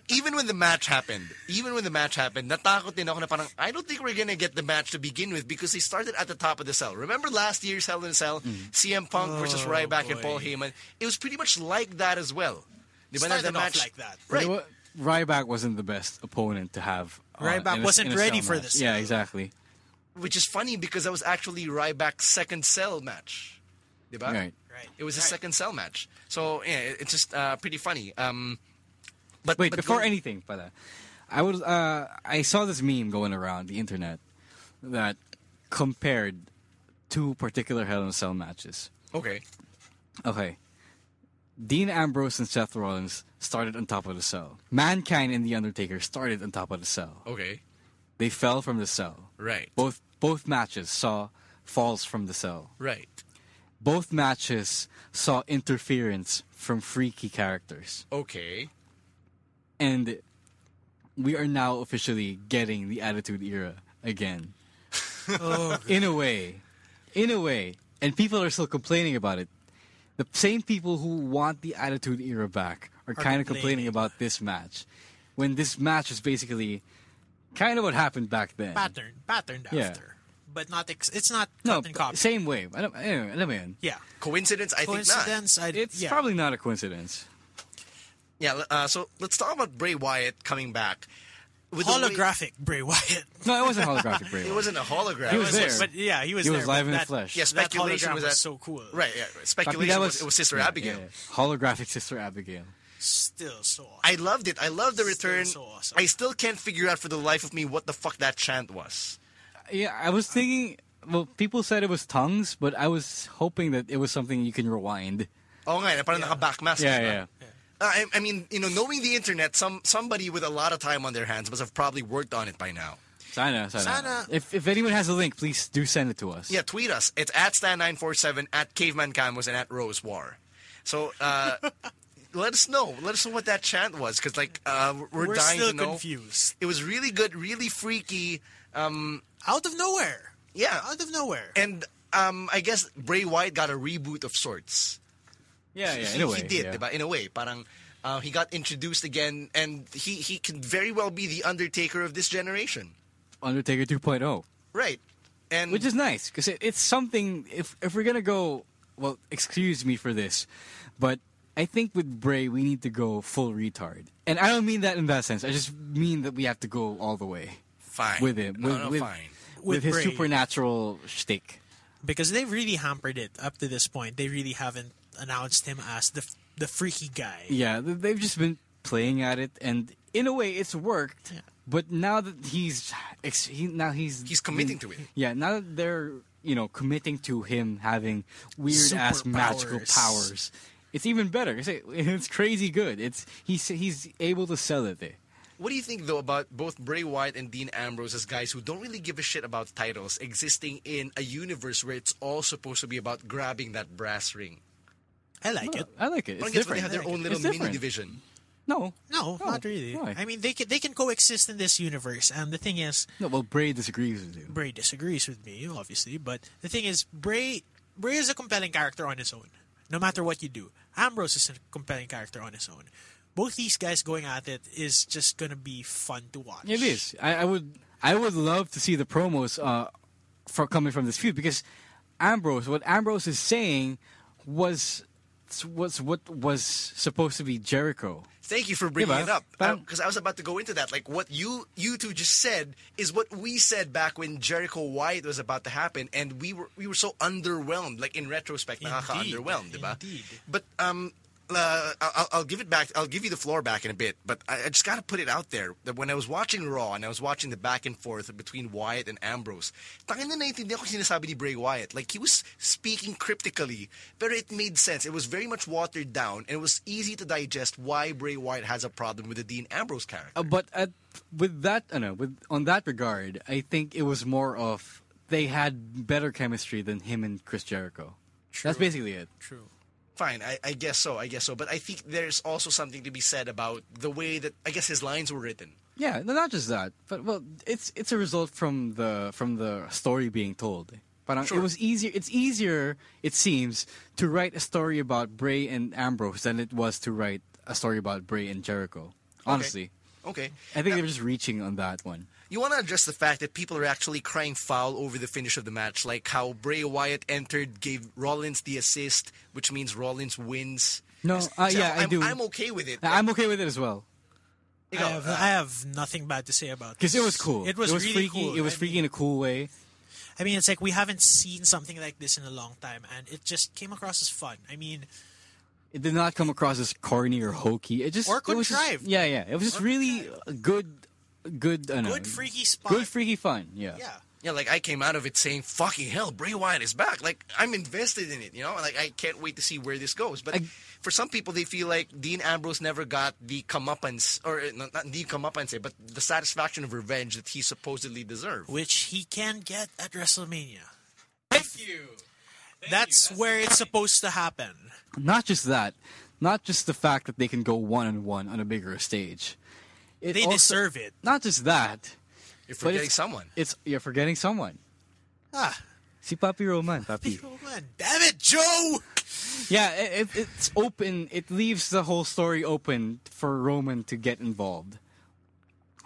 [SPEAKER 1] Even when the match happened, even when the match happened, natakot din ako na parang, I don't think we're gonna get the match to begin with because they started at the top of the cell. Remember last year's Hell in a Cell,
[SPEAKER 2] Mm.
[SPEAKER 1] CM Punk versus
[SPEAKER 3] Oh,
[SPEAKER 1] Ryback and Paul Heyman? It was pretty much like that as well. Di ba na
[SPEAKER 3] Started
[SPEAKER 1] the
[SPEAKER 3] off
[SPEAKER 1] match-
[SPEAKER 3] like that.
[SPEAKER 1] Right.
[SPEAKER 2] Ry- Ryback wasn't the best opponent to have. on-
[SPEAKER 3] Ryback
[SPEAKER 2] in a-
[SPEAKER 3] wasn't
[SPEAKER 2] in a
[SPEAKER 3] ready
[SPEAKER 2] cell
[SPEAKER 3] for
[SPEAKER 2] match.
[SPEAKER 3] this.
[SPEAKER 2] Yeah, exactly.
[SPEAKER 1] Which is funny because that was actually Ryback's second cell match.
[SPEAKER 3] Uh,
[SPEAKER 1] Diba?
[SPEAKER 2] Right.
[SPEAKER 3] Right.
[SPEAKER 1] It was his
[SPEAKER 3] Right.
[SPEAKER 1] second cell match. So, yeah, it- it's just uh, pretty funny. Um, but
[SPEAKER 2] Wait,
[SPEAKER 1] but
[SPEAKER 2] before
[SPEAKER 1] going-
[SPEAKER 2] anything, pala, I was uh, I saw this meme going around the internet that compared two particular Hell in a Cell matches.
[SPEAKER 1] Okay.
[SPEAKER 2] Okay, Dean Ambrose and Seth Rollins started on top of the cell. Mankind and the Undertaker started on top of the cell.
[SPEAKER 1] Okay.
[SPEAKER 2] They fell from the cell.
[SPEAKER 1] Right.
[SPEAKER 2] Both both matches saw falls from the cell.
[SPEAKER 1] Right.
[SPEAKER 2] Both matches saw interference from freaky characters.
[SPEAKER 1] Okay.
[SPEAKER 2] and we are now officially getting the attitude era again
[SPEAKER 1] Oh.
[SPEAKER 2] in a way in a way and people are still complaining about it the same people who want the attitude era back are, kind of complaining
[SPEAKER 3] complaining.
[SPEAKER 2] about this match when this match is basically kind of what happened back then
[SPEAKER 3] pattern, patterned
[SPEAKER 2] Yeah.
[SPEAKER 3] after, but not. Ex- it's not
[SPEAKER 2] no
[SPEAKER 3] cut and copy.
[SPEAKER 2] same way I don't, anyway, I don't mean,
[SPEAKER 3] yeah.
[SPEAKER 1] Coincidence? I think not.
[SPEAKER 3] Coincidence? I,
[SPEAKER 2] it's
[SPEAKER 3] yeah.
[SPEAKER 2] probably not a coincidence
[SPEAKER 1] Yeah, uh, so let's talk about Bray Wyatt coming back. with the way-
[SPEAKER 3] holographic Bray Wyatt.
[SPEAKER 2] No,
[SPEAKER 1] [laughs]
[SPEAKER 2] it wasn't holographic Bray.
[SPEAKER 1] it wasn't a hologram.
[SPEAKER 2] He
[SPEAKER 1] It
[SPEAKER 2] was
[SPEAKER 1] was-
[SPEAKER 2] there.
[SPEAKER 3] But yeah, he was
[SPEAKER 2] He
[SPEAKER 3] there,
[SPEAKER 2] was live
[SPEAKER 3] but
[SPEAKER 2] in the
[SPEAKER 3] that-
[SPEAKER 2] flesh.
[SPEAKER 1] Yeah, speculation
[SPEAKER 3] hologram
[SPEAKER 1] was
[SPEAKER 3] was
[SPEAKER 1] that
[SPEAKER 3] so cool.
[SPEAKER 1] Right, yeah. right.
[SPEAKER 2] I mean,
[SPEAKER 1] Speculation
[SPEAKER 2] that
[SPEAKER 1] was, it was Sister
[SPEAKER 2] yeah, yeah,
[SPEAKER 1] Abigail.
[SPEAKER 2] yeah. Holographic Sister Abigail.
[SPEAKER 3] Still so awesome.
[SPEAKER 1] I loved it. I loved the
[SPEAKER 3] Still
[SPEAKER 1] return.
[SPEAKER 3] so awesome.
[SPEAKER 1] I still can't figure out for the life of me what the fuck that chant was.
[SPEAKER 2] Yeah, I was thinking. Well, people said it was tongues, but I was hoping that it was something you can rewind.
[SPEAKER 1] Oh, nga, eh, parang naka-backmask,
[SPEAKER 2] Yeah,
[SPEAKER 1] di ba?
[SPEAKER 2] yeah.
[SPEAKER 1] Uh, I, I mean, you know, knowing the internet, some somebody with a lot of time on their hands must have probably worked on it by now.
[SPEAKER 2] Sana, sana.
[SPEAKER 3] Sana.
[SPEAKER 2] If if anyone has a link, please do send it to us.
[SPEAKER 1] Yeah, tweet us. It's at Stan947, at Caveman Camos, and at Rose War. So, uh, let us know. Let us know what that chant was, because, like, uh, we're,
[SPEAKER 3] We're
[SPEAKER 1] dying
[SPEAKER 3] still
[SPEAKER 1] to know.
[SPEAKER 3] confused.
[SPEAKER 1] It was really good, really freaky.
[SPEAKER 3] Out of nowhere.
[SPEAKER 1] Yeah.
[SPEAKER 3] Out of nowhere.
[SPEAKER 1] And um, I guess Bray Wyatt got a reboot of sorts.
[SPEAKER 2] yeah, yeah.
[SPEAKER 1] He-
[SPEAKER 2] In a way,
[SPEAKER 1] he did,
[SPEAKER 2] yeah.
[SPEAKER 1] diba? In a way, parang uh, he got introduced again, and he he can very well be the Undertaker of this generation,
[SPEAKER 2] Undertaker 2.0,
[SPEAKER 1] right? And
[SPEAKER 2] which is nice because it, it's something. If if we're gonna go, well, excuse me for this, but I think with Bray we need to go full retard, and I don't mean that in that sense. I just mean that we have to go all the way
[SPEAKER 1] fine
[SPEAKER 2] with him.
[SPEAKER 1] No,
[SPEAKER 2] with,
[SPEAKER 1] no,
[SPEAKER 2] with,
[SPEAKER 1] fine.
[SPEAKER 2] with
[SPEAKER 3] With
[SPEAKER 2] his
[SPEAKER 3] Bray.
[SPEAKER 2] supernatural shtick.
[SPEAKER 3] because they've really hampered it up to this point. They really haven't announced him as the the freaky guy.
[SPEAKER 2] Yeah, th- they've just been playing at it, and in a way, it's worked. But now that he's ex- he, now he's
[SPEAKER 1] He's committing to it.
[SPEAKER 2] Yeah, now that they're you know committing to him having weird ass magical
[SPEAKER 3] Superpowers.
[SPEAKER 2] powers, it's even better. It's, it's crazy good. It's he's he's able to sell it. There.
[SPEAKER 1] What do you think though about both Bray Wyatt and Dean Ambrose as guys who don't really give a shit about titles existing in a universe where it's all supposed to be about grabbing that brass ring?
[SPEAKER 3] I like it.
[SPEAKER 2] I like it. It's
[SPEAKER 1] Parang gets when
[SPEAKER 2] different.
[SPEAKER 1] they have their own little
[SPEAKER 2] It's
[SPEAKER 1] mini
[SPEAKER 2] different.
[SPEAKER 1] division.
[SPEAKER 2] No,
[SPEAKER 3] No, not really.
[SPEAKER 2] Why?
[SPEAKER 3] I mean, they can they can coexist in this universe, and the thing is,
[SPEAKER 2] no, well, Bray disagrees with you.
[SPEAKER 3] Bray disagrees with me, obviously, but the thing is, Bray Bray is a compelling character on his own, no matter what you do. Ambrose is a compelling character on his own. Both these guys going at it is just gonna be fun to watch.
[SPEAKER 2] It is. I, I would. I would love to see the promos uh, for coming from this feud because Ambrose, what Ambrose is saying, was was what was supposed to be Jericho.
[SPEAKER 1] Thank you for bringing
[SPEAKER 2] Diba?
[SPEAKER 1] it up
[SPEAKER 2] Parang-
[SPEAKER 1] because I was about to go into that. Like what you you two just said is what we said back when Jericho Wyatt was about to happen, and we were we were so underwhelmed. Like in retrospect, nakaka
[SPEAKER 3] Indeed.
[SPEAKER 1] underwhelmed, diba?
[SPEAKER 3] Indeed.
[SPEAKER 1] But um, uh, I'll, I'll give it back. I'll give you the floor back in a bit. But I, I just got to put it out there that when I was watching Raw and I was watching the back and forth between Wyatt and Ambrose, tangin na naiintindihan ko sinasabi ni Bray Wyatt. Like he was speaking cryptically, but it made sense. It was very much watered down, and it was easy to digest why Bray Wyatt has a problem with the Dean Ambrose character.
[SPEAKER 2] Uh, but at, with that, I know. With on that regard, I think it was more of they had better chemistry than him and Chris Jericho. That's basically it.
[SPEAKER 3] true.
[SPEAKER 1] Fine, I, I guess so. I guess so. But I think there's also something to be said about the way that I guess his lines were written.
[SPEAKER 2] Yeah, no, not just that, but well, it's it's a result from the from the story being told. But um,
[SPEAKER 1] Sure.
[SPEAKER 2] it was easier. It's easier, it seems, to write a story about Bray and Ambrose than it was to write a story about Bray and Jericho. Honestly,
[SPEAKER 1] Okay.
[SPEAKER 2] I think they were just reaching on that one.
[SPEAKER 1] You want to address the fact that people are actually crying foul over the finish of the match, like how Bray Wyatt entered, gave Rollins the assist, which means Rollins wins.
[SPEAKER 2] No,
[SPEAKER 1] So
[SPEAKER 2] uh, yeah, I
[SPEAKER 1] I'm,
[SPEAKER 2] do.
[SPEAKER 1] I'm okay with it.
[SPEAKER 2] I- I'm okay with it as well
[SPEAKER 1] You
[SPEAKER 3] I
[SPEAKER 1] know,
[SPEAKER 3] have, I have nothing bad to say about
[SPEAKER 2] because it
[SPEAKER 3] this.
[SPEAKER 2] was cool.
[SPEAKER 3] It was, really
[SPEAKER 2] freaky.
[SPEAKER 3] cool.
[SPEAKER 2] It was
[SPEAKER 3] I
[SPEAKER 2] freaky in
[SPEAKER 3] mean-
[SPEAKER 2] a cool way.
[SPEAKER 3] I mean, it's like we haven't seen something like this in a long time, and it just came across as fun. I mean,
[SPEAKER 2] It did not come across as corny or hokey. It just
[SPEAKER 3] Or
[SPEAKER 2] it was just-
[SPEAKER 3] contrived.
[SPEAKER 2] yeah, yeah. It was just really good, good, I know,
[SPEAKER 3] Good freaky spot.
[SPEAKER 2] Good freaky fun. Yeah.
[SPEAKER 3] yeah,
[SPEAKER 1] yeah, like I came out of it saying, "Fucking hell, Bray Wyatt is back!" Like I'm invested in it. You know, like I can't wait to see where this goes. But
[SPEAKER 2] I-
[SPEAKER 1] for some people, they feel like Dean Ambrose never got the comeuppance, or uh, not, not the comeuppance, but the satisfaction of revenge that he supposedly deserved.
[SPEAKER 3] which he can get at WrestleMania. Thank you. That's, where it's supposed to happen.
[SPEAKER 2] not just that, not just the fact that they can go one on one on a bigger stage. It
[SPEAKER 3] They
[SPEAKER 2] also-
[SPEAKER 3] deserve it.
[SPEAKER 2] Not just that,
[SPEAKER 1] You're
[SPEAKER 2] but
[SPEAKER 1] forgetting
[SPEAKER 2] it's,
[SPEAKER 1] someone.
[SPEAKER 2] It's you're forgetting someone.
[SPEAKER 3] Ah,
[SPEAKER 2] See, Papi Roman,
[SPEAKER 3] [laughs]
[SPEAKER 2] Papi.
[SPEAKER 3] people, man. Damn it, Joe!
[SPEAKER 2] Yeah, it, it, it's open. It leaves the whole story open for Roman to get involved.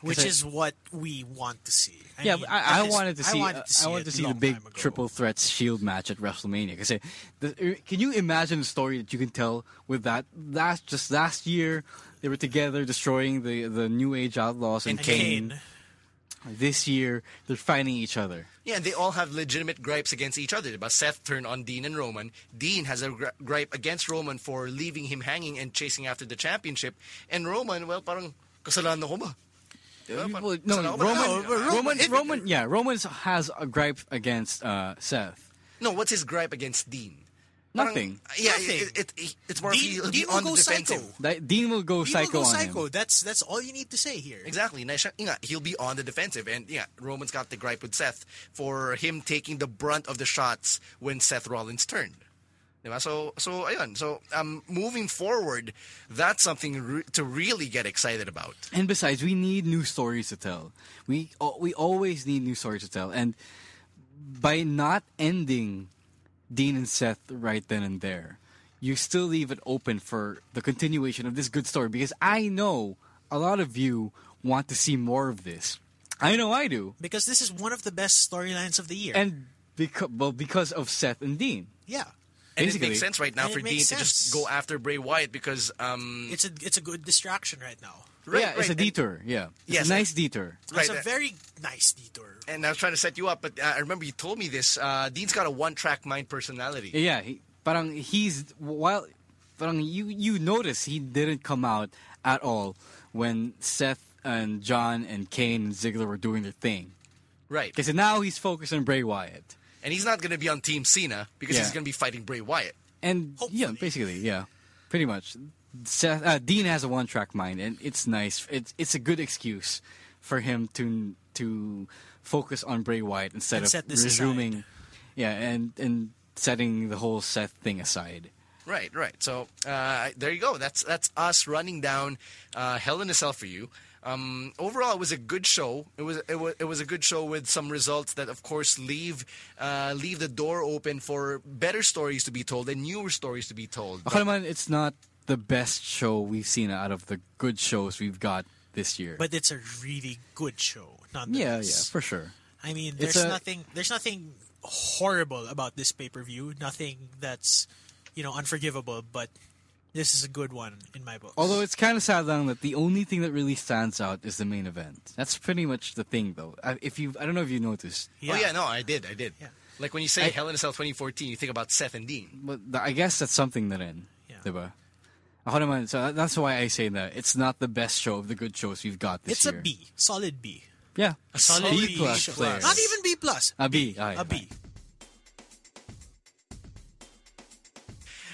[SPEAKER 3] which
[SPEAKER 2] It's a-
[SPEAKER 3] is what we want to see. I
[SPEAKER 2] yeah,
[SPEAKER 3] mean,
[SPEAKER 2] I,
[SPEAKER 3] at
[SPEAKER 2] I
[SPEAKER 3] least
[SPEAKER 2] wanted to see. uh, I wanted to see,
[SPEAKER 3] it
[SPEAKER 2] the
[SPEAKER 3] long
[SPEAKER 2] big
[SPEAKER 3] time ago.
[SPEAKER 2] triple threats shield match at WrestleMania. Because can you imagine the story that you can tell with that? Last just last year, they were together destroying the the New Age Outlaws and,
[SPEAKER 3] And
[SPEAKER 2] Kane.
[SPEAKER 3] Kane.
[SPEAKER 2] This year, they're fighting each other.
[SPEAKER 1] Yeah, and they all have legitimate gripes against each other. But Seth turned on Dean and Roman. Dean has a gri- gripe against Roman for leaving him hanging and chasing after the championship. And Roman, well, parang kasalanan ko ba?
[SPEAKER 2] Well,
[SPEAKER 1] but-
[SPEAKER 2] no,
[SPEAKER 1] no, but no,
[SPEAKER 2] Roman, Roman,
[SPEAKER 1] but Roman-
[SPEAKER 2] Roman,
[SPEAKER 1] it-
[SPEAKER 2] yeah, Roman has a gripe against uh, Seth.
[SPEAKER 1] No, what's his gripe against Dean? Parang-
[SPEAKER 2] Nothing.
[SPEAKER 1] yeah,
[SPEAKER 3] Nothing.
[SPEAKER 1] It, it, it- it's more of
[SPEAKER 3] Dean-
[SPEAKER 1] he'll be
[SPEAKER 3] Dean will
[SPEAKER 1] on the
[SPEAKER 3] go psycho.
[SPEAKER 1] defensive.
[SPEAKER 2] That- Dean will go
[SPEAKER 3] He will
[SPEAKER 2] psycho
[SPEAKER 3] go
[SPEAKER 2] on
[SPEAKER 3] psycho.
[SPEAKER 2] him.
[SPEAKER 3] That's that's all you need to say here.
[SPEAKER 1] Exactly. Na siya- nga, He'll be on the defensive. And yeah, Roman's got the gripe with Seth for him taking the brunt of the shots when Seth Rollins turned. Diba? So, so, ayun. So, um, moving forward, that's something re- to really get excited about.
[SPEAKER 2] And besides, we need new stories to tell. We al- we always need new stories to tell. And by not ending Dean and Seth right then and there, you still leave it open for the continuation of this good story. Because I know a lot of you want to see more of this. I know I do.
[SPEAKER 3] Because this is one of the best storylines of the year.
[SPEAKER 2] And because well, because of Seth and Dean.
[SPEAKER 3] yeah,
[SPEAKER 1] And
[SPEAKER 2] Basically.
[SPEAKER 1] it makes sense right now
[SPEAKER 3] And it
[SPEAKER 1] for Dean
[SPEAKER 3] makes
[SPEAKER 1] to just
[SPEAKER 3] sense.
[SPEAKER 1] go after Bray Wyatt because, um,
[SPEAKER 3] it's a it's a good distraction right now.
[SPEAKER 1] right,
[SPEAKER 2] yeah,
[SPEAKER 1] right,
[SPEAKER 2] it's a
[SPEAKER 1] and-
[SPEAKER 2] detour. Yeah, it's
[SPEAKER 1] Yes.
[SPEAKER 2] a nice detour.
[SPEAKER 3] It's
[SPEAKER 1] Right, uh,
[SPEAKER 3] a very nice detour.
[SPEAKER 1] And, I was trying to set you up, but uh, I remember you told me this. Uh, Dean's got a one-track mind personality.
[SPEAKER 2] Yeah, he, parang he's while parang you you notice he didn't come out at all when Seth and John and Kane and Ziggler were doing their thing.
[SPEAKER 1] right.
[SPEAKER 2] Because now he's focused on Bray Wyatt,
[SPEAKER 1] And he's not going to be on Team Cena because
[SPEAKER 2] Yeah.
[SPEAKER 1] he's going to be fighting Bray Wyatt.
[SPEAKER 2] and yeah, basically, yeah, pretty much. Seth uh, Dean has a one track mind, and it's nice. It's it's a good excuse for him to to focus on Bray Wyatt instead of
[SPEAKER 3] And set this
[SPEAKER 2] resuming.
[SPEAKER 3] aside.
[SPEAKER 2] Yeah, and and setting the whole Seth thing aside.
[SPEAKER 1] Right, right. So uh, there you go. That's that's us running down uh, Hell in a Cell for you. Um, overall, it was a good show. It was it was it was a good show with some results that, of course, leave uh, leave the door open for better stories to be told and newer stories to be told.
[SPEAKER 2] Ako naman, it's not the best show we've seen out of the good shows we've got this year.
[SPEAKER 3] But it's a really good show.
[SPEAKER 2] yeah, yeah,
[SPEAKER 3] nonetheless.
[SPEAKER 2] for sure.
[SPEAKER 3] I mean,
[SPEAKER 2] It's
[SPEAKER 3] there's
[SPEAKER 2] a-
[SPEAKER 3] nothing. There's nothing horrible about this pay per view. Nothing that's you know unforgivable. But this is a good one in my book.
[SPEAKER 2] Although it's kind of sad lang that the only thing that really stands out is the main event. That's pretty much the thing, though. I- If you, I don't know if you noticed,
[SPEAKER 1] Oh yeah, no, I did, I did.
[SPEAKER 3] Yeah.
[SPEAKER 1] Like when you say
[SPEAKER 2] I-
[SPEAKER 1] Hell in a Cell 2014, you think about Seth and Dean.
[SPEAKER 2] but th- I guess that's something that in,
[SPEAKER 3] Yeah.
[SPEAKER 2] diba? Ako naman, so that- that's why I say that it's not the best show of the good shows we've got this
[SPEAKER 3] it's
[SPEAKER 2] year.
[SPEAKER 3] a B, solid B,
[SPEAKER 2] Yeah, a
[SPEAKER 1] solid
[SPEAKER 2] B
[SPEAKER 1] B
[SPEAKER 2] plus
[SPEAKER 1] show.
[SPEAKER 2] player.
[SPEAKER 3] not even B plus,
[SPEAKER 2] a B. aye,
[SPEAKER 3] a B.
[SPEAKER 2] aye.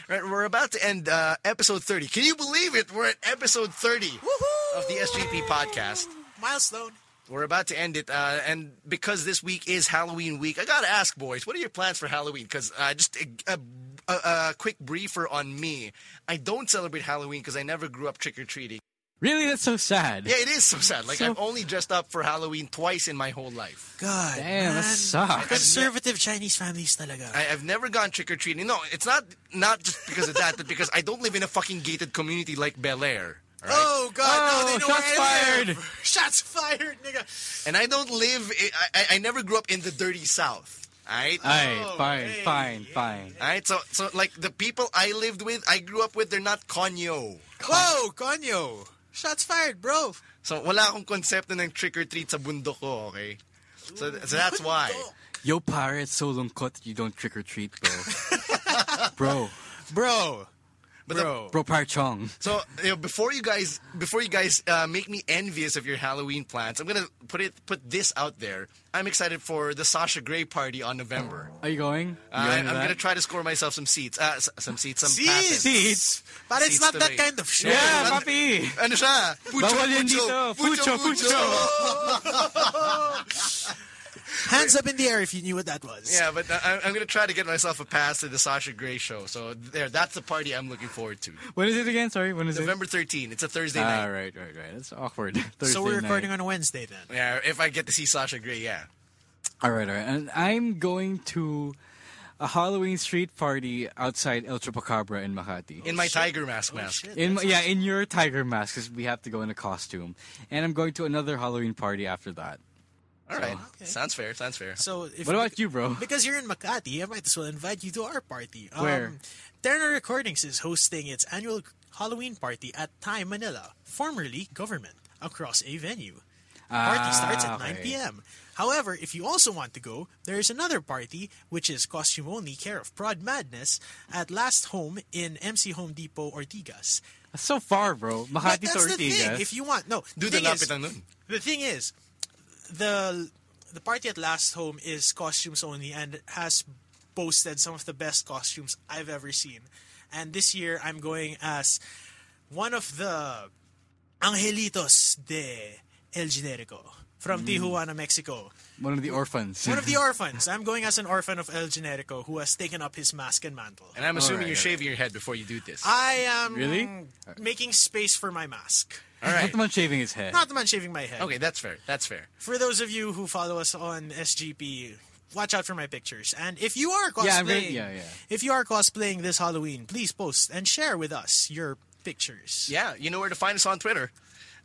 [SPEAKER 1] Right, we're about to end uh, episode 30. Can you believe it? We're at episode 30 of the SGP podcast.
[SPEAKER 3] Milestone.
[SPEAKER 1] We're about to end it, uh, and because this week is Halloween week, I gotta ask, boys, what are your plans for Halloween? Because uh, just a, a, a, a quick briefer on me, I don't celebrate Halloween because I never grew up trick or treating.
[SPEAKER 2] Really, that's so sad.
[SPEAKER 1] Yeah, it is so sad. Like
[SPEAKER 2] So-
[SPEAKER 1] I've only dressed up for Halloween twice in my whole life.
[SPEAKER 3] God,
[SPEAKER 2] Damn, that
[SPEAKER 3] man.
[SPEAKER 2] sucks.
[SPEAKER 3] Conservative Chinese families talaga.
[SPEAKER 1] I, I've never gone trick or treating. No, it's not not just because of that, but because I don't live in a fucking gated community like Bel Air. all right?
[SPEAKER 3] Oh God!
[SPEAKER 2] Oh,
[SPEAKER 3] no, they know
[SPEAKER 2] shots
[SPEAKER 3] where
[SPEAKER 1] [laughs]
[SPEAKER 3] I
[SPEAKER 2] fired.
[SPEAKER 3] live. Shots fired, nigga.
[SPEAKER 1] And I don't live. I, I, I never grew up in the dirty South. All right.
[SPEAKER 2] Aye,
[SPEAKER 1] Oh,
[SPEAKER 2] fine,
[SPEAKER 3] hey,
[SPEAKER 2] fine, fine.
[SPEAKER 1] All right, so so like the people I lived with, I grew up with, they're not conyo.
[SPEAKER 3] Whoa, Conyo! Shots fired, bro.
[SPEAKER 1] So wala akong konsepto ng trick or treat sa bundok ko, okay? So, so that's
[SPEAKER 2] Mm. [laughs]
[SPEAKER 1] why.
[SPEAKER 2] Yo, pirate, so lungkot that you don't trick or treat,
[SPEAKER 3] [laughs]
[SPEAKER 2] bro. bro,
[SPEAKER 3] Bro,
[SPEAKER 1] But the-
[SPEAKER 2] bro, pirate chong.
[SPEAKER 1] so you know, before you guys before you guys uh, make me envious of your Halloween plans, I'm gonna put it put this out there. I'm excited for the Sasha Grey party on November.
[SPEAKER 2] Are you going? You
[SPEAKER 3] Uh,
[SPEAKER 1] I,
[SPEAKER 2] going
[SPEAKER 1] I'm
[SPEAKER 2] to that?
[SPEAKER 1] gonna try to score myself some seats, uh, s- some seats, some passes.
[SPEAKER 3] Seats! Seats! But it's
[SPEAKER 1] Seats
[SPEAKER 3] not
[SPEAKER 1] to
[SPEAKER 3] that
[SPEAKER 1] me.
[SPEAKER 3] kind of show.
[SPEAKER 2] Yeah, papi.
[SPEAKER 1] Ano
[SPEAKER 2] [laughs]
[SPEAKER 1] siya? Pucho,
[SPEAKER 2] Bawal yan
[SPEAKER 1] pucho,
[SPEAKER 2] dito. Pucho, pucho.
[SPEAKER 3] Hands up in the air if you knew what that was.
[SPEAKER 1] Yeah, but I, I'm- I'm gonna try to get myself a pass to the Sasha Grey show. So there, that's the party I'm looking forward to.
[SPEAKER 2] When is it again? Sorry, when is
[SPEAKER 1] November 13. It's a Thursday
[SPEAKER 2] it?
[SPEAKER 1] night.
[SPEAKER 2] Ah, right, right, right. That's awkward. [laughs] Thursday
[SPEAKER 3] So we're recording
[SPEAKER 2] night.
[SPEAKER 3] on Wednesday then.
[SPEAKER 1] Yeah, if I get to see Sasha Grey, yeah.
[SPEAKER 2] All right, all right. And I'm going to. a Halloween street party outside El Chupacabra in Makati.
[SPEAKER 1] in my tiger mask
[SPEAKER 2] Oh,
[SPEAKER 1] mask.
[SPEAKER 3] shit.
[SPEAKER 2] In my- yeah, in your tiger mask, 'cause we have to go in a costume, and I'm going to another Halloween party after that.
[SPEAKER 1] All right,
[SPEAKER 2] Oh,
[SPEAKER 1] sounds fair. Sounds fair.
[SPEAKER 3] So if
[SPEAKER 2] What about you, bro?
[SPEAKER 3] Because you're in Makati, I might as well invite you to our party.
[SPEAKER 2] Where?
[SPEAKER 3] Um, Turner Recordings is hosting its annual Halloween party at Thai Manila, formerly government, across a venue. The party
[SPEAKER 2] Ah,
[SPEAKER 3] starts at
[SPEAKER 2] okay.
[SPEAKER 3] 9 p.m. However, if you also want to go, there is another party, which is costume only care of Prod Madness, at Last Home in MC Home Depot Ortigas.
[SPEAKER 2] That's so far, bro.
[SPEAKER 3] But
[SPEAKER 2] Makati to
[SPEAKER 3] that's the thing.
[SPEAKER 2] Ortigas.
[SPEAKER 3] If you want, no.
[SPEAKER 1] Do the
[SPEAKER 3] thing is-
[SPEAKER 1] lapitan nun.
[SPEAKER 3] the thing is, the the party at Last Home is costumes only and has boasted some of the best costumes I've ever seen. And this year, I'm going as one of the angelitos de El Generico from
[SPEAKER 1] Mm.
[SPEAKER 3] Tijuana, Mexico.
[SPEAKER 2] One of the orphans.
[SPEAKER 3] One of the orphans. I'm going as an orphan of El Generico who has taken up his mask and mantle.
[SPEAKER 1] And I'm assuming
[SPEAKER 2] right,
[SPEAKER 1] you're
[SPEAKER 2] all
[SPEAKER 1] shaving your head before you do this.
[SPEAKER 3] I am
[SPEAKER 2] Really?
[SPEAKER 3] making space for my mask.
[SPEAKER 1] All
[SPEAKER 2] [laughs] Not
[SPEAKER 1] right.
[SPEAKER 2] the one shaving his head.
[SPEAKER 3] Not the man shaving my head.
[SPEAKER 1] Okay, that's fair. That's fair.
[SPEAKER 3] for those of you who follow us on SGP, watch out for my pictures. And if you are cosplaying,
[SPEAKER 2] Yeah, I'm very- yeah, yeah.
[SPEAKER 3] if you are cosplaying this Halloween, please post and share with us your pictures.
[SPEAKER 1] Yeah, you know where to find us on Twitter.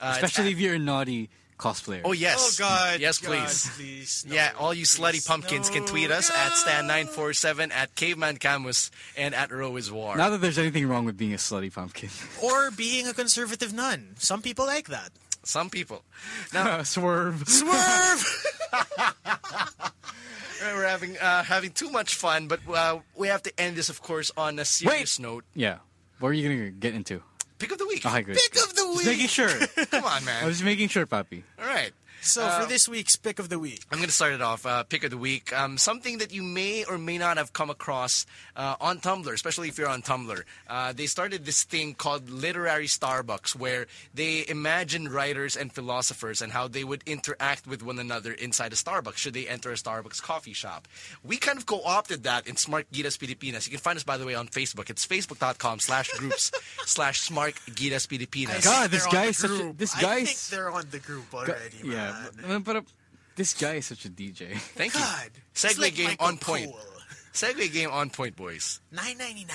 [SPEAKER 1] Uh, it's
[SPEAKER 2] Especially if you're a naughty cosplayer.
[SPEAKER 1] Oh yes.
[SPEAKER 3] Oh God.
[SPEAKER 1] Yes,
[SPEAKER 3] God,
[SPEAKER 1] please.
[SPEAKER 3] please, no,
[SPEAKER 1] yeah, all you
[SPEAKER 3] please,
[SPEAKER 1] slutty pumpkins
[SPEAKER 3] no.
[SPEAKER 1] can tweet us at stan947, at caveman camus, and at row is war.
[SPEAKER 2] Not that there's anything wrong with being a slutty pumpkin.
[SPEAKER 3] or being a conservative nun. Some people like that.
[SPEAKER 1] Some people. uh,
[SPEAKER 2] [laughs] Swerve.
[SPEAKER 3] [laughs] Swerve.
[SPEAKER 1] We're having uh, having too much fun, but uh, we have to end this, of course, on a serious note.
[SPEAKER 2] Yeah. What are you gonna get into?
[SPEAKER 1] Pick of the week.
[SPEAKER 2] Okay, good.
[SPEAKER 3] Pick of the
[SPEAKER 2] [laughs] Just making
[SPEAKER 3] week.
[SPEAKER 2] sure.
[SPEAKER 1] Come on,
[SPEAKER 2] I [laughs]
[SPEAKER 1] man.
[SPEAKER 2] was just making sure, Papi.
[SPEAKER 1] All right.
[SPEAKER 3] So
[SPEAKER 2] Uh,
[SPEAKER 3] for this week's pick of the week,
[SPEAKER 1] I'm going to start it off. Uh, pick of the week. Um, something that you may or may not have come across uh, on Tumblr, especially if you're on Tumblr. Uh, they started this thing called Literary Starbucks, where they imagine writers and philosophers and how they would interact with one another inside a Starbucks should they enter a Starbucks coffee shop. We kind of co opted that in Smart Gitas Pilipinas. You can find us, by the way, on Facebook. It's facebook.com slash groups slash Smart Gitas Pilipinas.
[SPEAKER 2] God,
[SPEAKER 3] they're
[SPEAKER 2] this
[SPEAKER 3] on
[SPEAKER 2] guy
[SPEAKER 3] the
[SPEAKER 2] is such a-
[SPEAKER 3] group.
[SPEAKER 2] this
[SPEAKER 3] I
[SPEAKER 2] guy
[SPEAKER 3] think
[SPEAKER 2] is-
[SPEAKER 3] they're on the group already.
[SPEAKER 2] Yeah.
[SPEAKER 3] man.
[SPEAKER 2] But, but, uh, this guy is such a DJ.
[SPEAKER 1] Thank you.
[SPEAKER 3] God. it's
[SPEAKER 1] Segway
[SPEAKER 3] like
[SPEAKER 1] game
[SPEAKER 3] Michael
[SPEAKER 1] on point.
[SPEAKER 3] Cole.
[SPEAKER 1] Segway game on point, boys.
[SPEAKER 3] 999.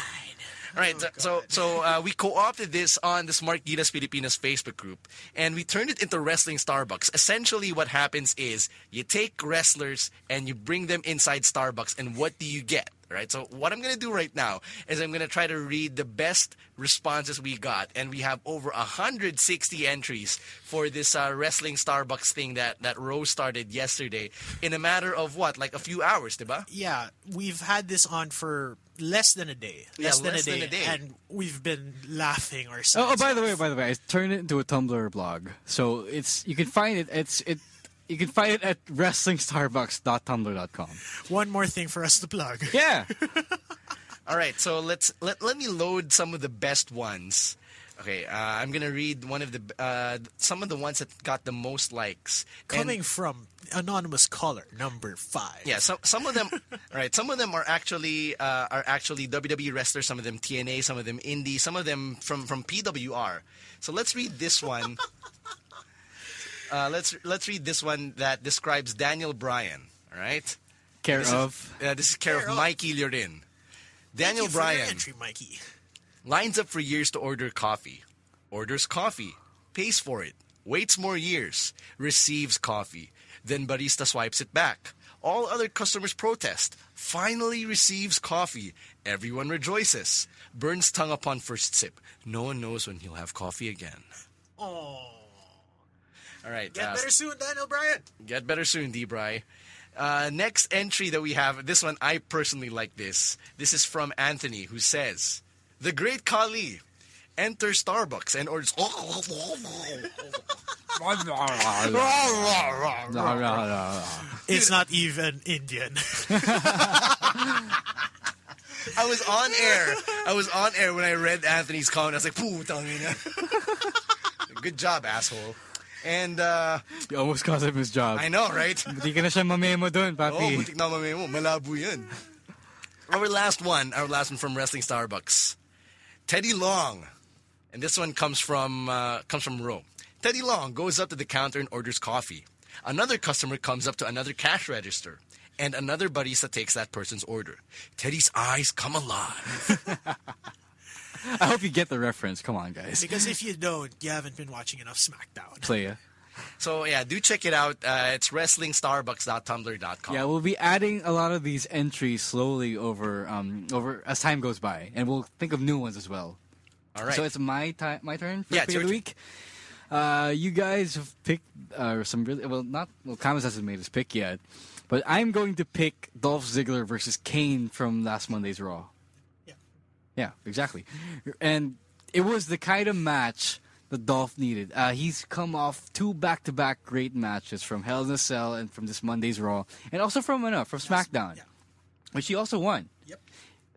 [SPEAKER 1] All right, so- so so uh, we co-opted this on the Smart Gitas Filipinas Facebook group, and we turned it into Wrestling Starbucks. Essentially, what happens is you take wrestlers and you bring them inside Starbucks, and what do you get? All Right. So what I'm gonna do right now is I'm gonna try to read the best responses we got, and we have over 160 entries for this uh, Wrestling Starbucks thing that that Rose started yesterday in a matter of what, like a few hours, diba?
[SPEAKER 3] Yeah, we've had this on for less than a day.
[SPEAKER 1] Yeah,
[SPEAKER 3] Less,
[SPEAKER 1] less than a day.
[SPEAKER 3] And we've been laughing
[SPEAKER 2] Oh,
[SPEAKER 3] ourselves.
[SPEAKER 2] oh, by the way, by the way, I turned it into a Tumblr blog, so it's you can find it. It's it. You can find it at wrestlingstarbucks.tumblr.com.
[SPEAKER 3] One more thing for us to plug.
[SPEAKER 1] [laughs]
[SPEAKER 2] Yeah.
[SPEAKER 1] All right, so let's let let me load some of the best ones. Okay, uh, I'm gonna read one of the uh, some of the ones that got the most likes. And-
[SPEAKER 3] Coming from anonymous caller number five.
[SPEAKER 1] yeah, some some of them. [laughs] all right, some of them are actually uh, are actually WWE wrestlers. Some of them TNA. Some of them indie. Some of them from from PWR. So let's read this
[SPEAKER 3] [laughs]
[SPEAKER 1] one. uh, let's let's read this one that describes Daniel Bryan. All right,
[SPEAKER 2] Care
[SPEAKER 1] this [laughs]
[SPEAKER 2] of.
[SPEAKER 1] is, uh, this is care,
[SPEAKER 3] Care
[SPEAKER 1] of
[SPEAKER 3] of.
[SPEAKER 1] Mikey Lurin.
[SPEAKER 3] Thank
[SPEAKER 1] Daniel
[SPEAKER 3] you for your
[SPEAKER 1] Bryan.
[SPEAKER 3] entry, Mikey.
[SPEAKER 1] Lines up for years to order coffee. Orders coffee. Pays for it. Waits more years. Receives coffee. Then barista swipes it back. All other customers protest. Finally receives coffee. Everyone rejoices. Burns tongue upon first sip. No one knows when he'll have coffee again.
[SPEAKER 3] Oh.
[SPEAKER 1] All right.
[SPEAKER 3] Get
[SPEAKER 1] uh,
[SPEAKER 3] better soon, Daniel Bryan.
[SPEAKER 1] Get better soon, Debray. Uh, next entry that we have, this one I personally like this. This is from Anthony, who says, "The Great Kali enter Starbucks and orders."
[SPEAKER 3] It's not even [laughs] Indian.
[SPEAKER 1] I was on air. I was on air when I read Anthony's comment. I was like, "Putang ina." [laughs] Good job, asshole. And uh,
[SPEAKER 2] You almost cost him his job.
[SPEAKER 1] I know, right?
[SPEAKER 2] Hindi ka na siya mamemo dun, papi.
[SPEAKER 1] Oh, butik na mamay mo. Malabo yan. [laughs] Our last one, our last one from Wrestling Starbucks. Teddy Long. And this one comes from uh, comes from Rome. Teddy Long goes up to the counter and orders coffee. Another customer comes up to another cash register. and another barista takes that person's order. Teddy's eyes come alive.
[SPEAKER 2] I hope you get the reference. Come on, guys.
[SPEAKER 3] Because if you don't, you haven't been watching enough SmackDown.
[SPEAKER 2] [laughs] Playa.
[SPEAKER 1] So yeah, do check it out. Uh, it's wrestlingstarbucks.tumblr.com.
[SPEAKER 2] Yeah, we'll be adding a lot of these entries slowly over um, over as time goes by, and we'll think of new ones as well.
[SPEAKER 1] All right.
[SPEAKER 2] So it's my time, my turn for
[SPEAKER 1] Yeah,
[SPEAKER 2] yeah,
[SPEAKER 1] it's
[SPEAKER 2] of the
[SPEAKER 1] your
[SPEAKER 2] week. Uh, you guys have picked uh, some really well, not well. Camus hasn't made his pick yet, but I'm going to pick Dolph Ziggler versus Kane from last Monday's Raw.
[SPEAKER 3] Yeah.
[SPEAKER 2] Yeah, exactly. And it was the kind of match that Dolph needed. Uh, he's come off two back-to-back great matches from Hell in a Cell and from this Monday's Raw, and also from uh, from SmackDown,
[SPEAKER 3] Yeah.
[SPEAKER 2] which he also won.
[SPEAKER 3] Yep.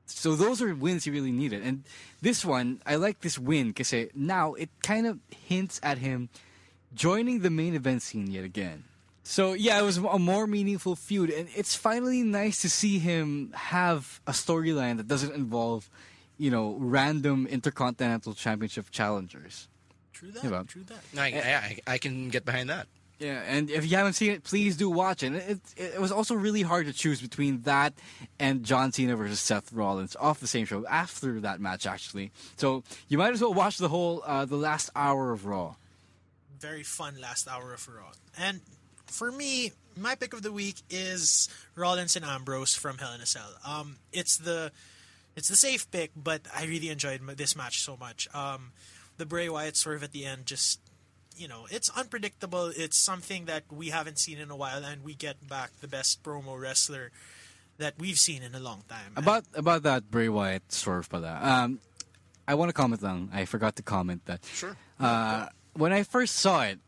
[SPEAKER 2] So those are wins he really needed. And this one, I like this win because now it kind of hints at him joining the main event scene yet again. So yeah, it was a more meaningful feud, and it's finally nice to see him have a storyline that doesn't involve, you know, random intercontinental championship challengers.
[SPEAKER 3] True that.
[SPEAKER 2] Yeah, Bob.
[SPEAKER 3] True that.
[SPEAKER 1] I, I, I can get behind that.
[SPEAKER 2] Yeah, and if you haven't seen it, please do watch it. It, it. it was also really hard to choose between that and John Cena versus Seth Rollins off the same show after that match, actually. So you might as well watch the whole uh, the last hour of Raw.
[SPEAKER 3] Very fun last hour of Raw. And for me, my pick of the week is Rollins and Ambrose from Hell in a Cell. Um, it's the it's the safe pick, but I really enjoyed m- this match so much. Um, the Bray Wyatt swerve at the end just you know, it's unpredictable. It's something that we haven't seen in a while, and we get back the best promo wrestler that we've seen in a long time.
[SPEAKER 2] About about that Bray Wyatt swerve pala. Um, I want to comment lang. I forgot to comment that. Sure. Uh, when I first saw it,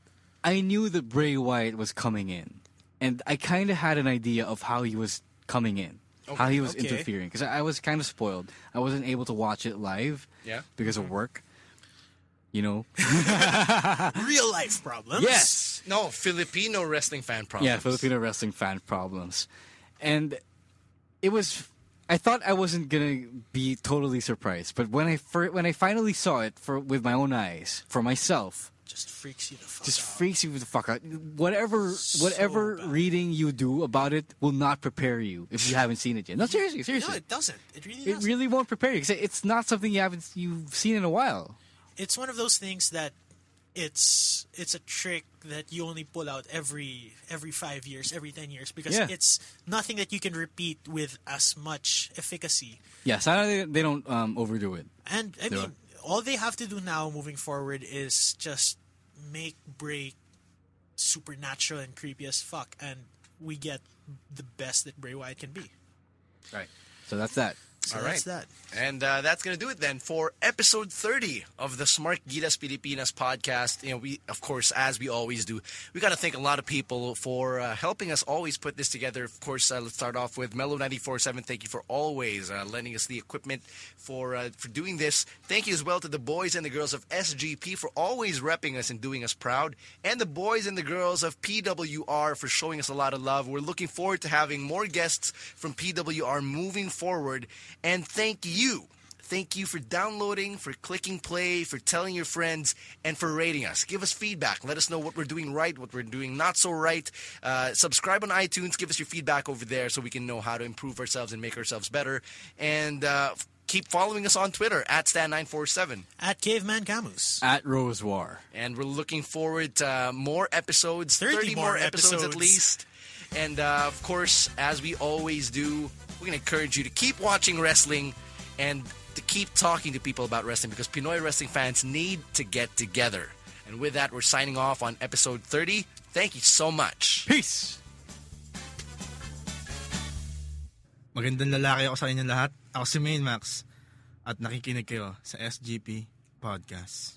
[SPEAKER 2] I knew that Bray Wyatt was coming in, and I kind of had an idea of how he was coming in, how he was
[SPEAKER 3] Okay.
[SPEAKER 2] interfering, because I, I was kind of spoiled. I wasn't able to watch it live,
[SPEAKER 1] Yeah.
[SPEAKER 2] because of work. You
[SPEAKER 3] [laughs]
[SPEAKER 2] know.
[SPEAKER 3] real life problems.
[SPEAKER 1] No, Filipino wrestling fan problem.
[SPEAKER 2] Yeah, Filipino wrestling fan problems. And it was I thought I wasn't going to be totally surprised, but when I fir- when I finally saw it for with my own eyes for myself,
[SPEAKER 3] just freaks you the fuck
[SPEAKER 2] just
[SPEAKER 3] out.
[SPEAKER 2] freaks you the fuck out. Whatever whatever
[SPEAKER 3] bad.
[SPEAKER 2] reading you do about it will not prepare you if you haven't seen it yet. No seriously,
[SPEAKER 3] No,
[SPEAKER 2] seriously.
[SPEAKER 3] it doesn't. It really
[SPEAKER 2] it
[SPEAKER 3] doesn't.
[SPEAKER 2] really won't prepare you 'cause it's not something you haven't you've seen in a while.
[SPEAKER 3] it's one of those things that it's it's a trick that you only pull out every every five years, every ten years, because
[SPEAKER 2] Yeah.
[SPEAKER 3] it's nothing that you can repeat with as much efficacy.
[SPEAKER 2] Yes, I know they, they don't um, overdo it.
[SPEAKER 3] And I
[SPEAKER 2] They
[SPEAKER 3] mean, all they have to do now moving forward is just make Bray supernatural and creepy as fuck, and we get the best that Bray Wyatt can be.
[SPEAKER 2] Right. So that's that.
[SPEAKER 3] So
[SPEAKER 1] All
[SPEAKER 3] that's
[SPEAKER 1] right.
[SPEAKER 3] that.
[SPEAKER 1] And uh, that's going to do it then for episode 30 of the Smart Gitas Pilipinas podcast. You know, we, of course, as we always do, we got to thank a lot of people for uh, helping us always put this together. Of course, uh, let's start off with Mellow 94.7. Thank you for always uh, lending us the equipment for, uh, for doing this. Thank you as well to the boys and the girls of SGP for always repping us and doing us proud. And the boys and the girls of PWR for showing us a lot of love. We're looking forward to having more guests from PWR moving forward. And thank you. Thank you for downloading, for clicking play, for telling your friends, and for rating us. Give us feedback. Let us know what we're doing right, what we're doing not so right. Uh, subscribe on iTunes. Give us your feedback over there so we can know how to improve ourselves and make ourselves better. And uh, f- keep following us on Twitter at Stan947.
[SPEAKER 3] At Caveman Camus.
[SPEAKER 2] At Rose War.
[SPEAKER 1] And we're looking forward to uh, more episodes,
[SPEAKER 3] 30
[SPEAKER 1] 30,
[SPEAKER 3] more
[SPEAKER 1] more episodes,
[SPEAKER 3] episodes.
[SPEAKER 1] at least. And uh, of course, as we always do, we're going to encourage you to keep watching wrestling and to keep talking to people about wrestling because Pinoy wrestling fans need to get together. And with that, we're signing off on episode 30. Thank you so much.
[SPEAKER 2] Peace.
[SPEAKER 5] Magandang lalaki ako sa inyo lahat. Ako si Mainmax at nakikinig kayo sa SGP Podcast.